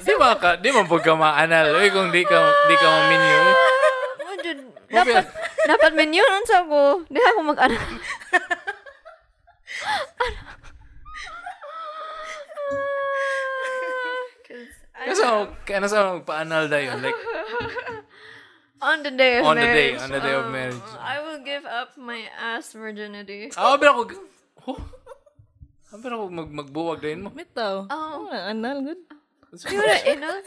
Speaker 3: Di ba ka, di mo pag ka maanal. Uy, kung di ka, di ka maminyo. eh.
Speaker 2: Mo jud,
Speaker 3: Mo
Speaker 2: Oh, dapat,
Speaker 3: pa-
Speaker 2: dapat menu nun sa ko. Di ako mag-ano.
Speaker 3: Kasi ako, kaya nasa ako magpa-anal na yun. Like,
Speaker 2: On the day of
Speaker 3: On the day,
Speaker 2: marriage.
Speaker 3: on the day of
Speaker 2: um,
Speaker 3: marriage.
Speaker 2: I will give up my ass virginity.
Speaker 3: ako, pero ako, oh, ako, pero ako mag, magbuwag na yun mo.
Speaker 1: Wait daw.
Speaker 2: Oh.
Speaker 1: Muna, anal. Good.
Speaker 2: You would anal?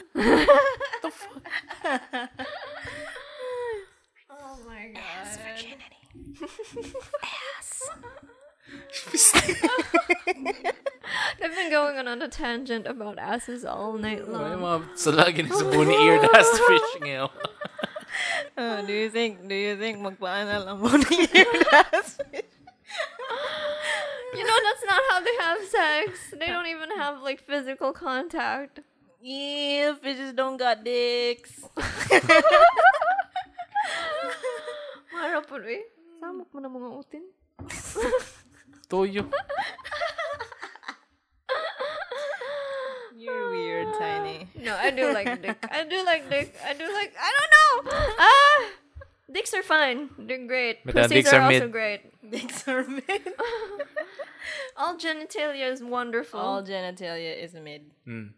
Speaker 2: Oh my god. Ass virginity. ass. I've been going on, on a tangent about asses all night
Speaker 3: Ay,
Speaker 2: long.
Speaker 3: mga salagin sa buni ear dust fish ngayon.
Speaker 1: Uh, do you think, do you think magpa-anal ang muna yun?
Speaker 2: You know, that's not how they have sex. They don't even have like physical contact.
Speaker 1: Yeah, fishes don't got dicks.
Speaker 2: Mara po eh. Samok mo na mga utin.
Speaker 3: Toyo.
Speaker 1: You're weird, Tiny.
Speaker 2: No, I do like dick. I do like dick. I do like. I don't know. Ah, dicks are fine. They're great.
Speaker 3: But, uh,
Speaker 2: Pussies
Speaker 3: dicks
Speaker 2: are,
Speaker 3: are
Speaker 2: also
Speaker 3: mid.
Speaker 2: great.
Speaker 1: Dicks are mid.
Speaker 2: All genitalia is wonderful.
Speaker 1: All genitalia is mid.
Speaker 3: Hmm.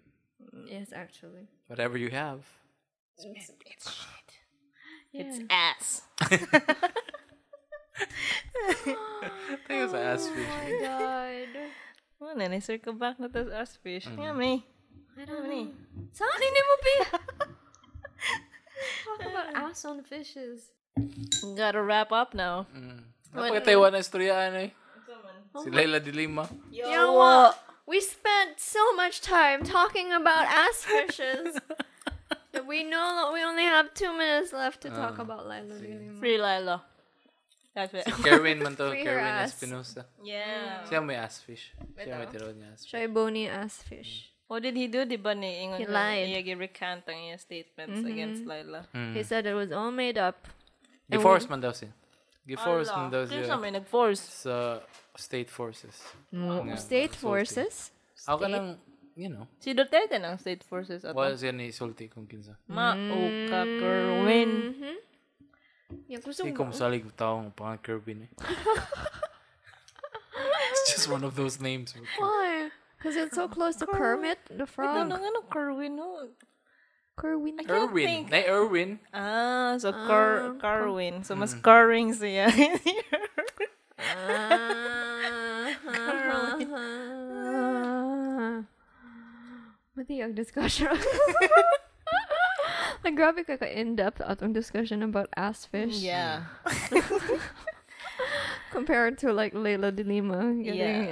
Speaker 2: yes, actually.
Speaker 3: Whatever you have.
Speaker 1: It's ass.
Speaker 3: Think it's ass fish.
Speaker 2: my god.
Speaker 1: Ano na, circle back na tas ass fish. Yummy.
Speaker 2: I don't know. Saan hindi mo pi? Talk about ass on fishes.
Speaker 1: Gotta wrap up now.
Speaker 3: Napakatawa na istorya, ano eh. Si Laila de Lima.
Speaker 1: Yo,
Speaker 2: You know what? We spent so much time talking about ass fishes that we know that we only have two minutes left to talk
Speaker 3: Uh,
Speaker 2: about Lila Lima.
Speaker 1: Free Lilo. That's it.
Speaker 3: Kerwin man to.
Speaker 2: Free her
Speaker 3: Kerwin
Speaker 2: ass.
Speaker 3: Espinosa.
Speaker 1: Yeah.
Speaker 3: Siya may ass fish. Siya may tiroon niya ass fish.
Speaker 2: Shy bony ass fish.
Speaker 1: What did he Mm-hmm. do, di ba ni Ingon?
Speaker 2: He lied.
Speaker 1: Iya gi-recant ang iya statements against Lila.
Speaker 3: Hmm.
Speaker 2: He said it was all made up.
Speaker 3: Gi-force man daw siya. Gi-force man daw
Speaker 1: Kinsa
Speaker 3: siya
Speaker 1: may nag-force.
Speaker 3: sa state forces. Nga,
Speaker 2: State
Speaker 3: nagsulti.
Speaker 2: forces.
Speaker 3: Ako ka nang, you know,
Speaker 1: Si Duterte ng state forces at
Speaker 3: wala siya ni Sulti kung kinsa.
Speaker 1: Mauka Kerwin.
Speaker 2: Yeah, gusto
Speaker 3: Hindi
Speaker 2: mo-
Speaker 3: ko masalig taong pangang Kerwin eh. It's just one of those names.
Speaker 2: Why? Because it's so close to Kermit the
Speaker 1: Ano
Speaker 2: Frog.
Speaker 1: nga no Kerwin no?
Speaker 2: Kerwin.
Speaker 3: Erwin. Na Erwin.
Speaker 1: Ah, so Ker Kerwin. So mas Kerwin siya.
Speaker 2: Uh-huh. Mati ang discussion. Like, grabe ka ka-in-depth atong discussion about ass fish
Speaker 1: yeah.
Speaker 2: compared to, like, Leila de Lima getting,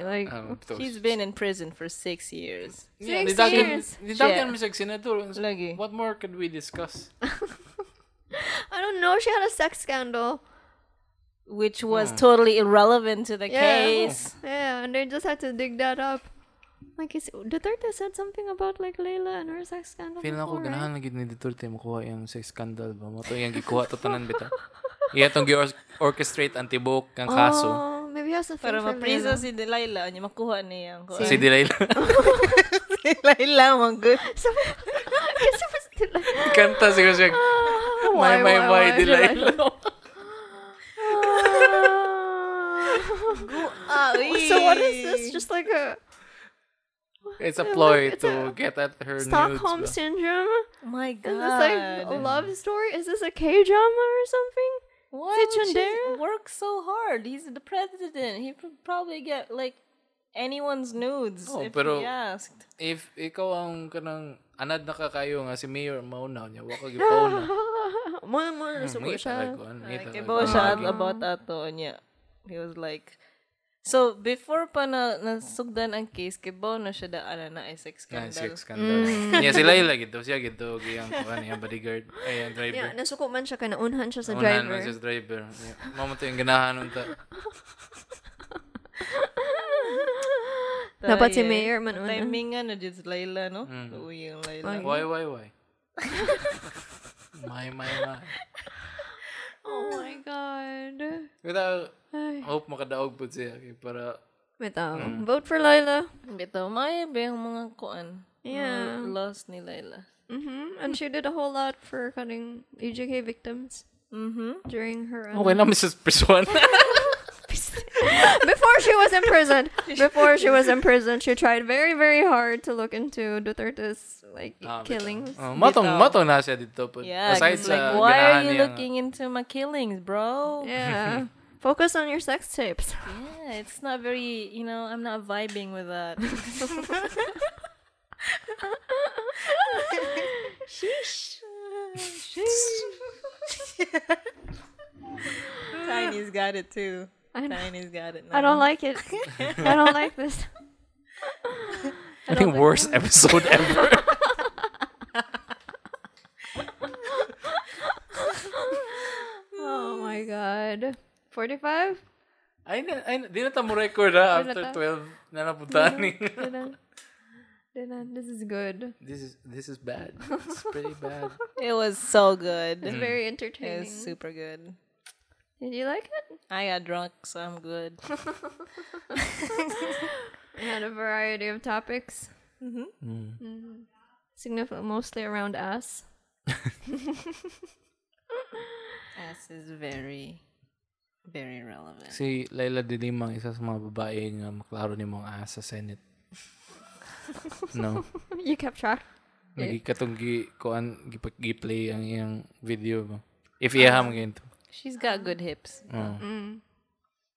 Speaker 1: Yeah.
Speaker 2: like,
Speaker 3: Um,
Speaker 1: She's been in prison for six years.
Speaker 2: six years.
Speaker 1: Yeah.
Speaker 3: Nidagyan mo siya senador.
Speaker 1: Lagi.
Speaker 3: What more could we discuss?
Speaker 2: I don't know, she had a sex scandal.
Speaker 1: Which was totally irrelevant to the
Speaker 2: Yeah. Oh,
Speaker 1: case.
Speaker 2: Yeah, and they just had to dig that up. Like, is, Duterte said something about, like, Leila and her sex scandal
Speaker 3: Feeling
Speaker 2: before,
Speaker 3: ako
Speaker 2: right?
Speaker 3: ganahan lagi ni Duterte makuha yung sex scandal ba mo to yung gikuha to tanan bitaw. Iya tong gi-orchestrate ang tibok kang kaso.
Speaker 2: Oh, maybe he has a thing
Speaker 1: Para
Speaker 2: for
Speaker 1: mapriso
Speaker 2: Leila.
Speaker 1: si Delilah, niya makuha niya. ang-
Speaker 3: Si Delilah.
Speaker 1: Delilah, mong good.
Speaker 2: Kasi mas Leila-
Speaker 3: Kanta siguro siya.
Speaker 2: Why, why,
Speaker 3: My, my, my,
Speaker 2: why,
Speaker 3: Delilah.
Speaker 1: Ah,
Speaker 2: so what is this? Just like a
Speaker 3: It's a ploy
Speaker 2: It's
Speaker 3: to
Speaker 2: a-
Speaker 3: get at her
Speaker 2: Stockholm
Speaker 3: nudes. ba?
Speaker 2: syndrome?
Speaker 1: my
Speaker 2: Is
Speaker 1: god.
Speaker 2: this like a love story? Is this a K drama or something?
Speaker 1: Why
Speaker 2: Is it
Speaker 1: would she
Speaker 2: Chundera?
Speaker 1: work so hard? He's the president. He could probably get like anyone's nudes
Speaker 3: Oh,
Speaker 1: if
Speaker 3: pero-
Speaker 1: he asked.
Speaker 3: If ikaw ang kanang anad na kakayo nga si Mayor mauna niya, waka gipaw na.
Speaker 2: Mo mo na
Speaker 3: Ngita
Speaker 2: siya.
Speaker 3: talaga, ngita
Speaker 1: Like,
Speaker 3: talaga.
Speaker 1: iba siya about ato niya. He was like, so before pa na nasugdan ang case, kibaw na siya daan na ay sex
Speaker 3: Ah,
Speaker 1: scandal.
Speaker 3: sex scandal.
Speaker 2: Mm.
Speaker 3: Yeah, sila yung lagi to. Siya gito. Giyang kuha niya, bodyguard. Ay, ang driver.
Speaker 2: Yeah, nasuko man siya kay naunhan siya sa
Speaker 3: Unahan
Speaker 2: driver.
Speaker 3: man siya sa driver. Yeah. Mama to yung ganahan nun ta.
Speaker 1: Ta,
Speaker 2: Dapat si
Speaker 1: yeah.
Speaker 2: Mayor man una.
Speaker 1: eh, Timingan na dyan si Layla, no?
Speaker 3: Mm-hmm.
Speaker 1: Uwi yung Layla.
Speaker 3: Why, why, why? my, my, my.
Speaker 2: Oh my god.
Speaker 3: Kita,
Speaker 2: Ay.
Speaker 3: hope makadaog po siya. Okay, para,
Speaker 2: Bitaw. Vote for Lila.
Speaker 1: Bito, may ba yung mga kuan?
Speaker 2: Yeah.
Speaker 1: Loss ni Layla.
Speaker 2: Mm-hmm. And she did a whole lot for cutting EJK victims
Speaker 1: Mm-hmm.
Speaker 2: during her own
Speaker 3: okay na, Mrs.
Speaker 2: um,
Speaker 3: Prisuan.
Speaker 2: before she was in prison. Before she was in prison, she tried very, very hard to look into Duterte's like
Speaker 3: Ah, bitaw.
Speaker 2: killings.
Speaker 3: Oh, matong,
Speaker 1: Bitaw.
Speaker 3: matong na siya dito. But
Speaker 1: Yeah,
Speaker 3: aside
Speaker 1: it's
Speaker 3: sa
Speaker 1: like, why are
Speaker 3: ganahan
Speaker 1: you
Speaker 3: niya,
Speaker 1: looking into my killings,
Speaker 2: Oh.
Speaker 1: bro?
Speaker 2: Yeah. Focus on your sex tapes.
Speaker 1: Yeah, it's not very, you know, I'm not vibing with that. Sheesh. Tiny's got it too.
Speaker 2: I don't,
Speaker 1: Tiny's got it. Now.
Speaker 2: I don't like it. I don't like this.
Speaker 3: I think worst episode ever.
Speaker 2: Oh my god. 45?
Speaker 3: Ay, na, ay, na- di na ta mo record ha,
Speaker 2: Di na
Speaker 3: after
Speaker 2: ta.
Speaker 3: 12 na napuntahan ni.
Speaker 2: Dinan- dinan, This is good.
Speaker 3: This is, this is bad. It's pretty bad.
Speaker 1: It was so good.
Speaker 2: It's very
Speaker 1: It was
Speaker 2: entertaining.
Speaker 1: super good.
Speaker 2: Did you like it?
Speaker 1: I got drunk, so I'm good.
Speaker 2: We had a variety of topics. Mm-hmm. Significant, mostly around us.
Speaker 1: Ass is very, very relevant.
Speaker 3: Si Laila de Lima ang isa sa mga babae nga maklaro ni mga asa sa Senate. No.
Speaker 2: you kept track.
Speaker 3: Nagikatong gi kuan gipa- gi-play ang iyang video ba. If iyaha mo ginto.
Speaker 1: She's got good hips.
Speaker 3: Mm. Ah.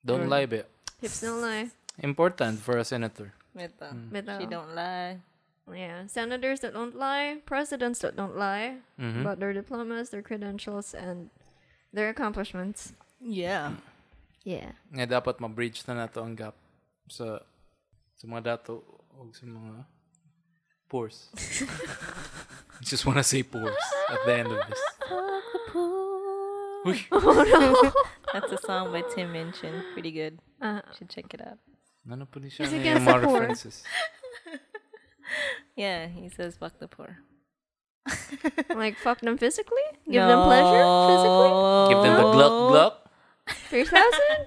Speaker 3: Don't lie ba.
Speaker 2: Hips don't lie.
Speaker 3: Important for a senator.
Speaker 1: Meta.
Speaker 2: Bitaw.
Speaker 1: She don't lie.
Speaker 2: Yeah, senators that don't lie, presidents that don't lie about their diplomas, their credentials, and their accomplishments.
Speaker 1: Yeah.
Speaker 2: Yeah.
Speaker 3: Nga dapat ma-bridge na nato ang gap sa sa mga dato o sa mga pores. I just wanna say pores at the end of this.
Speaker 2: Ah.
Speaker 3: Uy,
Speaker 1: Oh, That's a song by Tim Minchin. Pretty good.
Speaker 2: Uh,
Speaker 1: Should check it out.
Speaker 3: ano po ni siya
Speaker 2: Is it kaya
Speaker 3: na yung
Speaker 2: sa
Speaker 3: mga
Speaker 2: pore?
Speaker 3: references.
Speaker 1: Yeah, he says fuck the poor.
Speaker 2: like fuck them physically, give them pleasure
Speaker 3: Give them
Speaker 2: Oh.
Speaker 3: the gluck gluck.
Speaker 2: physically. Three thousand.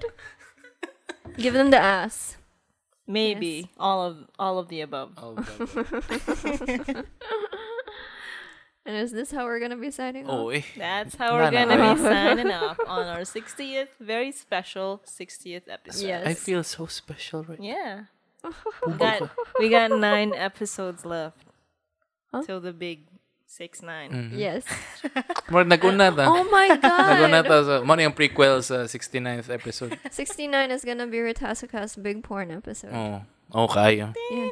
Speaker 2: give them the ass.
Speaker 1: Maybe all of all of the above.
Speaker 3: Oh, God.
Speaker 2: And is this how we're gonna be signing? off?
Speaker 3: oh eh.
Speaker 1: That's how we're
Speaker 3: Nah, nah,
Speaker 1: gonna
Speaker 3: I-
Speaker 1: be signing off on our 60th, very special 60th episode.
Speaker 2: Yes.
Speaker 3: I feel so special right
Speaker 1: Yeah. we, got, we got nine episodes left till the big six nine.
Speaker 3: Mm.
Speaker 2: Yes.
Speaker 3: Mark, nag-una ta.
Speaker 2: oh my
Speaker 3: Nag-una
Speaker 2: god.
Speaker 3: ta sa, mo yung prequel sa 69th episode.
Speaker 2: Sixty nine is gonna be Ritasuka's big porn episode.
Speaker 3: Oh, oh kaya.
Speaker 2: Yes.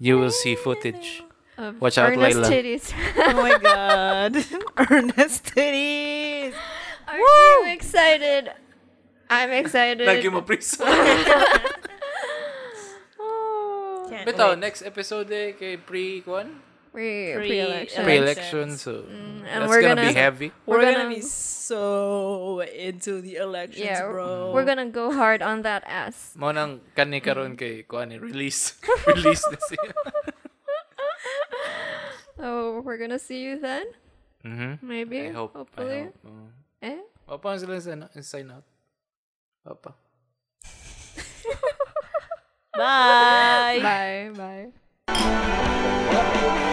Speaker 3: You will see footage.
Speaker 2: Of
Speaker 3: Oh, Watch out,
Speaker 2: Ernest
Speaker 3: Layla.
Speaker 2: Titties.
Speaker 1: Oh my god. Ernest titties.
Speaker 2: Are you excited? I'm excited.
Speaker 3: Lagi mo prisa.
Speaker 1: Can't
Speaker 3: Bitaw,
Speaker 1: wait.
Speaker 3: next episode eh, kay pre-con?
Speaker 2: Pre,
Speaker 1: Pre-
Speaker 2: pre-election. Mm,
Speaker 1: Pre-
Speaker 3: Pre-election, so
Speaker 2: and
Speaker 3: that's
Speaker 2: we're
Speaker 3: gonna, be
Speaker 2: gonna-
Speaker 3: heavy.
Speaker 1: We're,
Speaker 2: We're
Speaker 1: gonna, be
Speaker 2: gonna-
Speaker 1: so into the elections,
Speaker 2: yeah,
Speaker 1: bro.
Speaker 2: we're gonna go hard on that ass.
Speaker 3: Mo nang kani karon kay kuan eh, release. release na siya.
Speaker 2: So we're gonna see you then,
Speaker 3: Mhm.
Speaker 2: maybe.
Speaker 3: I hope.
Speaker 2: Hopefully.
Speaker 3: I hope. uh, oo.
Speaker 2: Eh?
Speaker 3: Papa ang sila sign sign out. Papa.
Speaker 1: Bye.
Speaker 2: Bye. Bye.